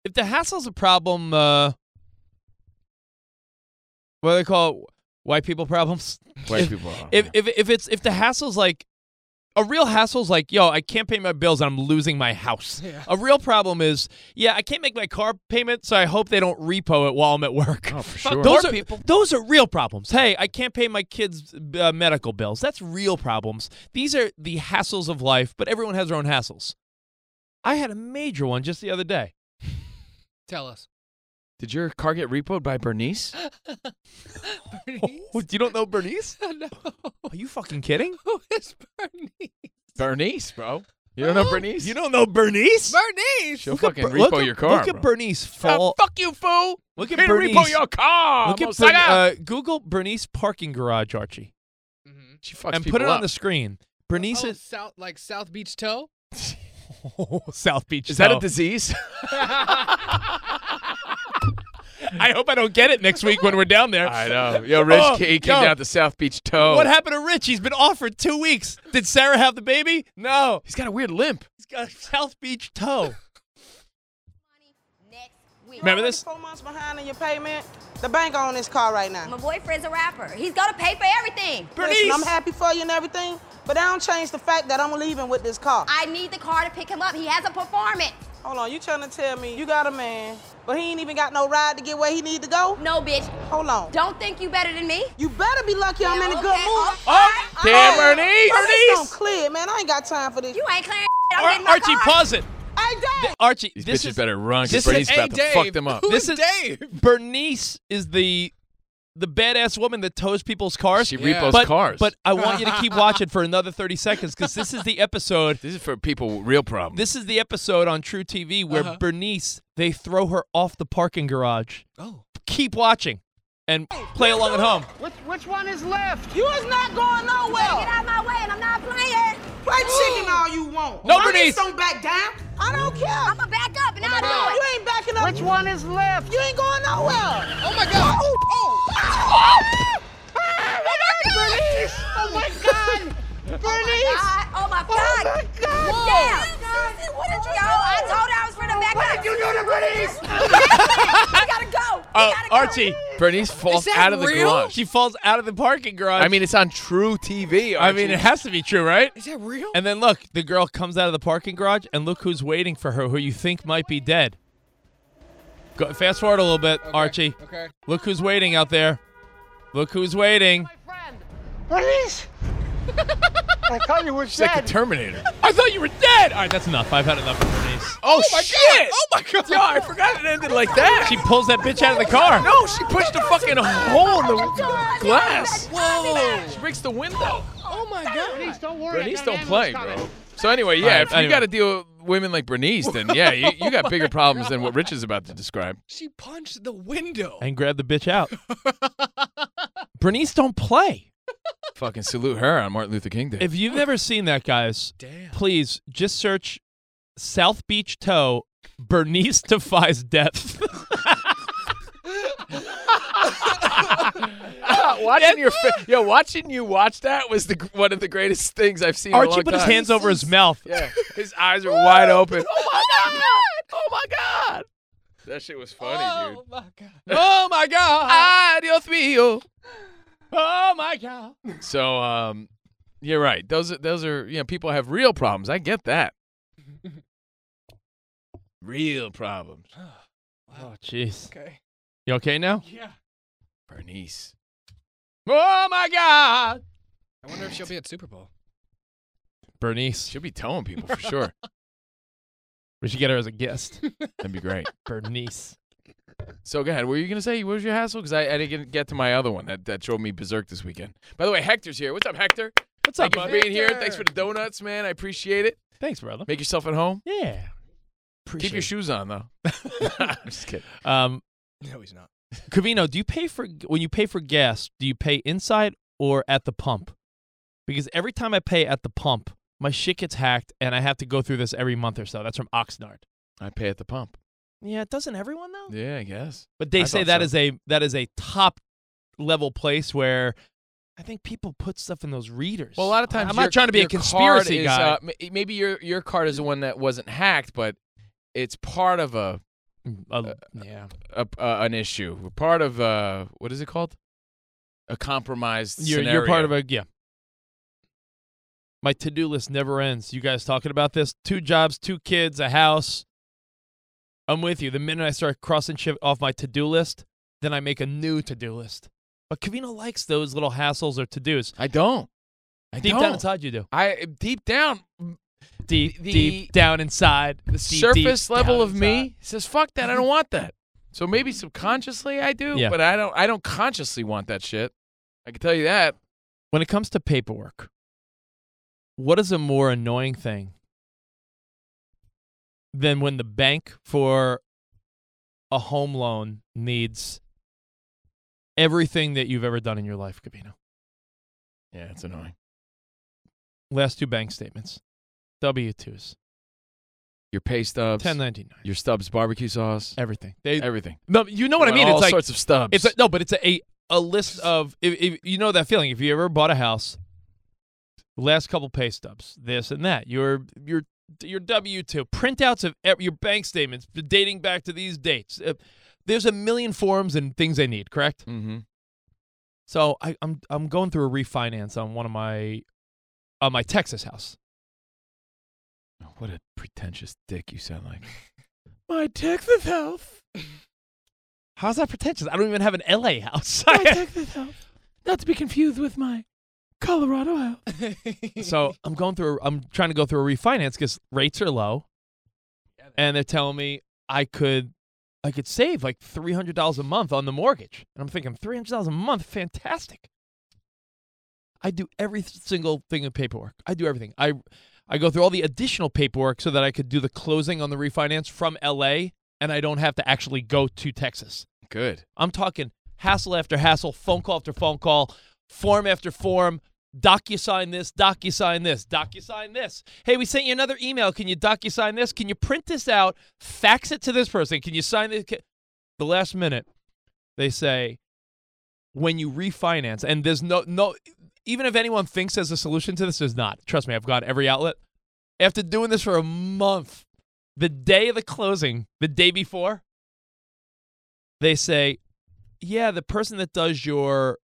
[SPEAKER 3] if the hassle's a problem, uh, what do they call it? White people problems?
[SPEAKER 4] White
[SPEAKER 3] If-
[SPEAKER 4] people,
[SPEAKER 3] If, if, if it's, if the hassle's like, a real hassle's like, yo, I can't pay my bills and I'm losing my house. A real problem is, yeah, I can't make my car payment, so I hope they don't repo it while I'm at work. Oh, for
[SPEAKER 4] sure.
[SPEAKER 3] Those
[SPEAKER 4] Poor
[SPEAKER 3] are, those are real problems. Hey, I can't pay my kids' uh, medical bills. That's real problems. These are the hassles of life, but everyone has their own hassles. I had a major one just the other day.
[SPEAKER 5] Tell us.
[SPEAKER 4] Did your car get repoed by Bernice?
[SPEAKER 5] Bernice?
[SPEAKER 3] you don't know Bernice?
[SPEAKER 5] no.
[SPEAKER 3] Are you fucking kidding?
[SPEAKER 5] Who is Bernice?
[SPEAKER 4] Bernice, bro. You don't know Bernice?
[SPEAKER 3] You don't know Bernice?
[SPEAKER 5] Bernice!
[SPEAKER 4] She'll
[SPEAKER 3] Look at
[SPEAKER 4] fucking
[SPEAKER 3] Ber-
[SPEAKER 4] repo
[SPEAKER 3] look at-
[SPEAKER 4] your car.
[SPEAKER 3] Look
[SPEAKER 4] bro.
[SPEAKER 3] at Bernice fall.
[SPEAKER 4] Ah, fuck you, fool!
[SPEAKER 3] Look at
[SPEAKER 4] Here to repo
[SPEAKER 3] Bernice.
[SPEAKER 4] your car.
[SPEAKER 3] Look at
[SPEAKER 4] motherfucker.
[SPEAKER 3] Bern- uh, Google Bernice parking garage, Archie,
[SPEAKER 4] Mm-hmm. she fucks
[SPEAKER 3] and
[SPEAKER 4] people
[SPEAKER 3] put it
[SPEAKER 4] up.
[SPEAKER 3] on the screen. Bernice
[SPEAKER 5] Oh,
[SPEAKER 3] is
[SPEAKER 5] South, like South Beach Toe?
[SPEAKER 3] South Beach.
[SPEAKER 4] Oh. Is that a
[SPEAKER 3] Toe.
[SPEAKER 4] disease?
[SPEAKER 3] I hope I don't get it next week when we're down there.
[SPEAKER 4] I know. Yo, Rich,
[SPEAKER 3] Oh,
[SPEAKER 4] he came
[SPEAKER 3] yo.
[SPEAKER 4] down to South Beach Toe.
[SPEAKER 3] What happened to Rich? He's been off for two weeks. Did Sarah have the baby? No.
[SPEAKER 4] He's got a weird limp.
[SPEAKER 3] He's got a South Beach toe. Remember this?
[SPEAKER 19] Four months behind on your payment. The bank on this car right now.
[SPEAKER 20] My boyfriend's a rapper. He's got to pay for everything.
[SPEAKER 19] Listen, I'm happy for you and everything, but that don't change the fact that I'm leaving with this car.
[SPEAKER 20] I need the car to pick him up. He has a performance.
[SPEAKER 19] Hold on, you trying to tell me you got a man, but he ain't even got no ride to get where he need to go?
[SPEAKER 20] No, bitch.
[SPEAKER 19] Hold on.
[SPEAKER 20] Don't think you better than me.
[SPEAKER 19] You better be lucky I'm in a good
[SPEAKER 20] Okay,
[SPEAKER 19] mood.
[SPEAKER 20] okay. Oh, damn,
[SPEAKER 4] Bernice.
[SPEAKER 19] Bernice!
[SPEAKER 4] Bernice.
[SPEAKER 19] don't clear, man. I ain't got time for this. You
[SPEAKER 20] ain't clearing.
[SPEAKER 3] Ar- Archie, pause it. Th- Archie,
[SPEAKER 4] These
[SPEAKER 3] this
[SPEAKER 4] bitches
[SPEAKER 3] is
[SPEAKER 4] better run 'cause
[SPEAKER 3] this
[SPEAKER 4] Bernice
[SPEAKER 3] is-
[SPEAKER 4] about to fuck them up.
[SPEAKER 3] This is Dave. Bernice is the the badass woman that tows people's cars. She
[SPEAKER 4] repos
[SPEAKER 3] but,
[SPEAKER 4] cars.
[SPEAKER 3] But I want you to keep watching for another 30 seconds because this is the episode.
[SPEAKER 4] This is for people with real problems.
[SPEAKER 3] This is the episode on True TV where
[SPEAKER 4] Uh-huh.
[SPEAKER 3] Bernice, they throw her off the parking garage.
[SPEAKER 5] Oh.
[SPEAKER 3] Keep watching and play along at home.
[SPEAKER 19] Which, which one is left? You is not going nowhere. Get out my way, and I'm not playing. Play chicken all you want.
[SPEAKER 3] No,
[SPEAKER 19] Why you
[SPEAKER 3] Bernice.
[SPEAKER 19] Don't back down. I don't care. I'ma back up, and
[SPEAKER 20] I'll do it.
[SPEAKER 19] You ain't backing up. Which one is left? You ain't going nowhere. Oh my God. Oh, oh. Bernice! Oh my God! Bernice!
[SPEAKER 20] Oh my God!
[SPEAKER 19] Oh my God!
[SPEAKER 20] Damn! Susie, what did you Yo, I told her I was for the back
[SPEAKER 19] What
[SPEAKER 20] up.
[SPEAKER 19] did you do to Bernice?
[SPEAKER 20] we gotta go.
[SPEAKER 3] Oh, Archie.
[SPEAKER 4] Bernice falls out of the garage.
[SPEAKER 3] She falls out of the parking garage.
[SPEAKER 4] I mean, it's on True TV.
[SPEAKER 3] I mean, it has to be true, right?
[SPEAKER 5] Is that real?
[SPEAKER 3] And then look, the girl comes out of the parking garage, and look who's waiting for her, who you think might be dead. Go, fast forward a little bit, Archie.
[SPEAKER 5] okay.
[SPEAKER 3] Look who's waiting out there. Look who's waiting.
[SPEAKER 19] Bernice! I thought you were
[SPEAKER 3] She's like the Terminator. I thought you were dead. All right, that's enough. I've had enough of Bernice.
[SPEAKER 4] Oh, shit! Oh my god! Yo, I forgot it ended like that.
[SPEAKER 3] She pulls that bitch out of the car.
[SPEAKER 4] No, she pushed a fucking hole in the glass. Whoa! She breaks the window.
[SPEAKER 5] Oh my God. Bernice, don't worry.
[SPEAKER 4] Bernice don't play, bro. So anyway, yeah,
[SPEAKER 3] All right,
[SPEAKER 4] if you
[SPEAKER 3] anyway.
[SPEAKER 4] got to deal with women like Bernice, then yeah, you, you got bigger problems than what Rich is about to describe.
[SPEAKER 5] She punched the window.
[SPEAKER 3] And grab the bitch out. Bernice don't play.
[SPEAKER 4] Fucking salute her on Martin Luther King Day.
[SPEAKER 3] If you've never seen that, guys, please just search South Beach Toe. Bernice defies death.
[SPEAKER 4] watching your fa- yo, watching you watch that was the gr- one of the greatest things I've seen. in a
[SPEAKER 3] Archie
[SPEAKER 4] long
[SPEAKER 3] put his
[SPEAKER 4] time.
[SPEAKER 3] hands over his mouth.
[SPEAKER 4] Yeah, his eyes are wide open. Oh my god! Oh my god! That shit was funny, dude.
[SPEAKER 3] Oh my god.
[SPEAKER 4] Adios mio.
[SPEAKER 3] Oh my god.
[SPEAKER 4] So, um, you're right. Those are those are you know people have real problems. I get that. Real problems.
[SPEAKER 3] Oh jeez.
[SPEAKER 5] Okay.
[SPEAKER 3] You okay now?
[SPEAKER 5] Yeah.
[SPEAKER 4] Bernice.
[SPEAKER 3] Oh my god.
[SPEAKER 5] I wonder if she'll be at Super Bowl.
[SPEAKER 3] Bernice.
[SPEAKER 4] She'll be towing people for sure.
[SPEAKER 3] We should get her as a guest.
[SPEAKER 4] That'd be great.
[SPEAKER 3] Bernice.
[SPEAKER 4] So go ahead. What were you gonna say? What was your hassle? Because I, I didn't get- get to my other one that, that drove me berserk this weekend. By the way, Hector's here. What's up, Hector?
[SPEAKER 3] What's up,
[SPEAKER 4] Thank you for
[SPEAKER 3] buddy?
[SPEAKER 4] being here. Thanks for the donuts, man. I appreciate it.
[SPEAKER 3] Thanks, brother.
[SPEAKER 4] Make yourself at home.
[SPEAKER 3] Yeah.
[SPEAKER 4] Keep your
[SPEAKER 3] Appreciate
[SPEAKER 4] shoes on though. I'm just kidding.
[SPEAKER 3] Um
[SPEAKER 5] No, he's not.
[SPEAKER 3] Covino, do you pay for when you pay for gas, do you pay inside or at the pump? Because every time I pay at the pump, my shit gets hacked and I have to go through this every month or so. That's from Oxnard.
[SPEAKER 4] I pay at the pump.
[SPEAKER 3] Yeah, doesn't
[SPEAKER 4] Oh,
[SPEAKER 3] everyone though?
[SPEAKER 4] Yeah, I guess.
[SPEAKER 3] But they
[SPEAKER 4] I
[SPEAKER 3] say
[SPEAKER 4] thought
[SPEAKER 3] that
[SPEAKER 4] so.
[SPEAKER 3] is a that is a top level place where I think people put stuff in those readers.
[SPEAKER 4] Well, a lot of times
[SPEAKER 3] I'm
[SPEAKER 4] your-
[SPEAKER 3] not trying to be a
[SPEAKER 4] your card
[SPEAKER 3] conspiracy
[SPEAKER 4] is,
[SPEAKER 3] guy.
[SPEAKER 4] uh, m- maybe your your card is the one that wasn't hacked, but it's part of a,
[SPEAKER 3] Uh, yeah.
[SPEAKER 4] a, a an issue. Part of uh what is it called? A compromised.
[SPEAKER 3] You're
[SPEAKER 4] scenario.
[SPEAKER 3] you're part of a yeah. My to do list never ends. You guys talking about this? Two jobs, two kids, a house. I'm with you. The minute I start crossing shit off my to do list, then I make a new to do list. But Cavino likes those little hassles or to dos.
[SPEAKER 4] I don't. I
[SPEAKER 3] deep
[SPEAKER 4] don't.
[SPEAKER 3] down inside, you do.
[SPEAKER 4] I deep down,
[SPEAKER 3] Deep,
[SPEAKER 4] The-
[SPEAKER 3] deep down inside.
[SPEAKER 4] the
[SPEAKER 3] Deep, deep
[SPEAKER 4] surface level
[SPEAKER 3] down
[SPEAKER 4] of me says fuck that. I don't want that. So maybe subconsciously I do,
[SPEAKER 3] Yeah.
[SPEAKER 4] but I don't. I don't consciously want that shit. I can tell you that.
[SPEAKER 3] When it comes to paperwork, what is a more annoying thing than when the bank for a home loan needs everything that you've ever done in your life, Capino?
[SPEAKER 4] Yeah, it's annoying.
[SPEAKER 3] Last two bank statements, W 2s,
[SPEAKER 4] Your pay stubs,
[SPEAKER 3] 1099.
[SPEAKER 4] your stubs, barbecue sauce,
[SPEAKER 3] everything, they,
[SPEAKER 4] everything.
[SPEAKER 3] No, you know what I
[SPEAKER 4] Well,
[SPEAKER 3] mean.
[SPEAKER 4] all
[SPEAKER 3] it's like
[SPEAKER 4] sorts of stubs.
[SPEAKER 3] It's a, no, but it's a a, a list of if, if, you know that feeling. If you ever bought a house, the last couple pay stubs, this and that. Your your your W two printouts of ev- your bank statements dating back to these dates. Uh, there's a million forms and things they need. Correct.
[SPEAKER 4] Mm-hmm.
[SPEAKER 3] So I, I'm I'm going through a refinance on one of my on my Texas house.
[SPEAKER 4] What a pretentious dick you sound like.
[SPEAKER 3] My Texas house. How's that pretentious? I don't even have an LA house.
[SPEAKER 4] Not to be confused with my Colorado house.
[SPEAKER 3] so I'm going through. I'm trying to go through a refinance because rates are low, and they're telling me I could I could save like three hundred dollars a month on the mortgage. And I'm thinking three hundred dollars a month, fantastic. I do every single thing in paperwork. I do everything. I I go through all the additional paperwork so that I could do the closing on the refinance from LA and I don't have to actually go to Texas.
[SPEAKER 4] Good.
[SPEAKER 3] I'm talking hassle after hassle, phone call after phone call, form after form, DocuSign this, DocuSign this, DocuSign this. Hey, we sent you another email. Can you DocuSign this? Can you print this out? Fax it to this person. Can you sign this? Ca- The last minute, they say, when you refinance, and there's no, no, even if anyone thinks there's a solution to this, there's not. Trust me, I've got every outlet. After doing this for a month, the day of the closing, the day before, they say, yeah, the person that does your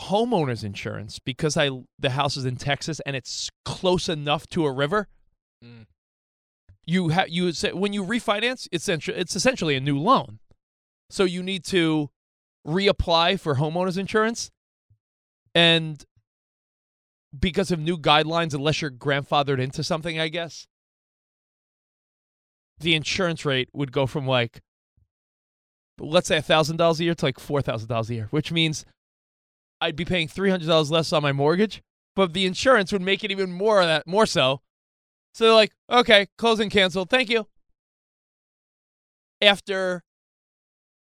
[SPEAKER 3] homeowners insurance because I the house is in Texas and it's close enough to a river.
[SPEAKER 5] Mm.
[SPEAKER 3] You have you say when you refinance, it's essentially it's essentially a new loan, so you need to reapply for homeowners insurance, and because of new guidelines, unless you're grandfathered into something, I guess the insurance rate would go from like let's say thousand dollars a year to like four thousand dollars a year, which means I'd be paying three hundred dollars less on my mortgage, but the insurance would make it even more of that more so. So they're like, okay, closing canceled, thank you. After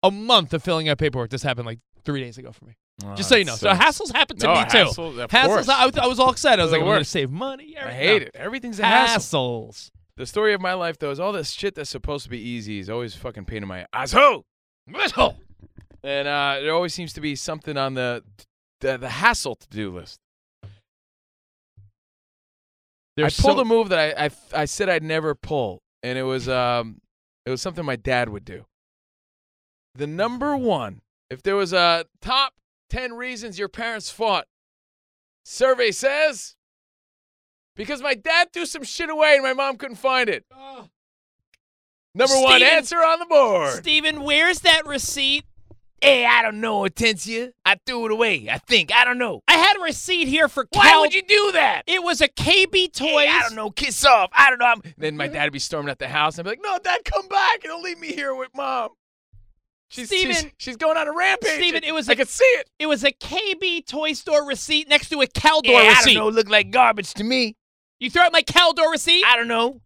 [SPEAKER 3] a month of filling out paperwork, this happened like three days ago for me.
[SPEAKER 4] Oh,
[SPEAKER 3] Just so you know,
[SPEAKER 4] that
[SPEAKER 3] so
[SPEAKER 4] sucks.
[SPEAKER 3] hassles happened to
[SPEAKER 4] No,
[SPEAKER 3] me too.
[SPEAKER 4] hassle- of
[SPEAKER 3] hassles,
[SPEAKER 4] course.
[SPEAKER 3] I, was- I was all excited. I was
[SPEAKER 4] The
[SPEAKER 3] like, I'm going to
[SPEAKER 4] worst.
[SPEAKER 3] save money.
[SPEAKER 4] I
[SPEAKER 3] everything.
[SPEAKER 4] hate
[SPEAKER 3] No.
[SPEAKER 4] it. Everything's a hassle.
[SPEAKER 3] hassles.
[SPEAKER 4] The story of my life, though, is all this shit that's supposed to be easy is always a fucking pain in my asshole.
[SPEAKER 3] Asshole.
[SPEAKER 4] And uh, there always seems to be something on the the, the hassle to do list.
[SPEAKER 3] There's
[SPEAKER 4] I pulled
[SPEAKER 3] so-
[SPEAKER 4] a move that I, I I said I'd never pull, and it was um it was something my dad would do. The number one, if there was a top ten reasons your parents fought, survey says, because my dad threw some shit away and my mom couldn't find it. Number one
[SPEAKER 3] Steven-
[SPEAKER 4] answer on the board.
[SPEAKER 3] Steven, where's that receipt?
[SPEAKER 4] Hey, I don't know, Hortensia. I threw it away. I think. I don't know.
[SPEAKER 3] I had a receipt here for
[SPEAKER 4] Why
[SPEAKER 3] Cal-
[SPEAKER 4] would you do that?
[SPEAKER 3] It was a KB Toys. Mm-hmm.
[SPEAKER 4] Hey, I don't know. Kiss off. I don't know. I'm... Then my dad would be storming at the house. I'd be like, no, dad, come back. Don't leave me here with mom. She's, she's-
[SPEAKER 3] Steven-
[SPEAKER 4] she's going on a rampage.
[SPEAKER 3] Steven, it was
[SPEAKER 4] I
[SPEAKER 3] a-
[SPEAKER 4] could see it.
[SPEAKER 3] It was a KB toy store receipt next to a Caldor
[SPEAKER 4] Yeah, I
[SPEAKER 3] receipt.
[SPEAKER 4] don't know. Looked like garbage to me.
[SPEAKER 3] You throw out my Caldor receipt?
[SPEAKER 4] I don't know.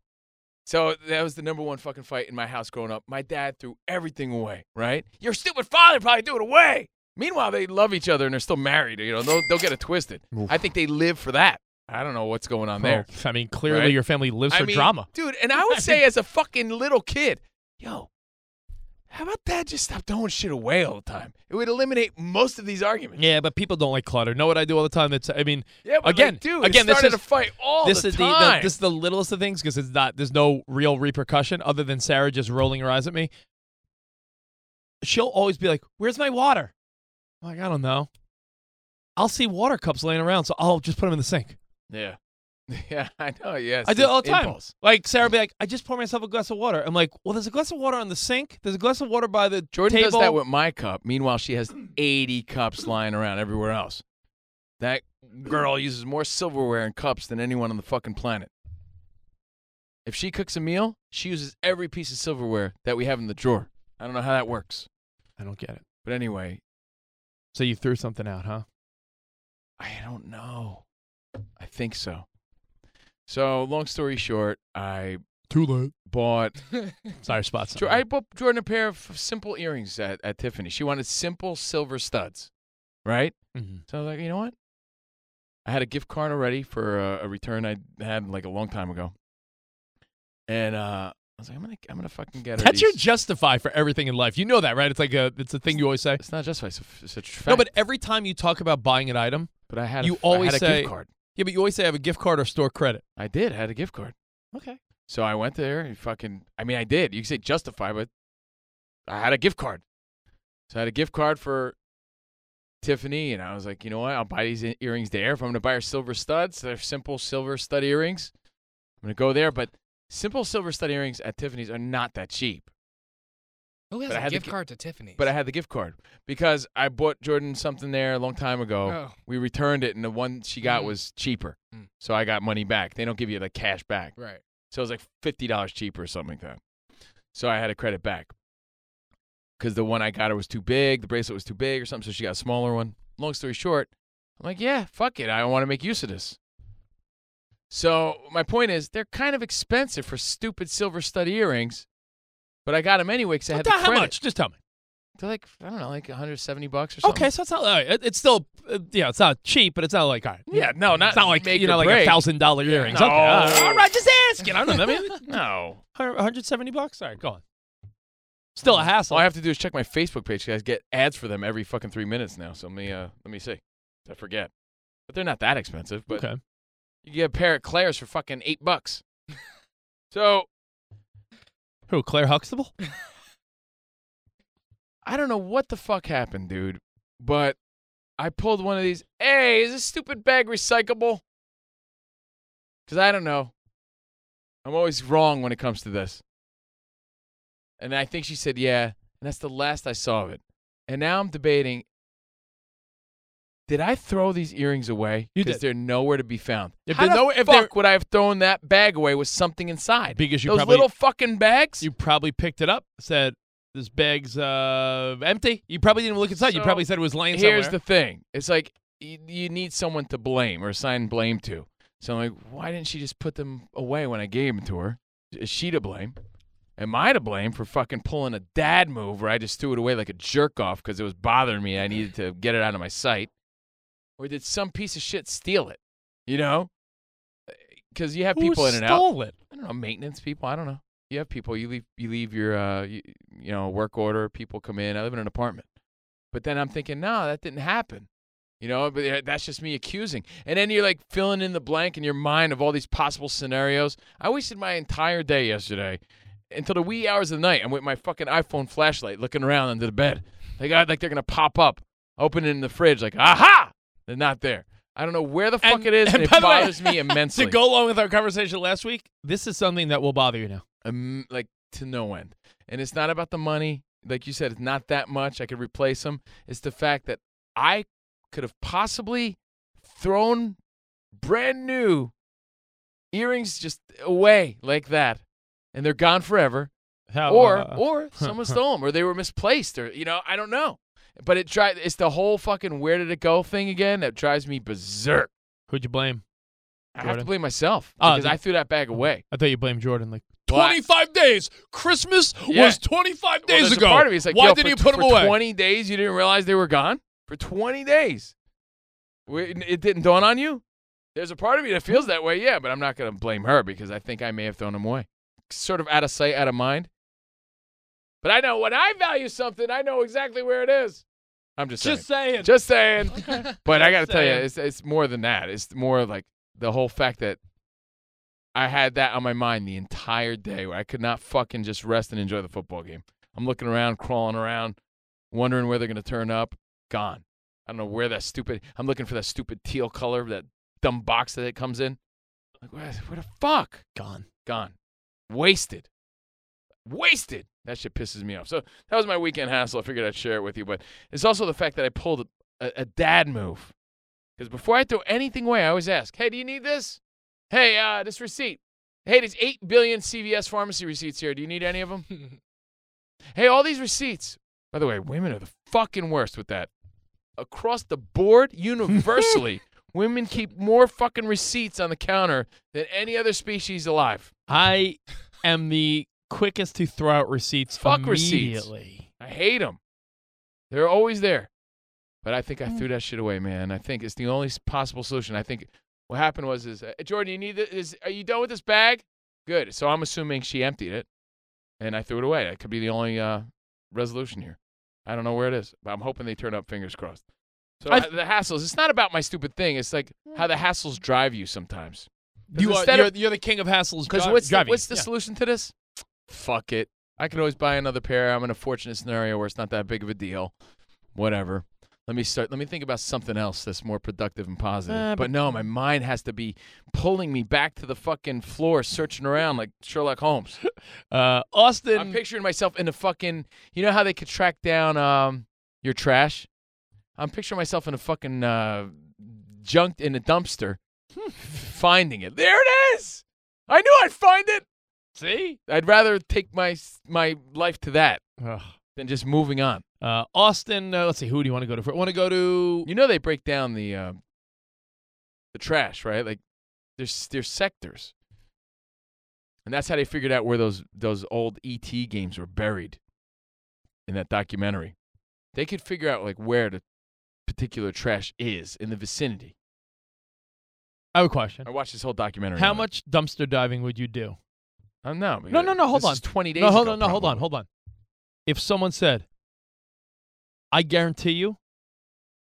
[SPEAKER 4] So that was the number one fucking fight in my house growing up. My dad threw everything away, right? Your stupid father probably threw it away. Meanwhile, they love each other and they're still married. You know, they'll, they'll get it twisted. I think they live for that. I don't know what's going on there.
[SPEAKER 3] I mean, clearly
[SPEAKER 4] Right?
[SPEAKER 3] your family lives
[SPEAKER 4] I
[SPEAKER 3] for
[SPEAKER 4] mean,
[SPEAKER 3] drama.
[SPEAKER 4] Dude, and I would say as a fucking little kid, yo, how about dad just stop throwing shit away all the time? It would eliminate most of these arguments.
[SPEAKER 3] Yeah, but people don't like clutter. Know what I do all the time? That's I mean,
[SPEAKER 4] Yeah, but like,
[SPEAKER 3] again,
[SPEAKER 4] dude, it
[SPEAKER 3] again, this
[SPEAKER 4] started
[SPEAKER 3] is
[SPEAKER 4] a fight all
[SPEAKER 3] this
[SPEAKER 4] the
[SPEAKER 3] is The,
[SPEAKER 4] time.
[SPEAKER 3] this is the littlest of things because it's not. There's no real repercussion other than Sarah just rolling her eyes at me. She'll always be like, "Where's my water?" I'm like, I don't know. I'll see water cups laying around, so I'll just put them in the sink.
[SPEAKER 4] Yeah. Yeah, I know. Yes.
[SPEAKER 3] I do it all the time.
[SPEAKER 4] Impulse.
[SPEAKER 3] Like Sarah be like, I just pour myself a glass of water. I'm like, well, there's a glass of water on the sink. There's a glass of water by the
[SPEAKER 4] Jordan
[SPEAKER 3] table.
[SPEAKER 4] does that with my cup. Meanwhile, she has 80 cups lying around everywhere else. That girl uses more silverware and cups than anyone on the fucking planet. If she cooks a meal, she uses every piece of silverware that we have in the drawer. I don't know how that works.
[SPEAKER 3] I don't get it.
[SPEAKER 4] But anyway,
[SPEAKER 3] So you threw something out, huh?
[SPEAKER 4] I don't know. I think so. So, long story short, I
[SPEAKER 3] Too late.
[SPEAKER 4] bought
[SPEAKER 3] Sorry, spots.
[SPEAKER 4] Jo- I bought Jordan a pair of simple earrings at, at Tiffany. She wanted simple silver studs, right?
[SPEAKER 3] Mm-hmm.
[SPEAKER 4] So I was like, you know what? I had a gift card already for a, a return I had like a long time ago, and uh, I was like, I'm gonna I'm gonna fucking get her.
[SPEAKER 3] That's your
[SPEAKER 4] these-
[SPEAKER 3] justify for everything in life. You know that, right? It's like a it's a thing you always say. It's
[SPEAKER 4] not justify. It's a fact.
[SPEAKER 3] no, but every time you talk about buying an item,
[SPEAKER 4] but I had a
[SPEAKER 3] you
[SPEAKER 4] f- I
[SPEAKER 3] always
[SPEAKER 4] had a
[SPEAKER 3] say
[SPEAKER 4] gift card.
[SPEAKER 3] Yeah, but you always say I have a gift card or store credit.
[SPEAKER 4] I did. I had a gift card.
[SPEAKER 3] Okay.
[SPEAKER 4] So I went there and fucking. I mean, I did. You can say justify, but I had a gift card. So I had a gift card for Tiffany, and I was like, you know what? I'll buy these e- earrings there. If I'm gonna buy her silver studs, they're simple silver stud earrings. I'm gonna go there, but simple silver stud earrings at Tiffany's are not that cheap.
[SPEAKER 5] Who has
[SPEAKER 4] But I
[SPEAKER 5] a
[SPEAKER 4] had the
[SPEAKER 5] gift
[SPEAKER 4] gi-
[SPEAKER 5] card to Tiffany?
[SPEAKER 4] But I had the gift card because I bought Jordan something there a long time ago.
[SPEAKER 5] Oh.
[SPEAKER 4] We returned it, and the one she got
[SPEAKER 5] Mm.
[SPEAKER 4] was cheaper,
[SPEAKER 5] Mm.
[SPEAKER 4] so I got money back. They don't give you the cash back.
[SPEAKER 5] Right.
[SPEAKER 4] So it was like fifty dollars cheaper or something like that. So I had a credit back. because the one I got her was too big, the bracelet was too big or something, so she got a smaller one. Long story short, I'm like, yeah, fuck it, I don't want to make use of this. So my point is, they're kind of expensive for stupid silver stud earrings, but I got them anyway because I had the
[SPEAKER 3] How
[SPEAKER 4] credit.
[SPEAKER 3] much? Just tell me.
[SPEAKER 4] They're like I don't know, like 170 bucks or something.
[SPEAKER 3] Okay, so it's not. All right, it- it's still. Uh, yeah, it's not cheap, but it's not like. All right,
[SPEAKER 4] Yeah, no, not
[SPEAKER 3] It's not like
[SPEAKER 4] make
[SPEAKER 3] you know,
[SPEAKER 4] or
[SPEAKER 3] like a
[SPEAKER 4] break.
[SPEAKER 3] thousand dollar earrings.
[SPEAKER 4] No.
[SPEAKER 3] Okay, all right, all right, just asking. I don't know. I mean,
[SPEAKER 4] no.
[SPEAKER 3] 170 bucks. All right, go on. Still a hassle.
[SPEAKER 4] All I have to do is check my Facebook page. 'cause I get ads for them every fucking three minutes now. So let me uh, let me see. I forget, but they're not that expensive. But
[SPEAKER 3] Okay.
[SPEAKER 4] you get a pair of Claire's for fucking eight bucks. so
[SPEAKER 3] Who? Claire Huxtable?
[SPEAKER 4] I don't know what the fuck happened, dude. But I pulled one of these. Hey, is this stupid bag recyclable? Because I don't know. I'm always wrong when it comes to this. And I think she said, yeah. And that's the last I saw of it. And now I'm debating did I throw these earrings away?
[SPEAKER 3] You
[SPEAKER 4] Because
[SPEAKER 3] did.
[SPEAKER 4] they're nowhere to be found.
[SPEAKER 3] If
[SPEAKER 4] How
[SPEAKER 3] they're
[SPEAKER 4] the
[SPEAKER 3] no-
[SPEAKER 4] fuck
[SPEAKER 3] if they're-
[SPEAKER 4] would I have thrown that bag away with something inside?
[SPEAKER 3] Because you
[SPEAKER 4] Those
[SPEAKER 3] probably
[SPEAKER 4] little fucking bags.
[SPEAKER 3] You probably picked it up. Said this bag's uh empty. You probably didn't look inside. you
[SPEAKER 4] So,
[SPEAKER 3] probably said it was laying
[SPEAKER 4] Here's
[SPEAKER 3] somewhere.
[SPEAKER 4] the thing: it's like you, you need someone to blame or assign blame to. So I'm like, why didn't she just put them away when I gave them to her? Is she to blame? Am I to blame for fucking pulling a dad move where I just threw it away like a jerk off because it was bothering me? and I needed to get it out of my sight, or did some piece of shit steal it? You know, because you have
[SPEAKER 3] Who
[SPEAKER 4] people in and out.
[SPEAKER 3] stole it?
[SPEAKER 4] I don't know, oh, maintenance people. I don't know. You have people. You leave. You leave your, uh, you, you know, work order. People come in. I live in an apartment. But then I'm thinking, no, that didn't happen. You know, but uh, that's just me accusing. And then you're like filling in the blank in your mind of all these possible scenarios. I wasted my entire day yesterday until the wee hours of the night. I'm with my fucking iPhone flashlight looking around under the bed. Like, I, like they're going to pop up. Open it in the fridge, like, aha! They're not there. I don't know where the fuck it is, and,
[SPEAKER 3] and
[SPEAKER 4] it
[SPEAKER 3] by the way,
[SPEAKER 4] bothers me immensely.
[SPEAKER 3] To go along with our conversation last week, this is something that will bother you now.
[SPEAKER 4] um, like to no end. And it's not about the money. Like you said, it's not that much. I could replace them. It's the fact that I could have possibly thrown brand new earrings just away like that, and they're gone forever.
[SPEAKER 3] How-
[SPEAKER 4] or
[SPEAKER 3] uh,
[SPEAKER 4] or someone stole them, or they were misplaced, or you know, I don't know. But it drives. It's the whole fucking where did it go thing again that drives me berserk.
[SPEAKER 3] Who'd you blame?
[SPEAKER 4] I have to
[SPEAKER 3] Jordan?
[SPEAKER 4] blame myself
[SPEAKER 3] Oh,
[SPEAKER 4] because
[SPEAKER 3] the-
[SPEAKER 4] I threw that bag away.
[SPEAKER 3] I thought you blamed Jordan. Like
[SPEAKER 4] Well, I-
[SPEAKER 3] 25 days. Christmas
[SPEAKER 4] Yeah.
[SPEAKER 3] was 25
[SPEAKER 4] Well,
[SPEAKER 3] days
[SPEAKER 4] there's
[SPEAKER 3] ago.
[SPEAKER 4] A part of me. It's like,
[SPEAKER 3] Why
[SPEAKER 4] yo,
[SPEAKER 3] did
[SPEAKER 4] for-
[SPEAKER 3] you put them
[SPEAKER 4] for
[SPEAKER 3] away?
[SPEAKER 4] 20 days you didn't realize they were gone? For 20 days. We- It didn't dawn on you? There's a part of me that feels that way, yeah, but I'm not going to blame her because I think I may have thrown them away. Sort of out of sight, out of mind. But I know when I value something, I know exactly where it is. I'm just saying.
[SPEAKER 3] Just saying.
[SPEAKER 4] Just saying. But I got to
[SPEAKER 3] Just
[SPEAKER 4] tell you,
[SPEAKER 3] saying.
[SPEAKER 4] it's, it's more than that. It's more like the whole fact that I had that on my mind the entire day where I could not fucking just rest and enjoy the football game. I'm looking around, crawling around, wondering where they're going to turn up. Gone. I don't know where that stupid, I'm looking for that stupid teal color, that dumb box that it comes in. Like, where, where the fuck?
[SPEAKER 3] Gone.
[SPEAKER 4] Gone. Wasted. Wasted. That shit pisses me off. So that was my weekend hassle. I figured I'd share it with you. But it's also the fact that I pulled a, a dad move. Because before I throw anything away, I always ask, hey, do you need this? Hey, uh, this receipt. Hey, there's 8 billion CVS pharmacy receipts here. Do you need any of them? hey, all these receipts. By the way, women are the fucking worst with that. Across the board, universally, women keep more fucking receipts on the counter than any other species alive.
[SPEAKER 3] I am the quickest to throw out receipts
[SPEAKER 4] Fuck receipts.
[SPEAKER 3] immediately.
[SPEAKER 4] I hate them. They're always there. But I think I
[SPEAKER 3] Mm.
[SPEAKER 4] threw that shit away, man. I think it's the only s- possible solution. I think what happened was is uh, Jordan, you need this, is are you done with this bag? Good. So I'm assuming she emptied it, and I threw it away. That could be the only uh, resolution here. I don't know where it is, but I'm hoping they turn up. Fingers crossed. So
[SPEAKER 3] I-
[SPEAKER 4] uh, the hassles. It's not about my stupid thing. It's like how the hassles drive you sometimes. 'Cause
[SPEAKER 3] You are,
[SPEAKER 4] instead
[SPEAKER 3] you're,
[SPEAKER 4] of-
[SPEAKER 3] you're the king of hassles.
[SPEAKER 4] because
[SPEAKER 3] dri-
[SPEAKER 4] what's the,
[SPEAKER 3] driving.
[SPEAKER 4] what's the
[SPEAKER 3] Yeah.
[SPEAKER 4] solution to this? Fuck it. I could always buy another pair. I'm in a fortunate scenario where it's not that big of a deal. Whatever. Let me start. Let me think about something else that's more productive and positive.
[SPEAKER 3] Uh,
[SPEAKER 4] but
[SPEAKER 3] but-
[SPEAKER 4] no, my mind has to be pulling me back to the fucking floor, searching around like Sherlock Holmes.
[SPEAKER 3] Uh, Austin.
[SPEAKER 4] I'm picturing myself in a fucking. You know how they could track down um, your trash? I'm picturing myself in a fucking uh, junk in a dumpster, finding it. There it is. I knew I'd find it.
[SPEAKER 3] See?
[SPEAKER 4] I'd rather take my s- my life to that.
[SPEAKER 3] Ugh.
[SPEAKER 4] Then just moving on.
[SPEAKER 3] Uh, Austin, uh, let's see, who do you want to go to? Want to go to?
[SPEAKER 4] You know they break down the uh, the trash, right? Like there's there's sectors, and that's how they figured out where those those old ET games were buried in that documentary. They could figure out like where the particular trash is in the vicinity.
[SPEAKER 3] I have a question.
[SPEAKER 4] I watched this whole documentary.
[SPEAKER 3] How
[SPEAKER 4] on it.
[SPEAKER 3] much dumpster diving would you do?
[SPEAKER 4] I don't know.
[SPEAKER 3] No, no, no. Hold
[SPEAKER 4] This
[SPEAKER 3] on.
[SPEAKER 4] is 20 days
[SPEAKER 3] No, hold
[SPEAKER 4] ago,
[SPEAKER 3] on. No, hold on. Hold on. If someone said, "I guarantee you,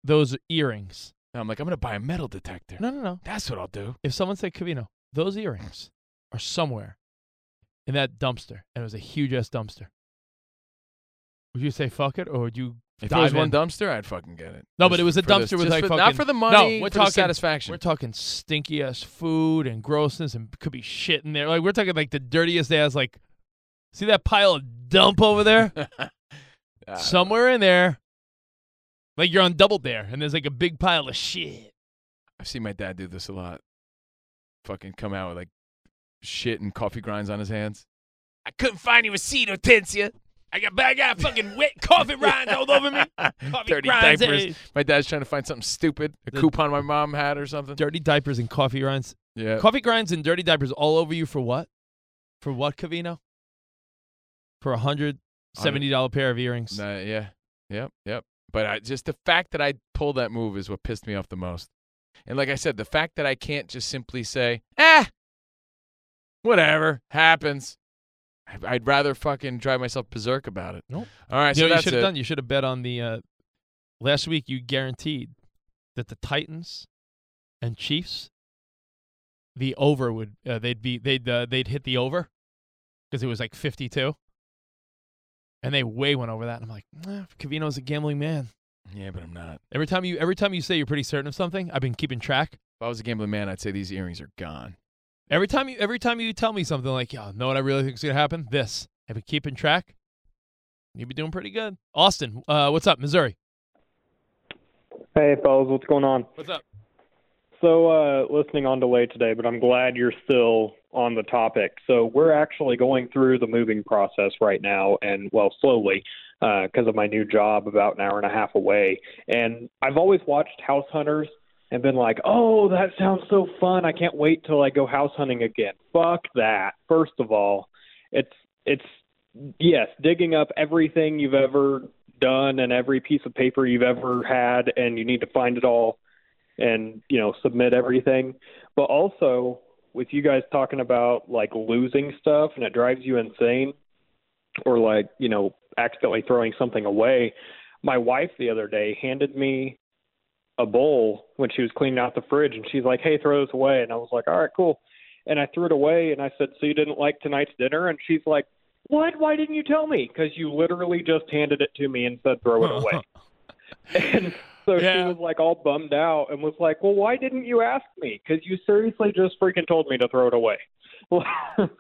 [SPEAKER 3] those are earrings,"
[SPEAKER 4] I'm like, I'm gonna buy a metal detector.
[SPEAKER 3] No, no, no.
[SPEAKER 4] That's what I'll do.
[SPEAKER 3] If someone said, "Cavino, those earrings are somewhere in that dumpster," and it was a huge ass dumpster, would you say "fuck it" or would you?
[SPEAKER 4] If it
[SPEAKER 3] dive
[SPEAKER 4] was
[SPEAKER 3] in?
[SPEAKER 4] one dumpster, I'd fucking get it.
[SPEAKER 3] No, but
[SPEAKER 4] Just
[SPEAKER 3] it was a
[SPEAKER 4] for this-
[SPEAKER 3] dumpster with
[SPEAKER 4] just
[SPEAKER 3] like
[SPEAKER 4] for-
[SPEAKER 3] fucking,
[SPEAKER 4] not for the money.
[SPEAKER 3] No, we're
[SPEAKER 4] for the
[SPEAKER 3] talking
[SPEAKER 4] satisfaction.
[SPEAKER 3] We're talking stinky ass food and grossness and could be shit in there. Like we're talking like the dirtiest ass. Like, see that pile of dump over there? Somewhere in there, like you're on Double Dare, and there's like a big pile of shit.
[SPEAKER 4] I've seen my dad do this a lot. Fucking come out with like shit and coffee grinds on his hands.
[SPEAKER 1] I couldn't find any receipt, Hortensia. I got, I got fucking wet coffee rinds all over me. Coffee
[SPEAKER 4] Dirty
[SPEAKER 1] rinds,
[SPEAKER 4] diapers.
[SPEAKER 1] eh.
[SPEAKER 4] My dad's trying to find something stupid, a
[SPEAKER 3] The-
[SPEAKER 4] coupon my mom had or something.
[SPEAKER 3] Dirty diapers and coffee grinds.
[SPEAKER 4] Yeah.
[SPEAKER 3] Coffee grinds and dirty diapers all over you for what? For what, Cavino? For a hundred seventy dollar pair of earrings.
[SPEAKER 4] Nah, yeah. Yep. Yep. But I, just the fact that I pulled that move is what pissed me off the most. And like I said, the fact that I can't just simply say, eh, whatever happens. I- I'd rather fucking drive myself berserk about it.
[SPEAKER 3] Nope.
[SPEAKER 4] All right.
[SPEAKER 3] you
[SPEAKER 4] so
[SPEAKER 3] know what you
[SPEAKER 4] that's
[SPEAKER 3] should
[SPEAKER 4] it.
[SPEAKER 3] have done. You should have bet on the uh, last week. You guaranteed that the Titans and Chiefs, the over would uh, they'd be they'd uh, they'd hit the over because it was like fifty two, and they way went over that. And I'm like, nah, Cavino's a gambling man.
[SPEAKER 4] Yeah, but I'm not.
[SPEAKER 3] Every time you every time you say you're pretty certain of something, I've been keeping track.
[SPEAKER 4] If I was a gambling man, I'd say these earrings are gone.
[SPEAKER 3] Every time you every time you tell me something like, "Yo, know what I really think's gonna happen?" This I've been keeping track. You'd be doing pretty good, Austin. Uh, what's up, Missouri?
[SPEAKER 21] Hey, fellas, what's going on?
[SPEAKER 3] What's up?
[SPEAKER 21] So, uh, listening on delay today, but I'm glad you're still on the topic. So, we're actually going through the moving process right now, and well, slowly, because of my new job about an hour and a half away. And I've always watched House Hunters and been like, oh, that sounds so fun. I can't wait till I go house hunting again. Fuck that. First of all, it's, it's, yes, digging up everything you've ever done and every piece of paper you've ever had, and you need to find it all and you know submit everything but also with you guys talking about like losing stuff and it drives you insane or like you know accidentally throwing something away my wife the other day handed me a bowl when she was cleaning out the fridge and she's like hey throw this away and i was like all right cool and i threw it away and i said so you didn't like tonight's dinner and she's like what why didn't you tell me because you literally just handed it to me and said throw it away so she was like all bummed out and was like, "Well, why didn't you ask me? Because you seriously just freaking told me to throw it away."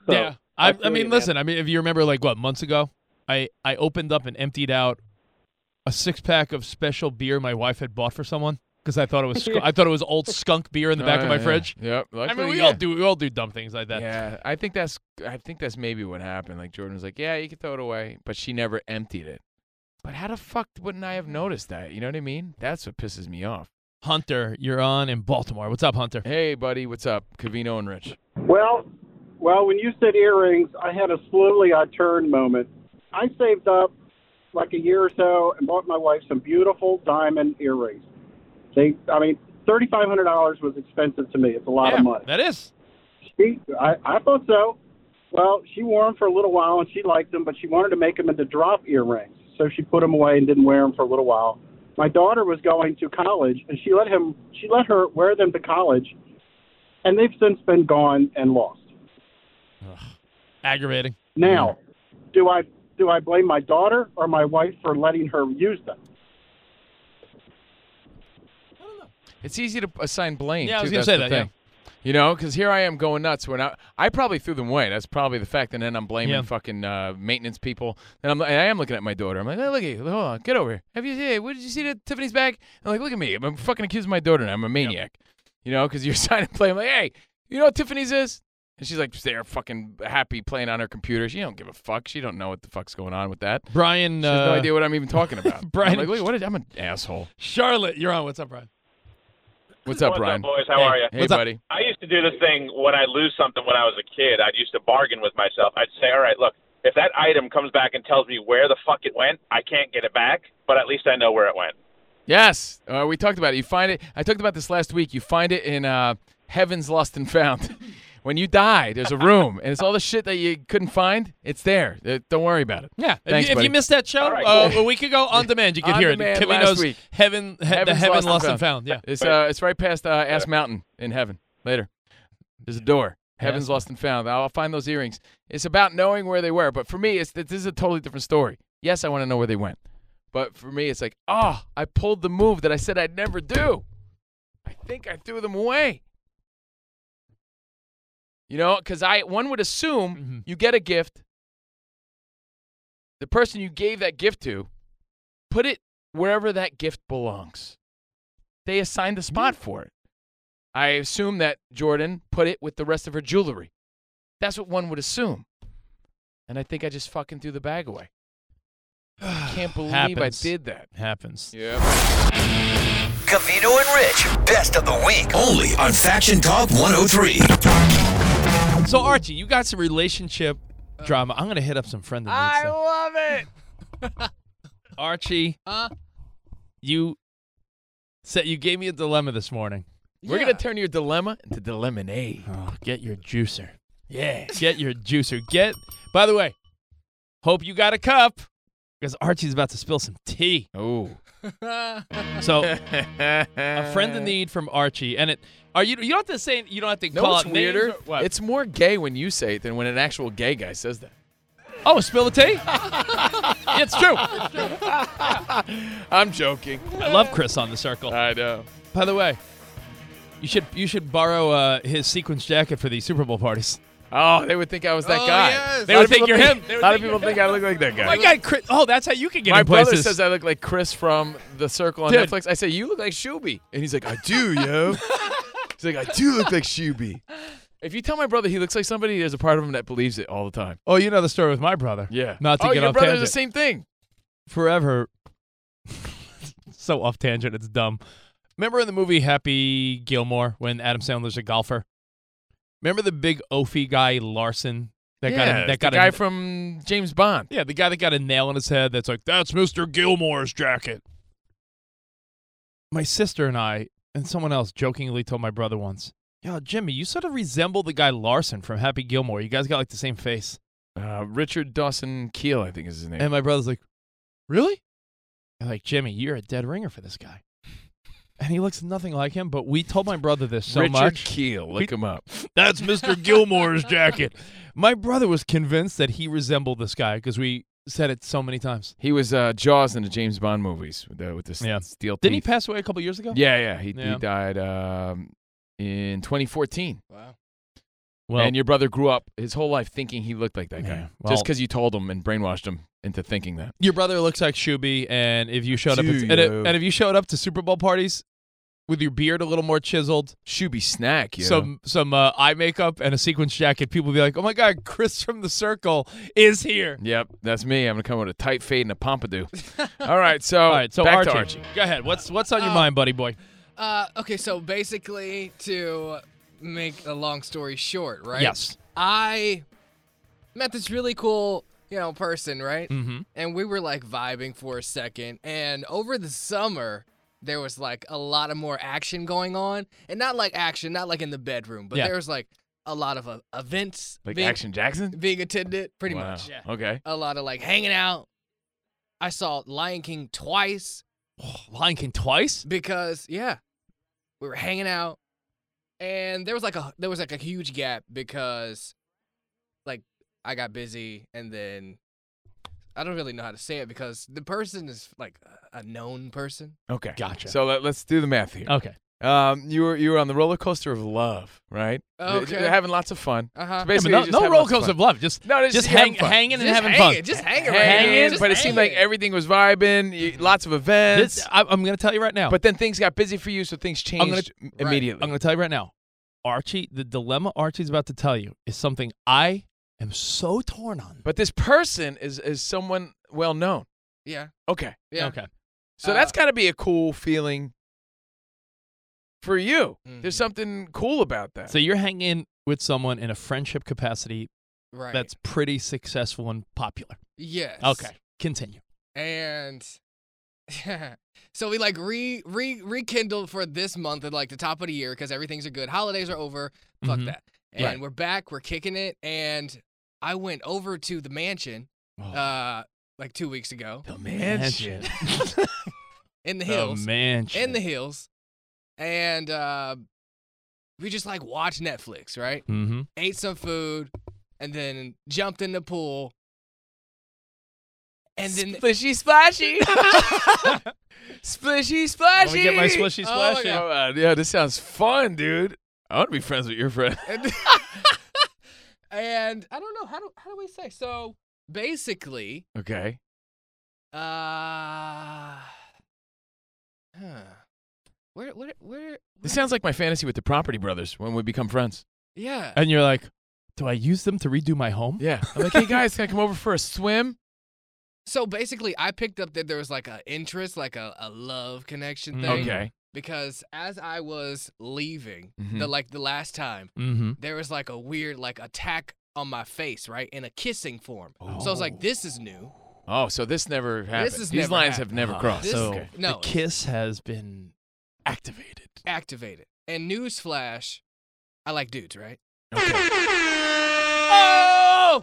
[SPEAKER 3] yeah, I, I
[SPEAKER 21] feel you,
[SPEAKER 3] mean,
[SPEAKER 21] man.
[SPEAKER 3] listen. I mean, if you remember, like what months ago, I I opened up and emptied out a six pack of special beer my wife had bought for someone because I thought it was sc- I thought it was old skunk beer in the back
[SPEAKER 4] Oh,
[SPEAKER 3] of my
[SPEAKER 4] yeah.
[SPEAKER 3] fridge.
[SPEAKER 4] Yep.
[SPEAKER 3] I mean,
[SPEAKER 4] Luckily,
[SPEAKER 3] we
[SPEAKER 4] yeah.
[SPEAKER 3] all do we all do dumb things like that.
[SPEAKER 4] Yeah, I think that's I think that's maybe what happened. Like Jordan was like, "Yeah, you can throw it away," but she never emptied it. But how the fuck wouldn't I have noticed that? You know what I mean? That's what pisses me off.
[SPEAKER 3] Hunter, you're on in Baltimore. What's up, Hunter?
[SPEAKER 4] Hey, buddy, what's up? Cavino and Rich.
[SPEAKER 22] Well, well, when you said earrings, I had a slowly I turned moment. I saved up like a year or so and bought my wife some beautiful diamond earrings. They, I mean, thirty five hundred dollars was expensive to me. It's a lot of money.
[SPEAKER 3] That is.
[SPEAKER 22] She, I, I thought so. Well, she wore them for a little while and she liked them, but she wanted to make them into drop earrings. So she put them away and didn't wear them for a little while. My daughter was going to college and she let him, she let her wear them to college, and they've since been gone and lost.
[SPEAKER 3] Aggravating.
[SPEAKER 22] Now,
[SPEAKER 3] Mm.
[SPEAKER 22] do I do I blame my daughter or my wife for letting her use them?
[SPEAKER 4] It's easy to assign blame.
[SPEAKER 3] Yeah, I
[SPEAKER 4] too.
[SPEAKER 3] was gonna
[SPEAKER 4] That's
[SPEAKER 3] say
[SPEAKER 4] the
[SPEAKER 3] that, yeah.
[SPEAKER 4] Thing. You know, because here I am going nuts. When I I probably threw them away. That's probably the fact. And then I'm blaming
[SPEAKER 3] Yeah.
[SPEAKER 4] fucking uh, maintenance people. And I'm and I am looking at my daughter. I'm like, hey, look at you. Hold on, get over here. Have you? Hey, what did you see? That Tiffany's back. I'm like, look at me. I'm fucking accusing my daughter. Now. I'm a maniac. You know, because you're signing blame. Like, hey, you know what Tiffany's is? And she's like there, fucking happy playing on her computer. She don't give a fuck. She don't know what the fuck's going on with that.
[SPEAKER 3] Brian,
[SPEAKER 4] she has no
[SPEAKER 3] uh,
[SPEAKER 4] idea what I'm even talking about.
[SPEAKER 3] Brian-
[SPEAKER 4] I'm like, wait, what? Is, I'm an asshole.
[SPEAKER 3] Charlotte, you're on. What's up, Brian?
[SPEAKER 4] What's up,
[SPEAKER 2] What's
[SPEAKER 4] Brian?
[SPEAKER 2] up, boys? How are you?
[SPEAKER 4] Hey, buddy.
[SPEAKER 2] I used to do this thing when I lose something when I was a kid. I'd used to bargain with myself. I'd say, all right, look, if that item comes back and tells me where the fuck it went, I can't get it back, but at least I know where it went.
[SPEAKER 4] Yes, uh, we talked about it. You find it. I talked about this last week. You find it in uh, Heaven's Lost and Found. when you die, there's a room, and it's all the shit that you couldn't find. It's there. Uh, don't worry about it.
[SPEAKER 3] Yeah. If
[SPEAKER 4] Thanks,
[SPEAKER 3] you, if
[SPEAKER 4] buddy.
[SPEAKER 3] you missed that show uh, a week ago on demand, you could
[SPEAKER 4] On
[SPEAKER 3] hear
[SPEAKER 4] demand
[SPEAKER 3] it. Kimmy
[SPEAKER 4] last
[SPEAKER 3] knows
[SPEAKER 4] week.
[SPEAKER 3] heaven, he, the
[SPEAKER 4] Heaven's
[SPEAKER 3] heaven lost, and found. Yeah,
[SPEAKER 4] It's uh, it's right past uh, Ass Mountain in heaven. Later, there's a door. Heaven's
[SPEAKER 3] Ass
[SPEAKER 4] lost and found. I'll find those earrings. It's about knowing where they were. But for me, it's this is a totally different story. Yes, I want to know where they went. But for me, it's like, oh, I pulled the move that I said I'd never do. I think I threw them away. You know, because I one would assume you get a gift. The person you gave that gift to, put it wherever that gift belongs. They assigned a spot for it. I assume that Jordan put it with the rest of her jewelry. That's what one would assume. And I think I just fucking threw the bag away. I can't believe
[SPEAKER 3] Happens.
[SPEAKER 4] I did that.
[SPEAKER 3] Happens.
[SPEAKER 1] Cavino and Rich, best of the week. Only on Faction Talk 103.
[SPEAKER 3] So Archie, you got some relationship drama. I'm gonna hit up some friend of mine.
[SPEAKER 4] I love it.
[SPEAKER 3] Archie,
[SPEAKER 5] Huh?
[SPEAKER 3] you said you gave me a dilemma this morning.
[SPEAKER 4] We're going to turn your dilemma into dilemonade.
[SPEAKER 3] Get your juicer. Yeah. Get your juicer. Get. By the way, hope you got a cup because Archie's about to spill some tea.
[SPEAKER 4] Oh.
[SPEAKER 3] So, a friend in need from Archie, and it. Are you? You don't have to say. You don't have to
[SPEAKER 4] No,
[SPEAKER 3] call
[SPEAKER 4] it's
[SPEAKER 3] it
[SPEAKER 4] weirder.
[SPEAKER 3] Names or, what?
[SPEAKER 4] It's more gay when you say it than when an actual gay guy says that.
[SPEAKER 3] oh, spill the tea. it's true.
[SPEAKER 4] I'm joking.
[SPEAKER 3] I love Chris on the circle.
[SPEAKER 4] I know.
[SPEAKER 3] By the way, you should you should borrow uh, his sequence jacket for the Super Bowl parties.
[SPEAKER 4] Oh, they would think I was that
[SPEAKER 3] Oh,
[SPEAKER 4] guy.
[SPEAKER 3] yes. They
[SPEAKER 4] A lot
[SPEAKER 3] would
[SPEAKER 4] of people
[SPEAKER 3] think you're him. They
[SPEAKER 4] A
[SPEAKER 3] would
[SPEAKER 4] lot
[SPEAKER 3] think
[SPEAKER 4] of people
[SPEAKER 3] you're
[SPEAKER 4] think I look like that guy.
[SPEAKER 3] Oh my God, Chris! Oh, that's how you can get
[SPEAKER 4] My
[SPEAKER 3] in
[SPEAKER 4] brother
[SPEAKER 3] places.
[SPEAKER 4] says I look like Chris from The Circle on
[SPEAKER 3] Dude.
[SPEAKER 4] Netflix. I say, You look like Shuby. And he's like, I do, yo. he's like, I do look like Shuby. If you tell my brother he looks like somebody, there's a part of him that believes it all the time.
[SPEAKER 3] Oh, you know the story with my brother.
[SPEAKER 4] Yeah.
[SPEAKER 3] Not to
[SPEAKER 4] oh,
[SPEAKER 3] get
[SPEAKER 4] your
[SPEAKER 3] off
[SPEAKER 4] brother's the
[SPEAKER 3] tangent.
[SPEAKER 4] same thing.
[SPEAKER 3] Forever. so off tangent, it's dumb. Remember in the movie Happy Gilmore when Adam Sandler's a golfer? Remember the big oafy guy Larson that got
[SPEAKER 4] Yeah,
[SPEAKER 3] a, that got
[SPEAKER 4] the
[SPEAKER 3] a,
[SPEAKER 4] guy from James Bond.
[SPEAKER 3] Yeah, the guy that got a nail in his head that's like, that's Mr. Gilmore's jacket. My sister and I, and someone else jokingly told my brother once, Yo, Jimmy, you sort of resemble the guy Larson from Happy Gilmore. You guys got like the same face.
[SPEAKER 4] Uh, Richard Dawson Keel, I think is his name.
[SPEAKER 3] And my brother's like, Really? I'm like, Jimmy, you're a dead ringer for this guy. And he looks nothing like him, but we told my brother this so
[SPEAKER 4] Richard
[SPEAKER 3] much.
[SPEAKER 4] Keel.
[SPEAKER 3] We-
[SPEAKER 4] Look him up.
[SPEAKER 3] That's Mr. Gilmore's jacket. My brother was convinced that he resembled this guy because we said it so many times.
[SPEAKER 4] He was uh, Jaws in the James Bond movies with the, with the s-
[SPEAKER 3] Yeah.
[SPEAKER 4] steel teeth.
[SPEAKER 3] Didn't he pass away a couple years ago?
[SPEAKER 4] Yeah, yeah. He, he died um, in 2014.
[SPEAKER 5] Wow.
[SPEAKER 3] Well-
[SPEAKER 4] and your brother grew up his whole life thinking he looked like that guy.
[SPEAKER 3] Yeah,
[SPEAKER 4] just
[SPEAKER 3] well-
[SPEAKER 4] because you told him and brainwashed him into thinking that.
[SPEAKER 3] Your brother looks like Shuby, and if you showed up,
[SPEAKER 4] Do
[SPEAKER 3] and, if-
[SPEAKER 4] you?
[SPEAKER 3] and if you showed up to Super Bowl parties with your beard a little more chiseled,
[SPEAKER 4] Shuby snack, yo.
[SPEAKER 3] some some uh, eye makeup and a sequence jacket, people would be like, "Oh my God, Chris from the Circle is here!"
[SPEAKER 4] Yep, that's me. I'm going to come with a tight fade and a pompadour. All right, so, All
[SPEAKER 3] right, so
[SPEAKER 4] back
[SPEAKER 3] Archie,
[SPEAKER 4] to Archie.
[SPEAKER 3] go ahead. What's what's on your
[SPEAKER 5] Oh.
[SPEAKER 3] mind, buddy boy?
[SPEAKER 5] Uh, okay, so basically, to make a long story short, right?
[SPEAKER 3] Yes.
[SPEAKER 5] I met this really cool, you know, person, right?
[SPEAKER 4] Mm-hmm.
[SPEAKER 3] Mhm.
[SPEAKER 5] And we were like vibing for a second. And over the summer, there was like a lot of more action going on, and not like action, not like in the bedroom, but
[SPEAKER 4] Yeah.
[SPEAKER 5] there was like a lot of uh, events,
[SPEAKER 4] Like
[SPEAKER 5] being-
[SPEAKER 4] Action Jackson?
[SPEAKER 5] being attended, pretty
[SPEAKER 4] Wow,
[SPEAKER 5] much.
[SPEAKER 4] Okay.
[SPEAKER 5] A lot of like hanging out. I saw Lion King twice.
[SPEAKER 4] Oh,
[SPEAKER 3] Lion King twice?
[SPEAKER 5] Because yeah, we were hanging out, and there was like a there was like a huge gap because, like, I got busy, and then I don't really know how to say it because the person is like a known person.
[SPEAKER 4] Okay.
[SPEAKER 3] Gotcha.
[SPEAKER 4] So let, us do the math here.
[SPEAKER 3] Okay.
[SPEAKER 4] Um, you were you were on the roller coaster of love, right? You're-
[SPEAKER 5] Okay.
[SPEAKER 4] You're having lots of fun.
[SPEAKER 5] Uh-huh.
[SPEAKER 4] So basically,
[SPEAKER 3] Yeah,
[SPEAKER 4] you're
[SPEAKER 3] but
[SPEAKER 4] just
[SPEAKER 3] no no
[SPEAKER 4] having
[SPEAKER 3] roller
[SPEAKER 4] lots of
[SPEAKER 3] coaster of
[SPEAKER 4] fun.
[SPEAKER 3] love. Just
[SPEAKER 4] No,
[SPEAKER 3] just
[SPEAKER 4] you're
[SPEAKER 3] hang,
[SPEAKER 4] having fun.
[SPEAKER 3] hanging and
[SPEAKER 5] Just
[SPEAKER 3] having
[SPEAKER 5] hang
[SPEAKER 3] fun.
[SPEAKER 5] it, just hang it right
[SPEAKER 4] Hanging,
[SPEAKER 5] now. Just
[SPEAKER 4] but it seemed like
[SPEAKER 5] hang it.
[SPEAKER 4] everything was vibing.
[SPEAKER 3] Mm-hmm.
[SPEAKER 4] y- Lots of events.
[SPEAKER 3] This- I, am going to tell you right now.
[SPEAKER 4] But then things got busy for you, so things changed
[SPEAKER 3] I'm gonna,
[SPEAKER 4] m- immediately.
[SPEAKER 3] I'm going to tell you right now. Archie, the dilemma Archie's about to tell you is something I am so torn on.
[SPEAKER 4] But this person is is someone well known.
[SPEAKER 5] Yeah.
[SPEAKER 4] Okay.
[SPEAKER 5] Yeah. Uh,
[SPEAKER 3] Okay.
[SPEAKER 4] So that's got to be a cool feeling for you.
[SPEAKER 5] Mm-hmm.
[SPEAKER 4] There's something cool about that.
[SPEAKER 3] So you're hanging with someone in a friendship capacity
[SPEAKER 5] Right.
[SPEAKER 3] that's pretty successful and popular.
[SPEAKER 5] Yes.
[SPEAKER 3] Okay. Continue.
[SPEAKER 5] and so we like re re rekindled for this month at like the top of the year because everything's are good. Holidays are over. Fuck
[SPEAKER 3] Mhm.
[SPEAKER 5] that. And
[SPEAKER 3] Right.
[SPEAKER 5] we're back. We're kicking it. And I went over to the mansion,
[SPEAKER 3] Oh.
[SPEAKER 5] uh, like two weeks ago. The
[SPEAKER 3] mansion.
[SPEAKER 5] in the
[SPEAKER 3] The
[SPEAKER 5] hills. In
[SPEAKER 3] mansion.
[SPEAKER 5] the hills, and uh, we just like watched Netflix, right?
[SPEAKER 3] Mm-hmm.
[SPEAKER 5] ate some food, and then jumped in the pool. And then
[SPEAKER 4] splishy splashy, splishy splashy.
[SPEAKER 3] Let me get my splishy splashy.
[SPEAKER 4] Oh, uh, yeah, this sounds fun, dude. I want to be friends with your friend.
[SPEAKER 5] and I don't know how do how do we say so. Basically,
[SPEAKER 4] okay.
[SPEAKER 5] uh, huh. Where where where?
[SPEAKER 4] This sounds like my fantasy with the Property Brothers when we become friends.
[SPEAKER 5] Yeah.
[SPEAKER 3] And you're like, do I use them to redo my home?
[SPEAKER 4] Yeah. I'm like, hey guys, can I come over for a swim?
[SPEAKER 5] So basically, I picked up that there was like a interest, like a, a love connection thing.
[SPEAKER 4] Mm, Okay.
[SPEAKER 5] Because as I was leaving, the
[SPEAKER 4] Mhm.
[SPEAKER 5] like the last time,
[SPEAKER 4] Mm-hmm.
[SPEAKER 3] Mhm.
[SPEAKER 5] there was like a weird like attack on my face, right, in a kissing form. So I was like, "This is new."
[SPEAKER 4] Oh, so this never happened.
[SPEAKER 5] is
[SPEAKER 4] These
[SPEAKER 5] never
[SPEAKER 4] lines have
[SPEAKER 5] happened.
[SPEAKER 4] never
[SPEAKER 5] Uh,
[SPEAKER 4] crossed.
[SPEAKER 5] this-
[SPEAKER 4] So,
[SPEAKER 5] okay. no.
[SPEAKER 3] The kiss has been.
[SPEAKER 5] Activated. And newsflash, I like dudes, right?
[SPEAKER 4] Oh!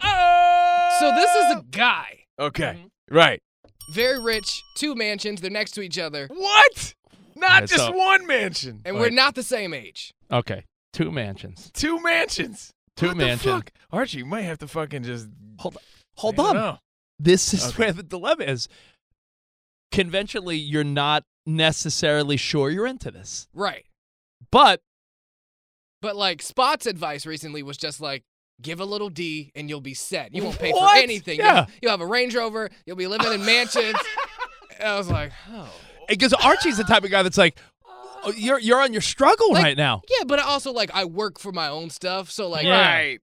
[SPEAKER 5] So this is a guy,
[SPEAKER 4] Okay. Right.
[SPEAKER 5] very rich, two mansions, they're next to each other.
[SPEAKER 4] What? Not
[SPEAKER 3] That's
[SPEAKER 4] just
[SPEAKER 3] up.
[SPEAKER 4] one mansion.
[SPEAKER 5] And we're not the same age.
[SPEAKER 3] Okay. Two mansions.
[SPEAKER 4] two mansions.
[SPEAKER 3] Two
[SPEAKER 4] what
[SPEAKER 3] mansion.
[SPEAKER 4] The fuck? Archie, you might have to fucking just
[SPEAKER 3] hold. Hold
[SPEAKER 4] I don't
[SPEAKER 3] on.
[SPEAKER 4] know.
[SPEAKER 3] This is where the dilemma is. Conventionally, you're not necessarily sure you're into this,
[SPEAKER 5] Right.
[SPEAKER 3] but
[SPEAKER 5] But like Spot's advice recently was just like give a little D and you'll be set. You won't pay
[SPEAKER 3] What?
[SPEAKER 5] for anything. You'll-
[SPEAKER 3] Yeah.
[SPEAKER 5] You'll, have a Range Rover, you'll be living in mansions. And I was like, "Oh."
[SPEAKER 3] because Archie's the type of guy that's like, oh, you're you're on your struggle
[SPEAKER 5] Like,
[SPEAKER 3] right now.
[SPEAKER 5] Yeah, but I also like I work for my own stuff, so like
[SPEAKER 3] Yeah.
[SPEAKER 4] Right.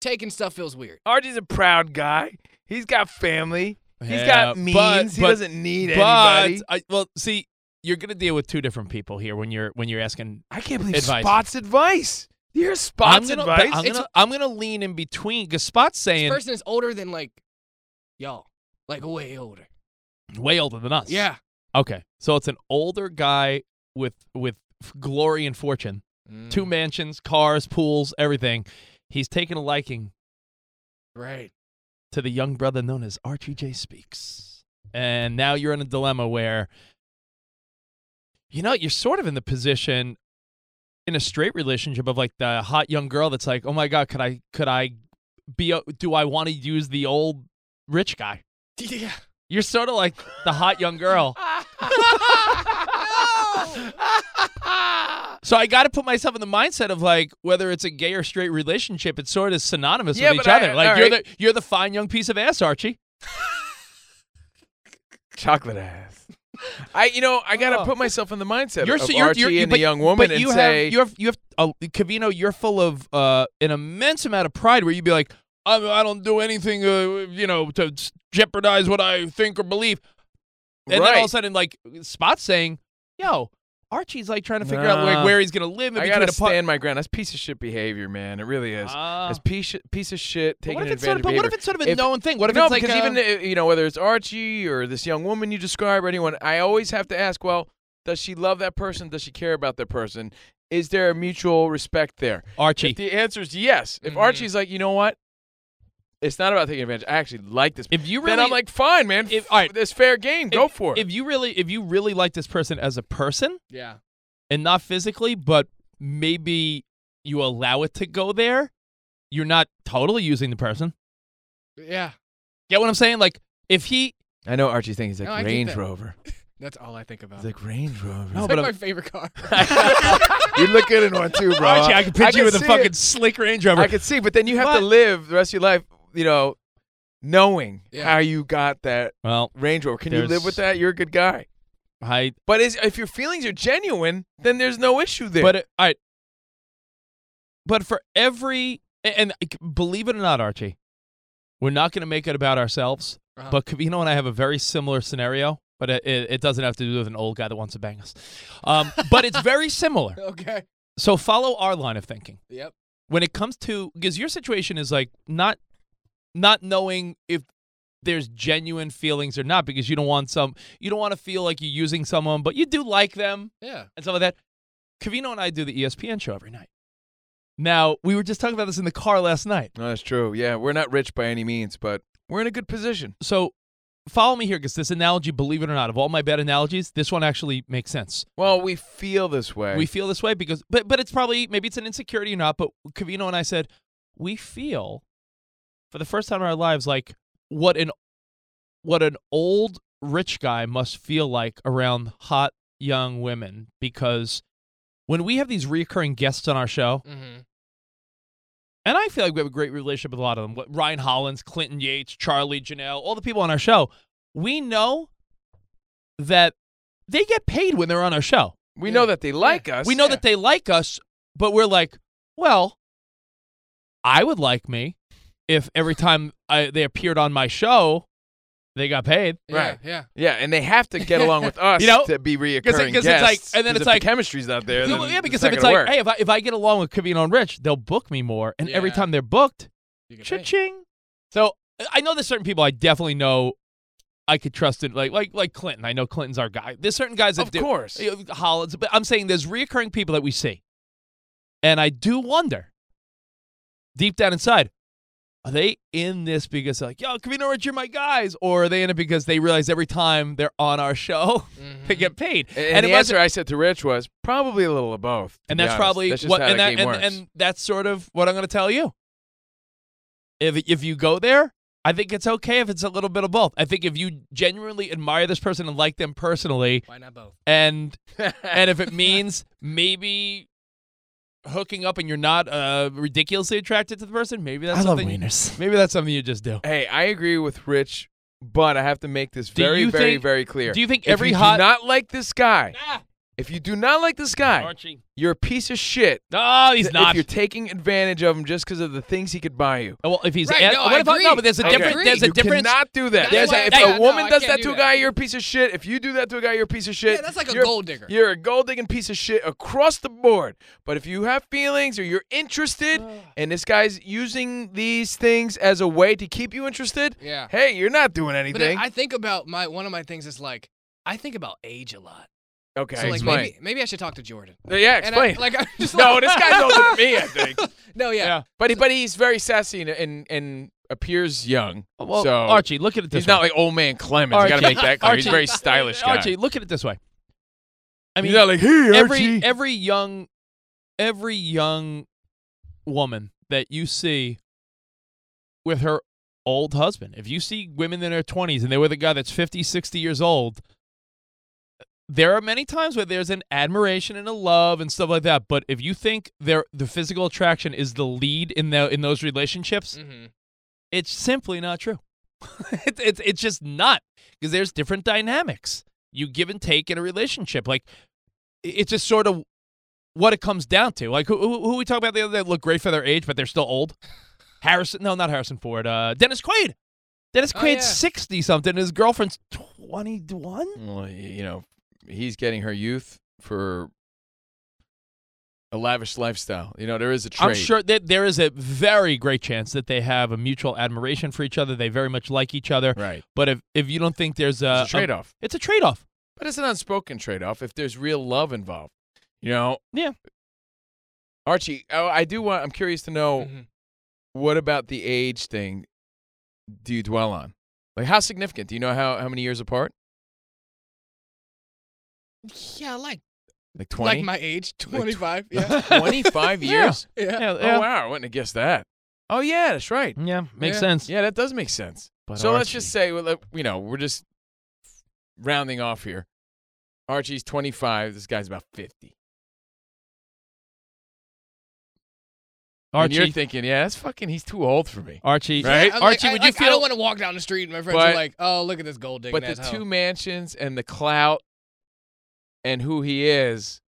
[SPEAKER 5] taking stuff feels weird.
[SPEAKER 4] Archie's a proud guy. He's got family. He's
[SPEAKER 3] Yeah,
[SPEAKER 4] got means.
[SPEAKER 3] but-
[SPEAKER 4] he
[SPEAKER 3] but-
[SPEAKER 4] doesn't need
[SPEAKER 3] but
[SPEAKER 4] anybody.
[SPEAKER 3] I, well, see, you're gonna deal with two different people here when you're when you're asking.
[SPEAKER 4] I can't believe
[SPEAKER 3] advice.
[SPEAKER 4] Spot's advice. You hear
[SPEAKER 3] I'm
[SPEAKER 4] Spot's
[SPEAKER 3] gonna, but
[SPEAKER 4] advice?
[SPEAKER 3] I'm
[SPEAKER 4] It's-
[SPEAKER 3] gonna, I'm gonna lean in between because Spot's
[SPEAKER 5] This
[SPEAKER 3] saying
[SPEAKER 5] person is older than like y'all. Like way older.
[SPEAKER 3] way older than us.
[SPEAKER 5] Yeah.
[SPEAKER 3] Okay. So it's an older guy with with f- glory and fortune,
[SPEAKER 5] Mm.
[SPEAKER 3] two mansions, cars, pools, everything. He's taken a liking
[SPEAKER 5] Right.
[SPEAKER 3] to the young brother known as Archie J Speaks, and now you're in a dilemma where, you know, you're sort of in the position in a straight relationship of like the hot young girl that's like, oh my god, could I could I be a- do I want to use the old rich guy?
[SPEAKER 5] Yeah.
[SPEAKER 3] You're sort of like the hot young girl. So I got to put myself in the mindset of like whether it's a gay or straight relationship, it's sort of synonymous
[SPEAKER 4] Yeah,
[SPEAKER 3] with each
[SPEAKER 4] but I-
[SPEAKER 3] other. Like
[SPEAKER 4] all
[SPEAKER 3] you're
[SPEAKER 4] right.
[SPEAKER 3] the you're the fine young piece of ass, Archie.
[SPEAKER 4] Chocolate ass. I, you know, I gotta put myself in the mindset
[SPEAKER 3] You're
[SPEAKER 4] of
[SPEAKER 3] so- you're-
[SPEAKER 4] Archie
[SPEAKER 3] you're- you-
[SPEAKER 4] and
[SPEAKER 3] but-
[SPEAKER 4] the young woman,
[SPEAKER 3] but
[SPEAKER 4] and
[SPEAKER 3] you
[SPEAKER 4] say,
[SPEAKER 3] have, you have you have uh, Cavino. You're full of uh, an immense amount of pride, where you'd be like, I, I don't do anything, uh, you know, to s- jeopardize what I think or believe. And then all of a
[SPEAKER 4] Right.
[SPEAKER 3] sudden, like Spot's saying, "Yo, Archie's like trying to figure out like
[SPEAKER 4] Nah.
[SPEAKER 3] where he's gonna live." In
[SPEAKER 4] I
[SPEAKER 3] between
[SPEAKER 4] gotta
[SPEAKER 3] a pu-
[SPEAKER 4] stand my ground. That's piece of shit behavior, man. It really is.
[SPEAKER 3] Ah.
[SPEAKER 4] That's piece piece of shit
[SPEAKER 3] But
[SPEAKER 4] taking
[SPEAKER 3] what
[SPEAKER 4] advantage
[SPEAKER 3] if it's sort of- but what if
[SPEAKER 4] behavior.
[SPEAKER 3] it's sort of a known thing? What if
[SPEAKER 4] no,
[SPEAKER 3] it's like um,
[SPEAKER 4] because
[SPEAKER 3] a-
[SPEAKER 4] even uh, you know whether it's Archie or this young woman you describe or anyone, I always have to ask. Well, does she love that person? Does she care about that person? Is there a mutual respect there?
[SPEAKER 3] Archie.
[SPEAKER 4] If the answer is yes,
[SPEAKER 3] Mm-hmm.
[SPEAKER 4] if Archie's like, you know what, it's not about taking advantage. I actually like this. If
[SPEAKER 3] you
[SPEAKER 4] then
[SPEAKER 3] really-
[SPEAKER 4] I'm like, fine, man. If, all right, this fair game. Go
[SPEAKER 3] If-
[SPEAKER 4] for it.
[SPEAKER 3] If you really, if you really like this person as a person,
[SPEAKER 5] Yeah.
[SPEAKER 3] and not physically, but maybe you allow it to go there. You're not totally using the person.
[SPEAKER 5] Yeah.
[SPEAKER 3] Get what I'm saying? Like if he,
[SPEAKER 4] I know Archie thinks
[SPEAKER 5] No, I get that. That's all I think about.
[SPEAKER 4] It's like Range Rover.
[SPEAKER 5] It's like my favorite car.
[SPEAKER 4] you look good in one too, bro.
[SPEAKER 3] Archie, I can picture you with a
[SPEAKER 4] see
[SPEAKER 3] fucking
[SPEAKER 4] it.
[SPEAKER 3] slick Range Rover.
[SPEAKER 4] I can see, but then you have
[SPEAKER 3] But-
[SPEAKER 4] to live the rest of your life, you know, knowing
[SPEAKER 5] Yeah.
[SPEAKER 4] how you got that
[SPEAKER 3] Well,
[SPEAKER 4] Range Rover. Can you live
[SPEAKER 3] there's-
[SPEAKER 4] with that? You're a good guy.
[SPEAKER 3] I
[SPEAKER 4] But is, if your feelings are genuine, then there's no issue there.
[SPEAKER 3] But uh, all right, but for every and and believe it or not, Archie, we're not going to make it about ourselves.
[SPEAKER 5] Uh-huh.
[SPEAKER 3] But Cavino and I have a very similar scenario, but it, it, it doesn't have to do with an old guy that wants to bang us. Um, but it's very similar.
[SPEAKER 5] Okay.
[SPEAKER 3] So follow our line of thinking
[SPEAKER 5] Yep.
[SPEAKER 3] when it comes to because your situation is like not not knowing if there's genuine feelings or not because you don't want some you don't want to feel like you're using someone but you do like them
[SPEAKER 5] Yeah.
[SPEAKER 3] and stuff like that. Cavino and I do the E ESPN show every night. Now we were just talking about this in the car last night.
[SPEAKER 4] No, that's true. Yeah, we're not rich by any means, but we're in a good position.
[SPEAKER 3] So follow me here because this analogy, believe it or not, of all my bad analogies, this one actually makes sense.
[SPEAKER 4] Well, we feel this way.
[SPEAKER 3] We feel this way because, but but it's probably maybe it's an insecurity or not. But Cavino and I said we feel for the first time in our lives like what an what an old rich guy must feel like around hot young women because when we have these recurring guests on our show
[SPEAKER 5] Mm-hmm.
[SPEAKER 3] and I feel like we have a great relationship with a lot of them. What, Ryan Hollins, Clinton Yates, Charlie Janelle, all the people on our show. We know that they get paid when they're on our show.
[SPEAKER 4] We know that they like us.
[SPEAKER 3] We know that they like us, but we're like, well, I would like me if every time I, they appeared on my show, they got paid.
[SPEAKER 4] Right.
[SPEAKER 5] Yeah.
[SPEAKER 4] Yeah, and they have to get along with us
[SPEAKER 3] You know?
[SPEAKER 4] to be reoccurring
[SPEAKER 3] 'Cause it- 'cause it's like-
[SPEAKER 4] guests,
[SPEAKER 3] and then
[SPEAKER 4] 'cause
[SPEAKER 3] it's
[SPEAKER 4] if
[SPEAKER 3] like-
[SPEAKER 4] the chemistry's not there.
[SPEAKER 3] Yeah,
[SPEAKER 4] then
[SPEAKER 3] yeah, because
[SPEAKER 4] not
[SPEAKER 3] if it's
[SPEAKER 4] gonna
[SPEAKER 3] like,
[SPEAKER 4] work.
[SPEAKER 3] hey, if I, if I get along with Cavino and Rich, they'll book me more. And every
[SPEAKER 5] Yeah.
[SPEAKER 3] time they're booked,
[SPEAKER 5] You get paid.
[SPEAKER 3] cha-ching. So I know there's certain people I definitely know I could trust in, like like like Clinton. I know Clinton's our guy. There's certain guys that
[SPEAKER 4] Of
[SPEAKER 3] do,
[SPEAKER 4] course.
[SPEAKER 3] you know, Hollins, but I'm saying there's reoccurring people that we see, and I do wonder, deep down inside, are they in this because they're like, yo, Cavino Rich, you're my guys, or are they in it because they realize every time they're on our show, they get paid?
[SPEAKER 4] Mm-hmm. and, and
[SPEAKER 3] it
[SPEAKER 4] the
[SPEAKER 3] wasn't-
[SPEAKER 4] answer I said to Rich was probably a little of both. to
[SPEAKER 3] and
[SPEAKER 4] be
[SPEAKER 3] that's
[SPEAKER 4] honest.
[SPEAKER 3] probably
[SPEAKER 4] that's just
[SPEAKER 3] what
[SPEAKER 4] how
[SPEAKER 3] and
[SPEAKER 4] the
[SPEAKER 3] that
[SPEAKER 4] game
[SPEAKER 3] and,
[SPEAKER 4] works.
[SPEAKER 3] and that's sort of what I'm going to tell you. If if you go there, I think it's okay if it's a little bit of both. I think if you genuinely admire this person and like them personally,
[SPEAKER 5] Why not both?
[SPEAKER 3] and and if it means maybe hooking up and you're not uh, ridiculously attracted to the person, maybe that's
[SPEAKER 4] I love
[SPEAKER 3] something. Maybe that's something you just do.
[SPEAKER 4] Hey, I agree with Rich, but I have to make this
[SPEAKER 3] Do
[SPEAKER 4] very,
[SPEAKER 3] you
[SPEAKER 4] very,
[SPEAKER 3] think-
[SPEAKER 4] very clear.
[SPEAKER 3] do you think
[SPEAKER 4] If
[SPEAKER 3] every
[SPEAKER 4] do
[SPEAKER 3] hot-
[SPEAKER 4] not like this guy? If you do not like this guy,
[SPEAKER 3] Archie.
[SPEAKER 4] you're a piece of shit.
[SPEAKER 3] No,
[SPEAKER 4] Th-
[SPEAKER 3] he's
[SPEAKER 4] If
[SPEAKER 3] not.
[SPEAKER 4] you're taking advantage of him just because of the things he could buy you.
[SPEAKER 3] Oh, Well, if he's
[SPEAKER 5] Right,
[SPEAKER 3] a-
[SPEAKER 5] no,
[SPEAKER 3] what
[SPEAKER 5] I
[SPEAKER 3] if I- no,
[SPEAKER 5] agree.
[SPEAKER 3] but there's a
[SPEAKER 5] I
[SPEAKER 3] difference.
[SPEAKER 5] agree.
[SPEAKER 3] There's a
[SPEAKER 4] you
[SPEAKER 3] difference.
[SPEAKER 4] cannot do that.
[SPEAKER 5] That's
[SPEAKER 4] There's
[SPEAKER 5] why
[SPEAKER 4] a,
[SPEAKER 5] I
[SPEAKER 4] if
[SPEAKER 5] can't-
[SPEAKER 4] a
[SPEAKER 5] no,
[SPEAKER 4] woman
[SPEAKER 5] I
[SPEAKER 4] does
[SPEAKER 5] can't
[SPEAKER 4] that
[SPEAKER 5] do
[SPEAKER 4] to a
[SPEAKER 5] that.
[SPEAKER 4] guy, you're a piece of shit. If you do that to a guy, you're a piece of shit.
[SPEAKER 5] Yeah, that's like a
[SPEAKER 4] You're-
[SPEAKER 5] gold digger.
[SPEAKER 4] You're a gold digging piece of shit across the board. But if you have feelings or you're interested, and this guy's using these things as a way to keep you interested,
[SPEAKER 5] Yeah.
[SPEAKER 4] hey, you're not doing
[SPEAKER 5] But I-
[SPEAKER 4] anything.
[SPEAKER 5] I think about my one of my things is like I think about age a lot.
[SPEAKER 4] okay,
[SPEAKER 5] so like
[SPEAKER 4] explain.
[SPEAKER 5] maybe maybe I should talk to Jordan.
[SPEAKER 4] Uh, yeah,
[SPEAKER 5] And I-
[SPEAKER 4] explain.
[SPEAKER 5] like I'm just
[SPEAKER 4] no,
[SPEAKER 5] like-
[SPEAKER 4] this guy's older than me, I think.
[SPEAKER 5] No, yeah.
[SPEAKER 3] Yeah.
[SPEAKER 4] But he, but he's very sassy and and, and appears young.
[SPEAKER 3] Oh, Well,
[SPEAKER 4] so
[SPEAKER 3] Archie, look at it this
[SPEAKER 4] he's not
[SPEAKER 3] way.
[SPEAKER 4] like old man Clemens. I gotta
[SPEAKER 3] Archie-
[SPEAKER 4] make that clear. he's a very
[SPEAKER 3] Archie-
[SPEAKER 4] stylish guy.
[SPEAKER 3] Archie, look at it this way. I
[SPEAKER 4] He's
[SPEAKER 3] mean,
[SPEAKER 4] not like, "Hey,
[SPEAKER 3] every
[SPEAKER 4] Archie."
[SPEAKER 3] every young every young woman that you see with her old husband. If you see women in their 20s and they're with a guy that's 50, 60 years old, there are many times where there's an admiration and a love and stuff like that, but if you think their the physical attraction is the lead in the in those relationships,
[SPEAKER 5] Mhm.
[SPEAKER 3] it's simply not true. it's, it's it's just not because there's different dynamics. You give and take in a relationship. Like i- it's just sort of what it comes down to. Like who who, who we talk about the other day look great for their age, but they're still old. Harrison, no, not Harrison Ford. Uh, Dennis Quaid. Dennis
[SPEAKER 5] Oh,
[SPEAKER 3] Quaid's
[SPEAKER 5] yeah.
[SPEAKER 3] sixty something. and His girlfriend's twenty one.
[SPEAKER 4] Well, you know, he's getting her youth for a lavish lifestyle. You know, there is a trade.
[SPEAKER 3] I'm sure that there is a very great chance that they have a mutual admiration for each other. They very much like each other.
[SPEAKER 4] Right.
[SPEAKER 3] But if, if you don't think there's a,
[SPEAKER 4] It's a trade-off.
[SPEAKER 3] it's a trade off.
[SPEAKER 4] But it's an unspoken trade off if there's real love involved. You know?
[SPEAKER 3] Yeah.
[SPEAKER 4] Archie, oh, I do want, I'm curious to know
[SPEAKER 5] Mhm.
[SPEAKER 4] what about the age thing do you dwell on? Like, how significant? Do you know how, how many years apart?
[SPEAKER 5] Yeah, like
[SPEAKER 4] Like 20?
[SPEAKER 5] like my age, 25. yeah.
[SPEAKER 4] 25 years?
[SPEAKER 5] Yeah.
[SPEAKER 3] Yeah,
[SPEAKER 4] Oh,
[SPEAKER 3] yeah.
[SPEAKER 4] wow. I wouldn't have guessed that. Oh, yeah, that's right.
[SPEAKER 3] Yeah, makes
[SPEAKER 5] Yeah.
[SPEAKER 3] sense.
[SPEAKER 4] Yeah, that does make sense.
[SPEAKER 3] But
[SPEAKER 4] so let's just
[SPEAKER 3] Archie-
[SPEAKER 4] say, well, look, you know, we're just rounding off here. Archie's 25. This guy's about 50. And
[SPEAKER 3] Archie,
[SPEAKER 4] you're thinking, yeah, that's fucking, he's too old for me.
[SPEAKER 3] Archie,
[SPEAKER 5] Yeah,
[SPEAKER 4] Right?
[SPEAKER 5] I'm like-
[SPEAKER 3] Archie,
[SPEAKER 5] I-
[SPEAKER 3] would you
[SPEAKER 5] like, I
[SPEAKER 3] feel?
[SPEAKER 5] don't want to walk down the street and my friends
[SPEAKER 4] But-
[SPEAKER 5] are like, "Oh, look at this gold digging
[SPEAKER 4] But the
[SPEAKER 5] asshole."
[SPEAKER 4] two mansions and the clout and who he is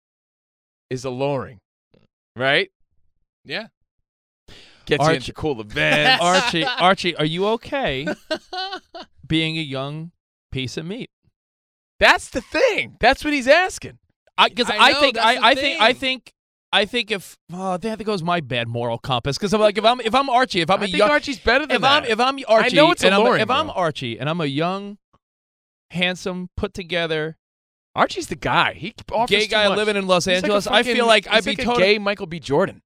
[SPEAKER 4] is alluring, right?
[SPEAKER 5] Yeah.
[SPEAKER 4] Gets you into cool events.
[SPEAKER 3] Archie, Archie, are you okay being a young piece of meat?
[SPEAKER 4] That's the thing. That's what he's asking.
[SPEAKER 3] Because
[SPEAKER 4] I
[SPEAKER 3] I,
[SPEAKER 4] know,
[SPEAKER 3] think
[SPEAKER 4] that's the
[SPEAKER 3] I, I think I
[SPEAKER 4] thing.
[SPEAKER 3] think I think if oh, there goes my bad moral compass. Because I'm like if I'm if I'm Archie, if I'm a
[SPEAKER 4] think
[SPEAKER 3] young,
[SPEAKER 4] Archie's better than
[SPEAKER 3] if I'm
[SPEAKER 4] that.
[SPEAKER 3] if I'm
[SPEAKER 4] I
[SPEAKER 3] Archie,
[SPEAKER 4] know it's
[SPEAKER 3] and I'm,
[SPEAKER 4] alluring,
[SPEAKER 3] if I'm
[SPEAKER 4] though.
[SPEAKER 3] Archie and I'm a young, handsome, put together.
[SPEAKER 4] Archie's the guy. He offers
[SPEAKER 3] gay
[SPEAKER 4] too
[SPEAKER 3] guy
[SPEAKER 4] much.
[SPEAKER 3] living in Los
[SPEAKER 4] He's like a
[SPEAKER 3] Angeles. I feel
[SPEAKER 4] fucking-
[SPEAKER 3] like I'd
[SPEAKER 4] he's
[SPEAKER 3] be
[SPEAKER 4] like a
[SPEAKER 3] total-
[SPEAKER 4] gay Michael B. Jordan.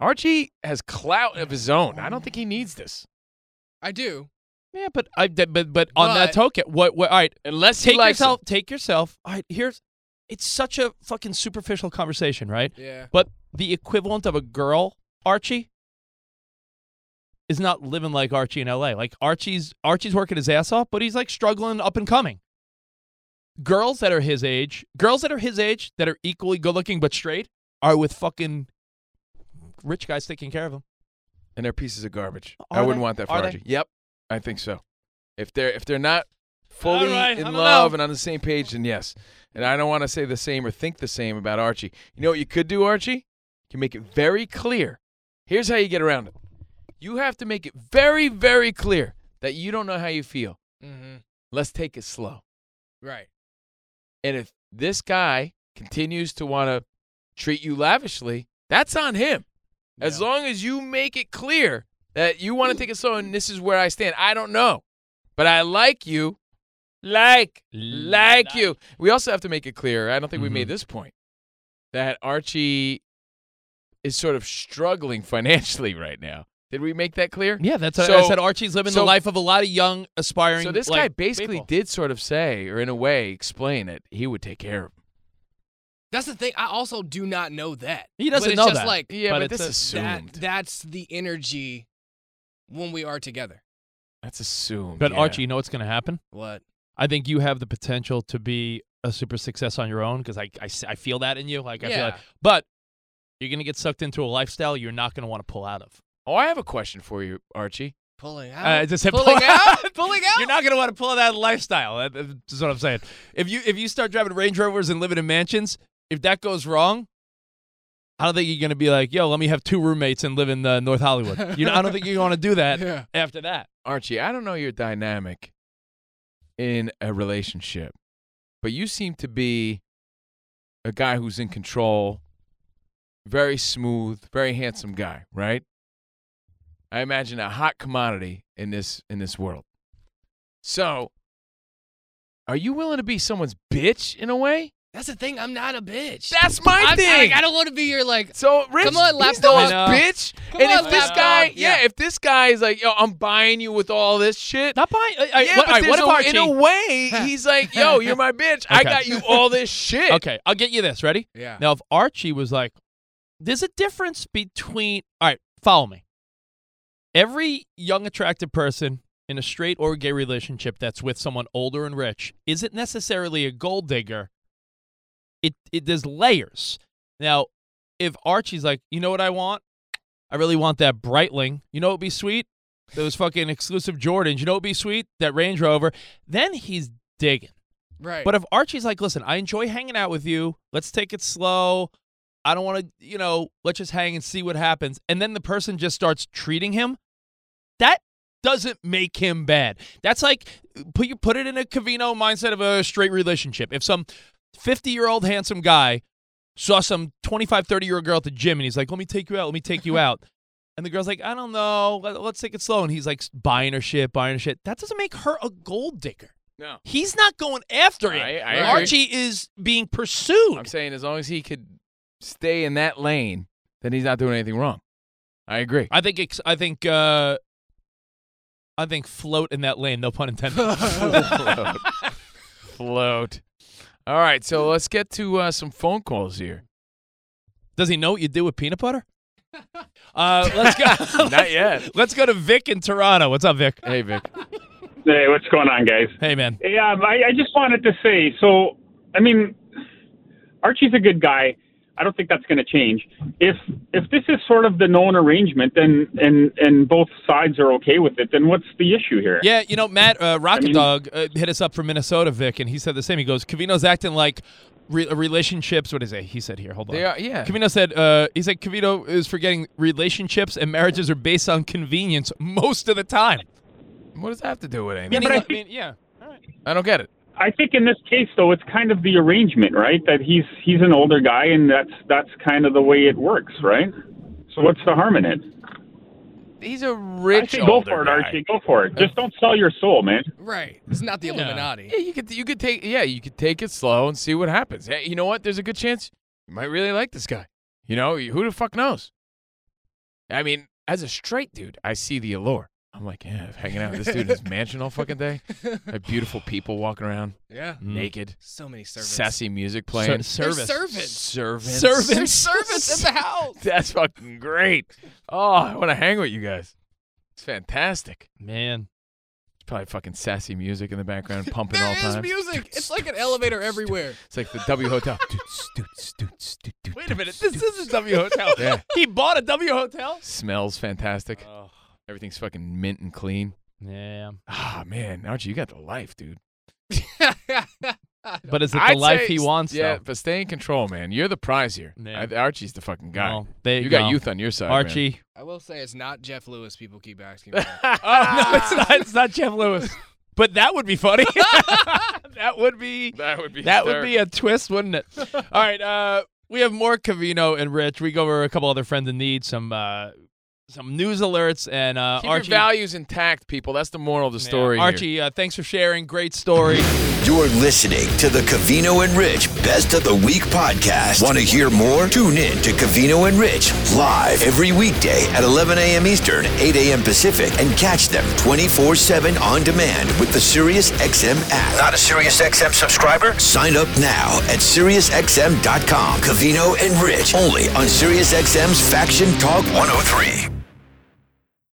[SPEAKER 4] Archie has clout of his own. I don't think he needs this.
[SPEAKER 5] I do.
[SPEAKER 3] Yeah, but I but but, but on that
[SPEAKER 5] But-
[SPEAKER 3] token, what, what? All right,
[SPEAKER 4] unless
[SPEAKER 5] he
[SPEAKER 3] take
[SPEAKER 5] likes
[SPEAKER 3] yourself, take yourself. All right, here's it's such a fucking superficial conversation, right?
[SPEAKER 5] Yeah.
[SPEAKER 3] But the equivalent of a girl, Archie, is not living like Archie in L.A. Like Archie's Archie's working his ass off, but he's like struggling up and coming. Girls that are his age, girls that are his age that are equally good looking but straight, are with fucking rich guys taking care of them.
[SPEAKER 4] And they're pieces of garbage.
[SPEAKER 3] Are
[SPEAKER 4] I wouldn't
[SPEAKER 3] they?
[SPEAKER 4] want that for
[SPEAKER 3] Are they?
[SPEAKER 4] Archie. Yep, I think so. If they're if they're not fully
[SPEAKER 3] All right, I
[SPEAKER 4] in
[SPEAKER 3] don't
[SPEAKER 4] love
[SPEAKER 3] know.
[SPEAKER 4] and on the same page, then yes. And I don't want to say the same or think the same about Archie. You know what you could do, Archie? You can make it very clear. Here's how you get around it. You have to make it very, very clear that you don't know how you feel.
[SPEAKER 5] Mm-hmm.
[SPEAKER 4] Let's take it slow.
[SPEAKER 5] Right.
[SPEAKER 4] And if this guy continues to want to treat you lavishly, that's on him. As long as you make it clear that you want to take it slow and this is where I stand, I don't know. But I like you. Like, like you. We also have to make it clear, I don't think we
[SPEAKER 3] Mm-hmm.
[SPEAKER 4] made this point, that Archie is sort of struggling financially right now. Did we make that clear?
[SPEAKER 3] Yeah, that's
[SPEAKER 4] So-
[SPEAKER 3] I said Archie's living
[SPEAKER 4] so-
[SPEAKER 3] the life of a lot of young aspiring.
[SPEAKER 4] So this guy
[SPEAKER 3] like,
[SPEAKER 4] basically
[SPEAKER 3] people.
[SPEAKER 4] did sort of say, or in a way, explain that he would take care of him.
[SPEAKER 5] That's the thing. I also do not know that.
[SPEAKER 3] He doesn't
[SPEAKER 5] but it's
[SPEAKER 3] know
[SPEAKER 5] just
[SPEAKER 3] that,
[SPEAKER 5] Like,
[SPEAKER 4] Yeah, but but
[SPEAKER 3] it's
[SPEAKER 4] that's a-
[SPEAKER 5] that-
[SPEAKER 4] assumed.
[SPEAKER 5] that's the energy when we are together.
[SPEAKER 4] That's assumed.
[SPEAKER 3] But
[SPEAKER 4] yeah.
[SPEAKER 3] Archie, you know what's going to happen?
[SPEAKER 5] What?
[SPEAKER 3] I think you have the potential to be a super success on your own because I, I s- I feel that in you. Like I feel like,
[SPEAKER 4] Yeah.
[SPEAKER 3] but you're going to get sucked into a lifestyle you're not going to want to pull out of. Uh,
[SPEAKER 4] Oh, I have a question for you, Archie. Uh,
[SPEAKER 5] Pulling out.
[SPEAKER 3] I just said
[SPEAKER 5] pulling
[SPEAKER 3] pull
[SPEAKER 5] out. Pulling out.
[SPEAKER 3] You're not going to want to pull out of that lifestyle. That- That's what I'm saying. If you if you start driving Range Rovers and living in mansions, if that goes wrong, I don't think you're going to be like, yo, let me have two roommates and live in uh, North Hollywood. You know, I don't think you're going to do that
[SPEAKER 5] Yeah.
[SPEAKER 3] after that.
[SPEAKER 4] Archie, I don't know your dynamic in a relationship, but you seem to be a guy who's in control, very smooth, very handsome guy, right? I imagine a hot commodity in this in this world. So, are you willing to be someone's bitch in a way?
[SPEAKER 5] That's the thing. I'm not a bitch.
[SPEAKER 4] That's my
[SPEAKER 5] I'm-
[SPEAKER 4] thing.
[SPEAKER 5] I, I don't want to be your like.
[SPEAKER 4] So Rich,
[SPEAKER 5] come on,
[SPEAKER 4] he's
[SPEAKER 5] lapdog.
[SPEAKER 4] not a bitch.
[SPEAKER 5] Come
[SPEAKER 4] and
[SPEAKER 5] on,
[SPEAKER 4] if this
[SPEAKER 5] lapdog.
[SPEAKER 4] guy, yeah.
[SPEAKER 5] Yeah.
[SPEAKER 4] if this guy is like, yo, I'm buying you with all this shit.
[SPEAKER 3] Not buying. I,
[SPEAKER 4] yeah,
[SPEAKER 3] what-
[SPEAKER 4] but
[SPEAKER 3] all right, what
[SPEAKER 4] there's
[SPEAKER 3] if
[SPEAKER 4] a, in a
[SPEAKER 3] Archie-
[SPEAKER 4] way, he's like, yo, you're my bitch. I
[SPEAKER 3] Okay.
[SPEAKER 4] got you all this shit.
[SPEAKER 3] Okay, I'll get you this. Ready?
[SPEAKER 5] Yeah.
[SPEAKER 3] Now, if Archie was like, there's a difference between. All right, follow me. Every young, attractive person in a straight or gay relationship that's with someone older and rich isn't necessarily a gold digger. It, it there's layers. Now, if Archie's like, you know what I want? I really want that Breitling. You know what would be sweet? Those fucking exclusive Jordans. You know what would be sweet? That Range Rover. Then he's digging.
[SPEAKER 5] Right.
[SPEAKER 3] But if Archie's like, listen, I enjoy hanging out with you. Let's take it slow. I don't want to, you know, let's just hang and see what happens. And then the person just starts treating him. That doesn't make him bad. That's like put you put it in a Cavino mindset of a straight relationship. If some 50-year-old handsome guy saw some 25, 30-year-old girl at the gym and he's like, "Let me take you out. Let me take you out." And the girl's like, "I don't know. Let, let's take it slow." And he's like buying her shit, buying her shit. That doesn't make her a gold digger.
[SPEAKER 4] No.
[SPEAKER 3] He's not going after it.
[SPEAKER 4] I- I agree.
[SPEAKER 3] Archie is being pursued.
[SPEAKER 4] I'm saying as long as he could stay in that lane, then he's not doing anything wrong. I agree.
[SPEAKER 3] I think. Ex- I think. Uh, I think float in that lane. No pun intended.
[SPEAKER 4] Float. Float. All right, so let's get to uh, some phone calls here.
[SPEAKER 3] Does he know what you do with peanut butter? Uh, let's go.
[SPEAKER 4] Not yet.
[SPEAKER 3] Let's go to Vic in Toronto. What's up, Vic?
[SPEAKER 4] Hey, Vic.
[SPEAKER 6] Hey, what's going on, guys?
[SPEAKER 3] Hey, man.
[SPEAKER 6] Yeah, I, I just wanted to say so, I mean, Archie's a good guy. I don't think that's going to change. If if this is sort of the known arrangement, then and and both sides are okay with it, then what's the issue here?
[SPEAKER 3] Yeah, you know, Matt uh, Rocket Dog uh, hit us up from Minnesota, Vic, and he said the same. He goes, "Cavino's acting like Re- relationships. What is it? He said here. Hold on.
[SPEAKER 4] They are- yeah.
[SPEAKER 3] Covino said. Uh, he said Covino is forgetting relationships and marriages are based on convenience most of the time.
[SPEAKER 4] What does that have to do with
[SPEAKER 3] Yeah,
[SPEAKER 4] anything?
[SPEAKER 3] but I, mean, yeah.
[SPEAKER 4] I don't get it.
[SPEAKER 6] I think in this case, though, it's kind of the arrangement, right? That he's he's an older guy, and that's that's kind of the way it works, right? So what's the harm in it?
[SPEAKER 4] He's a rich.
[SPEAKER 6] Hey, go
[SPEAKER 4] older
[SPEAKER 6] for it,
[SPEAKER 4] guy.
[SPEAKER 6] Archie. Go for it. Just don't sell your soul, man.
[SPEAKER 5] Right. It's not the Illuminati.
[SPEAKER 4] Yeah, you could you could take yeah you could take it slow and see what happens. Hey, you know what? There's a good chance you might really like this guy. You know who the fuck knows? I mean, as a straight dude, I see the allure. I'm like, yeah, hanging out with this dude in his mansion all fucking day. Have beautiful people walking around.
[SPEAKER 5] Yeah. Mm.
[SPEAKER 4] naked.
[SPEAKER 5] So many servants.
[SPEAKER 4] Sassy music playing.
[SPEAKER 5] Ser- There's servants.
[SPEAKER 4] Servants.
[SPEAKER 5] Servants. There's servants in the house.
[SPEAKER 4] That's fucking great. Oh, I want to hang with you guys. It's fantastic,
[SPEAKER 3] man.
[SPEAKER 4] It's probably fucking sassy music in the background, pumping all
[SPEAKER 5] There
[SPEAKER 4] the
[SPEAKER 5] is
[SPEAKER 4] time.
[SPEAKER 5] music. It's like an elevator everywhere.
[SPEAKER 4] It's like the W Hotel.
[SPEAKER 3] Wait a minute. This is a W hotel.
[SPEAKER 4] Yeah.
[SPEAKER 3] He bought a W hotel.
[SPEAKER 4] Smells fantastic. Everything's fucking mint and clean.
[SPEAKER 3] Yeah.
[SPEAKER 4] Ah, man, Archie, you got the life, dude.
[SPEAKER 3] But is it the life he wants,
[SPEAKER 4] Yeah,
[SPEAKER 3] though?
[SPEAKER 4] but stay in control, man. You're the prize here.
[SPEAKER 3] Yeah.
[SPEAKER 4] I- Archie's the fucking guy.
[SPEAKER 3] Well, there
[SPEAKER 4] you
[SPEAKER 3] you
[SPEAKER 4] got
[SPEAKER 3] go.
[SPEAKER 4] youth on your side, man.
[SPEAKER 3] Archie.
[SPEAKER 5] I will say it's not Jeff Lewis. People keep asking. Me.
[SPEAKER 3] oh no, it's not. It's not Jeff Lewis. But that would be funny. that would be.
[SPEAKER 4] That would be.
[SPEAKER 3] that would be a twist, wouldn't it? All right, uh, we have more Cavino and Rich. We go over a couple other friends in need, some uh, some news alerts, and uh,
[SPEAKER 4] Keep your
[SPEAKER 3] Archie.
[SPEAKER 4] values intact, people. That's the moral of the story. here.
[SPEAKER 3] Archie, uh, thanks for sharing. Great story.
[SPEAKER 1] You're listening to the Cavino and Rich Best of the Week podcast. Want to hear more? Tune in to Cavino and Rich live every weekday at 11 a.m. Eastern, 8 a.m. Pacific, and catch them 24 7 on demand with the SiriusXM app. Not a SiriusXM subscriber? Sign up now at SiriusXM.com. Cavino and Rich, only on SiriusXM's Faction Talk 103.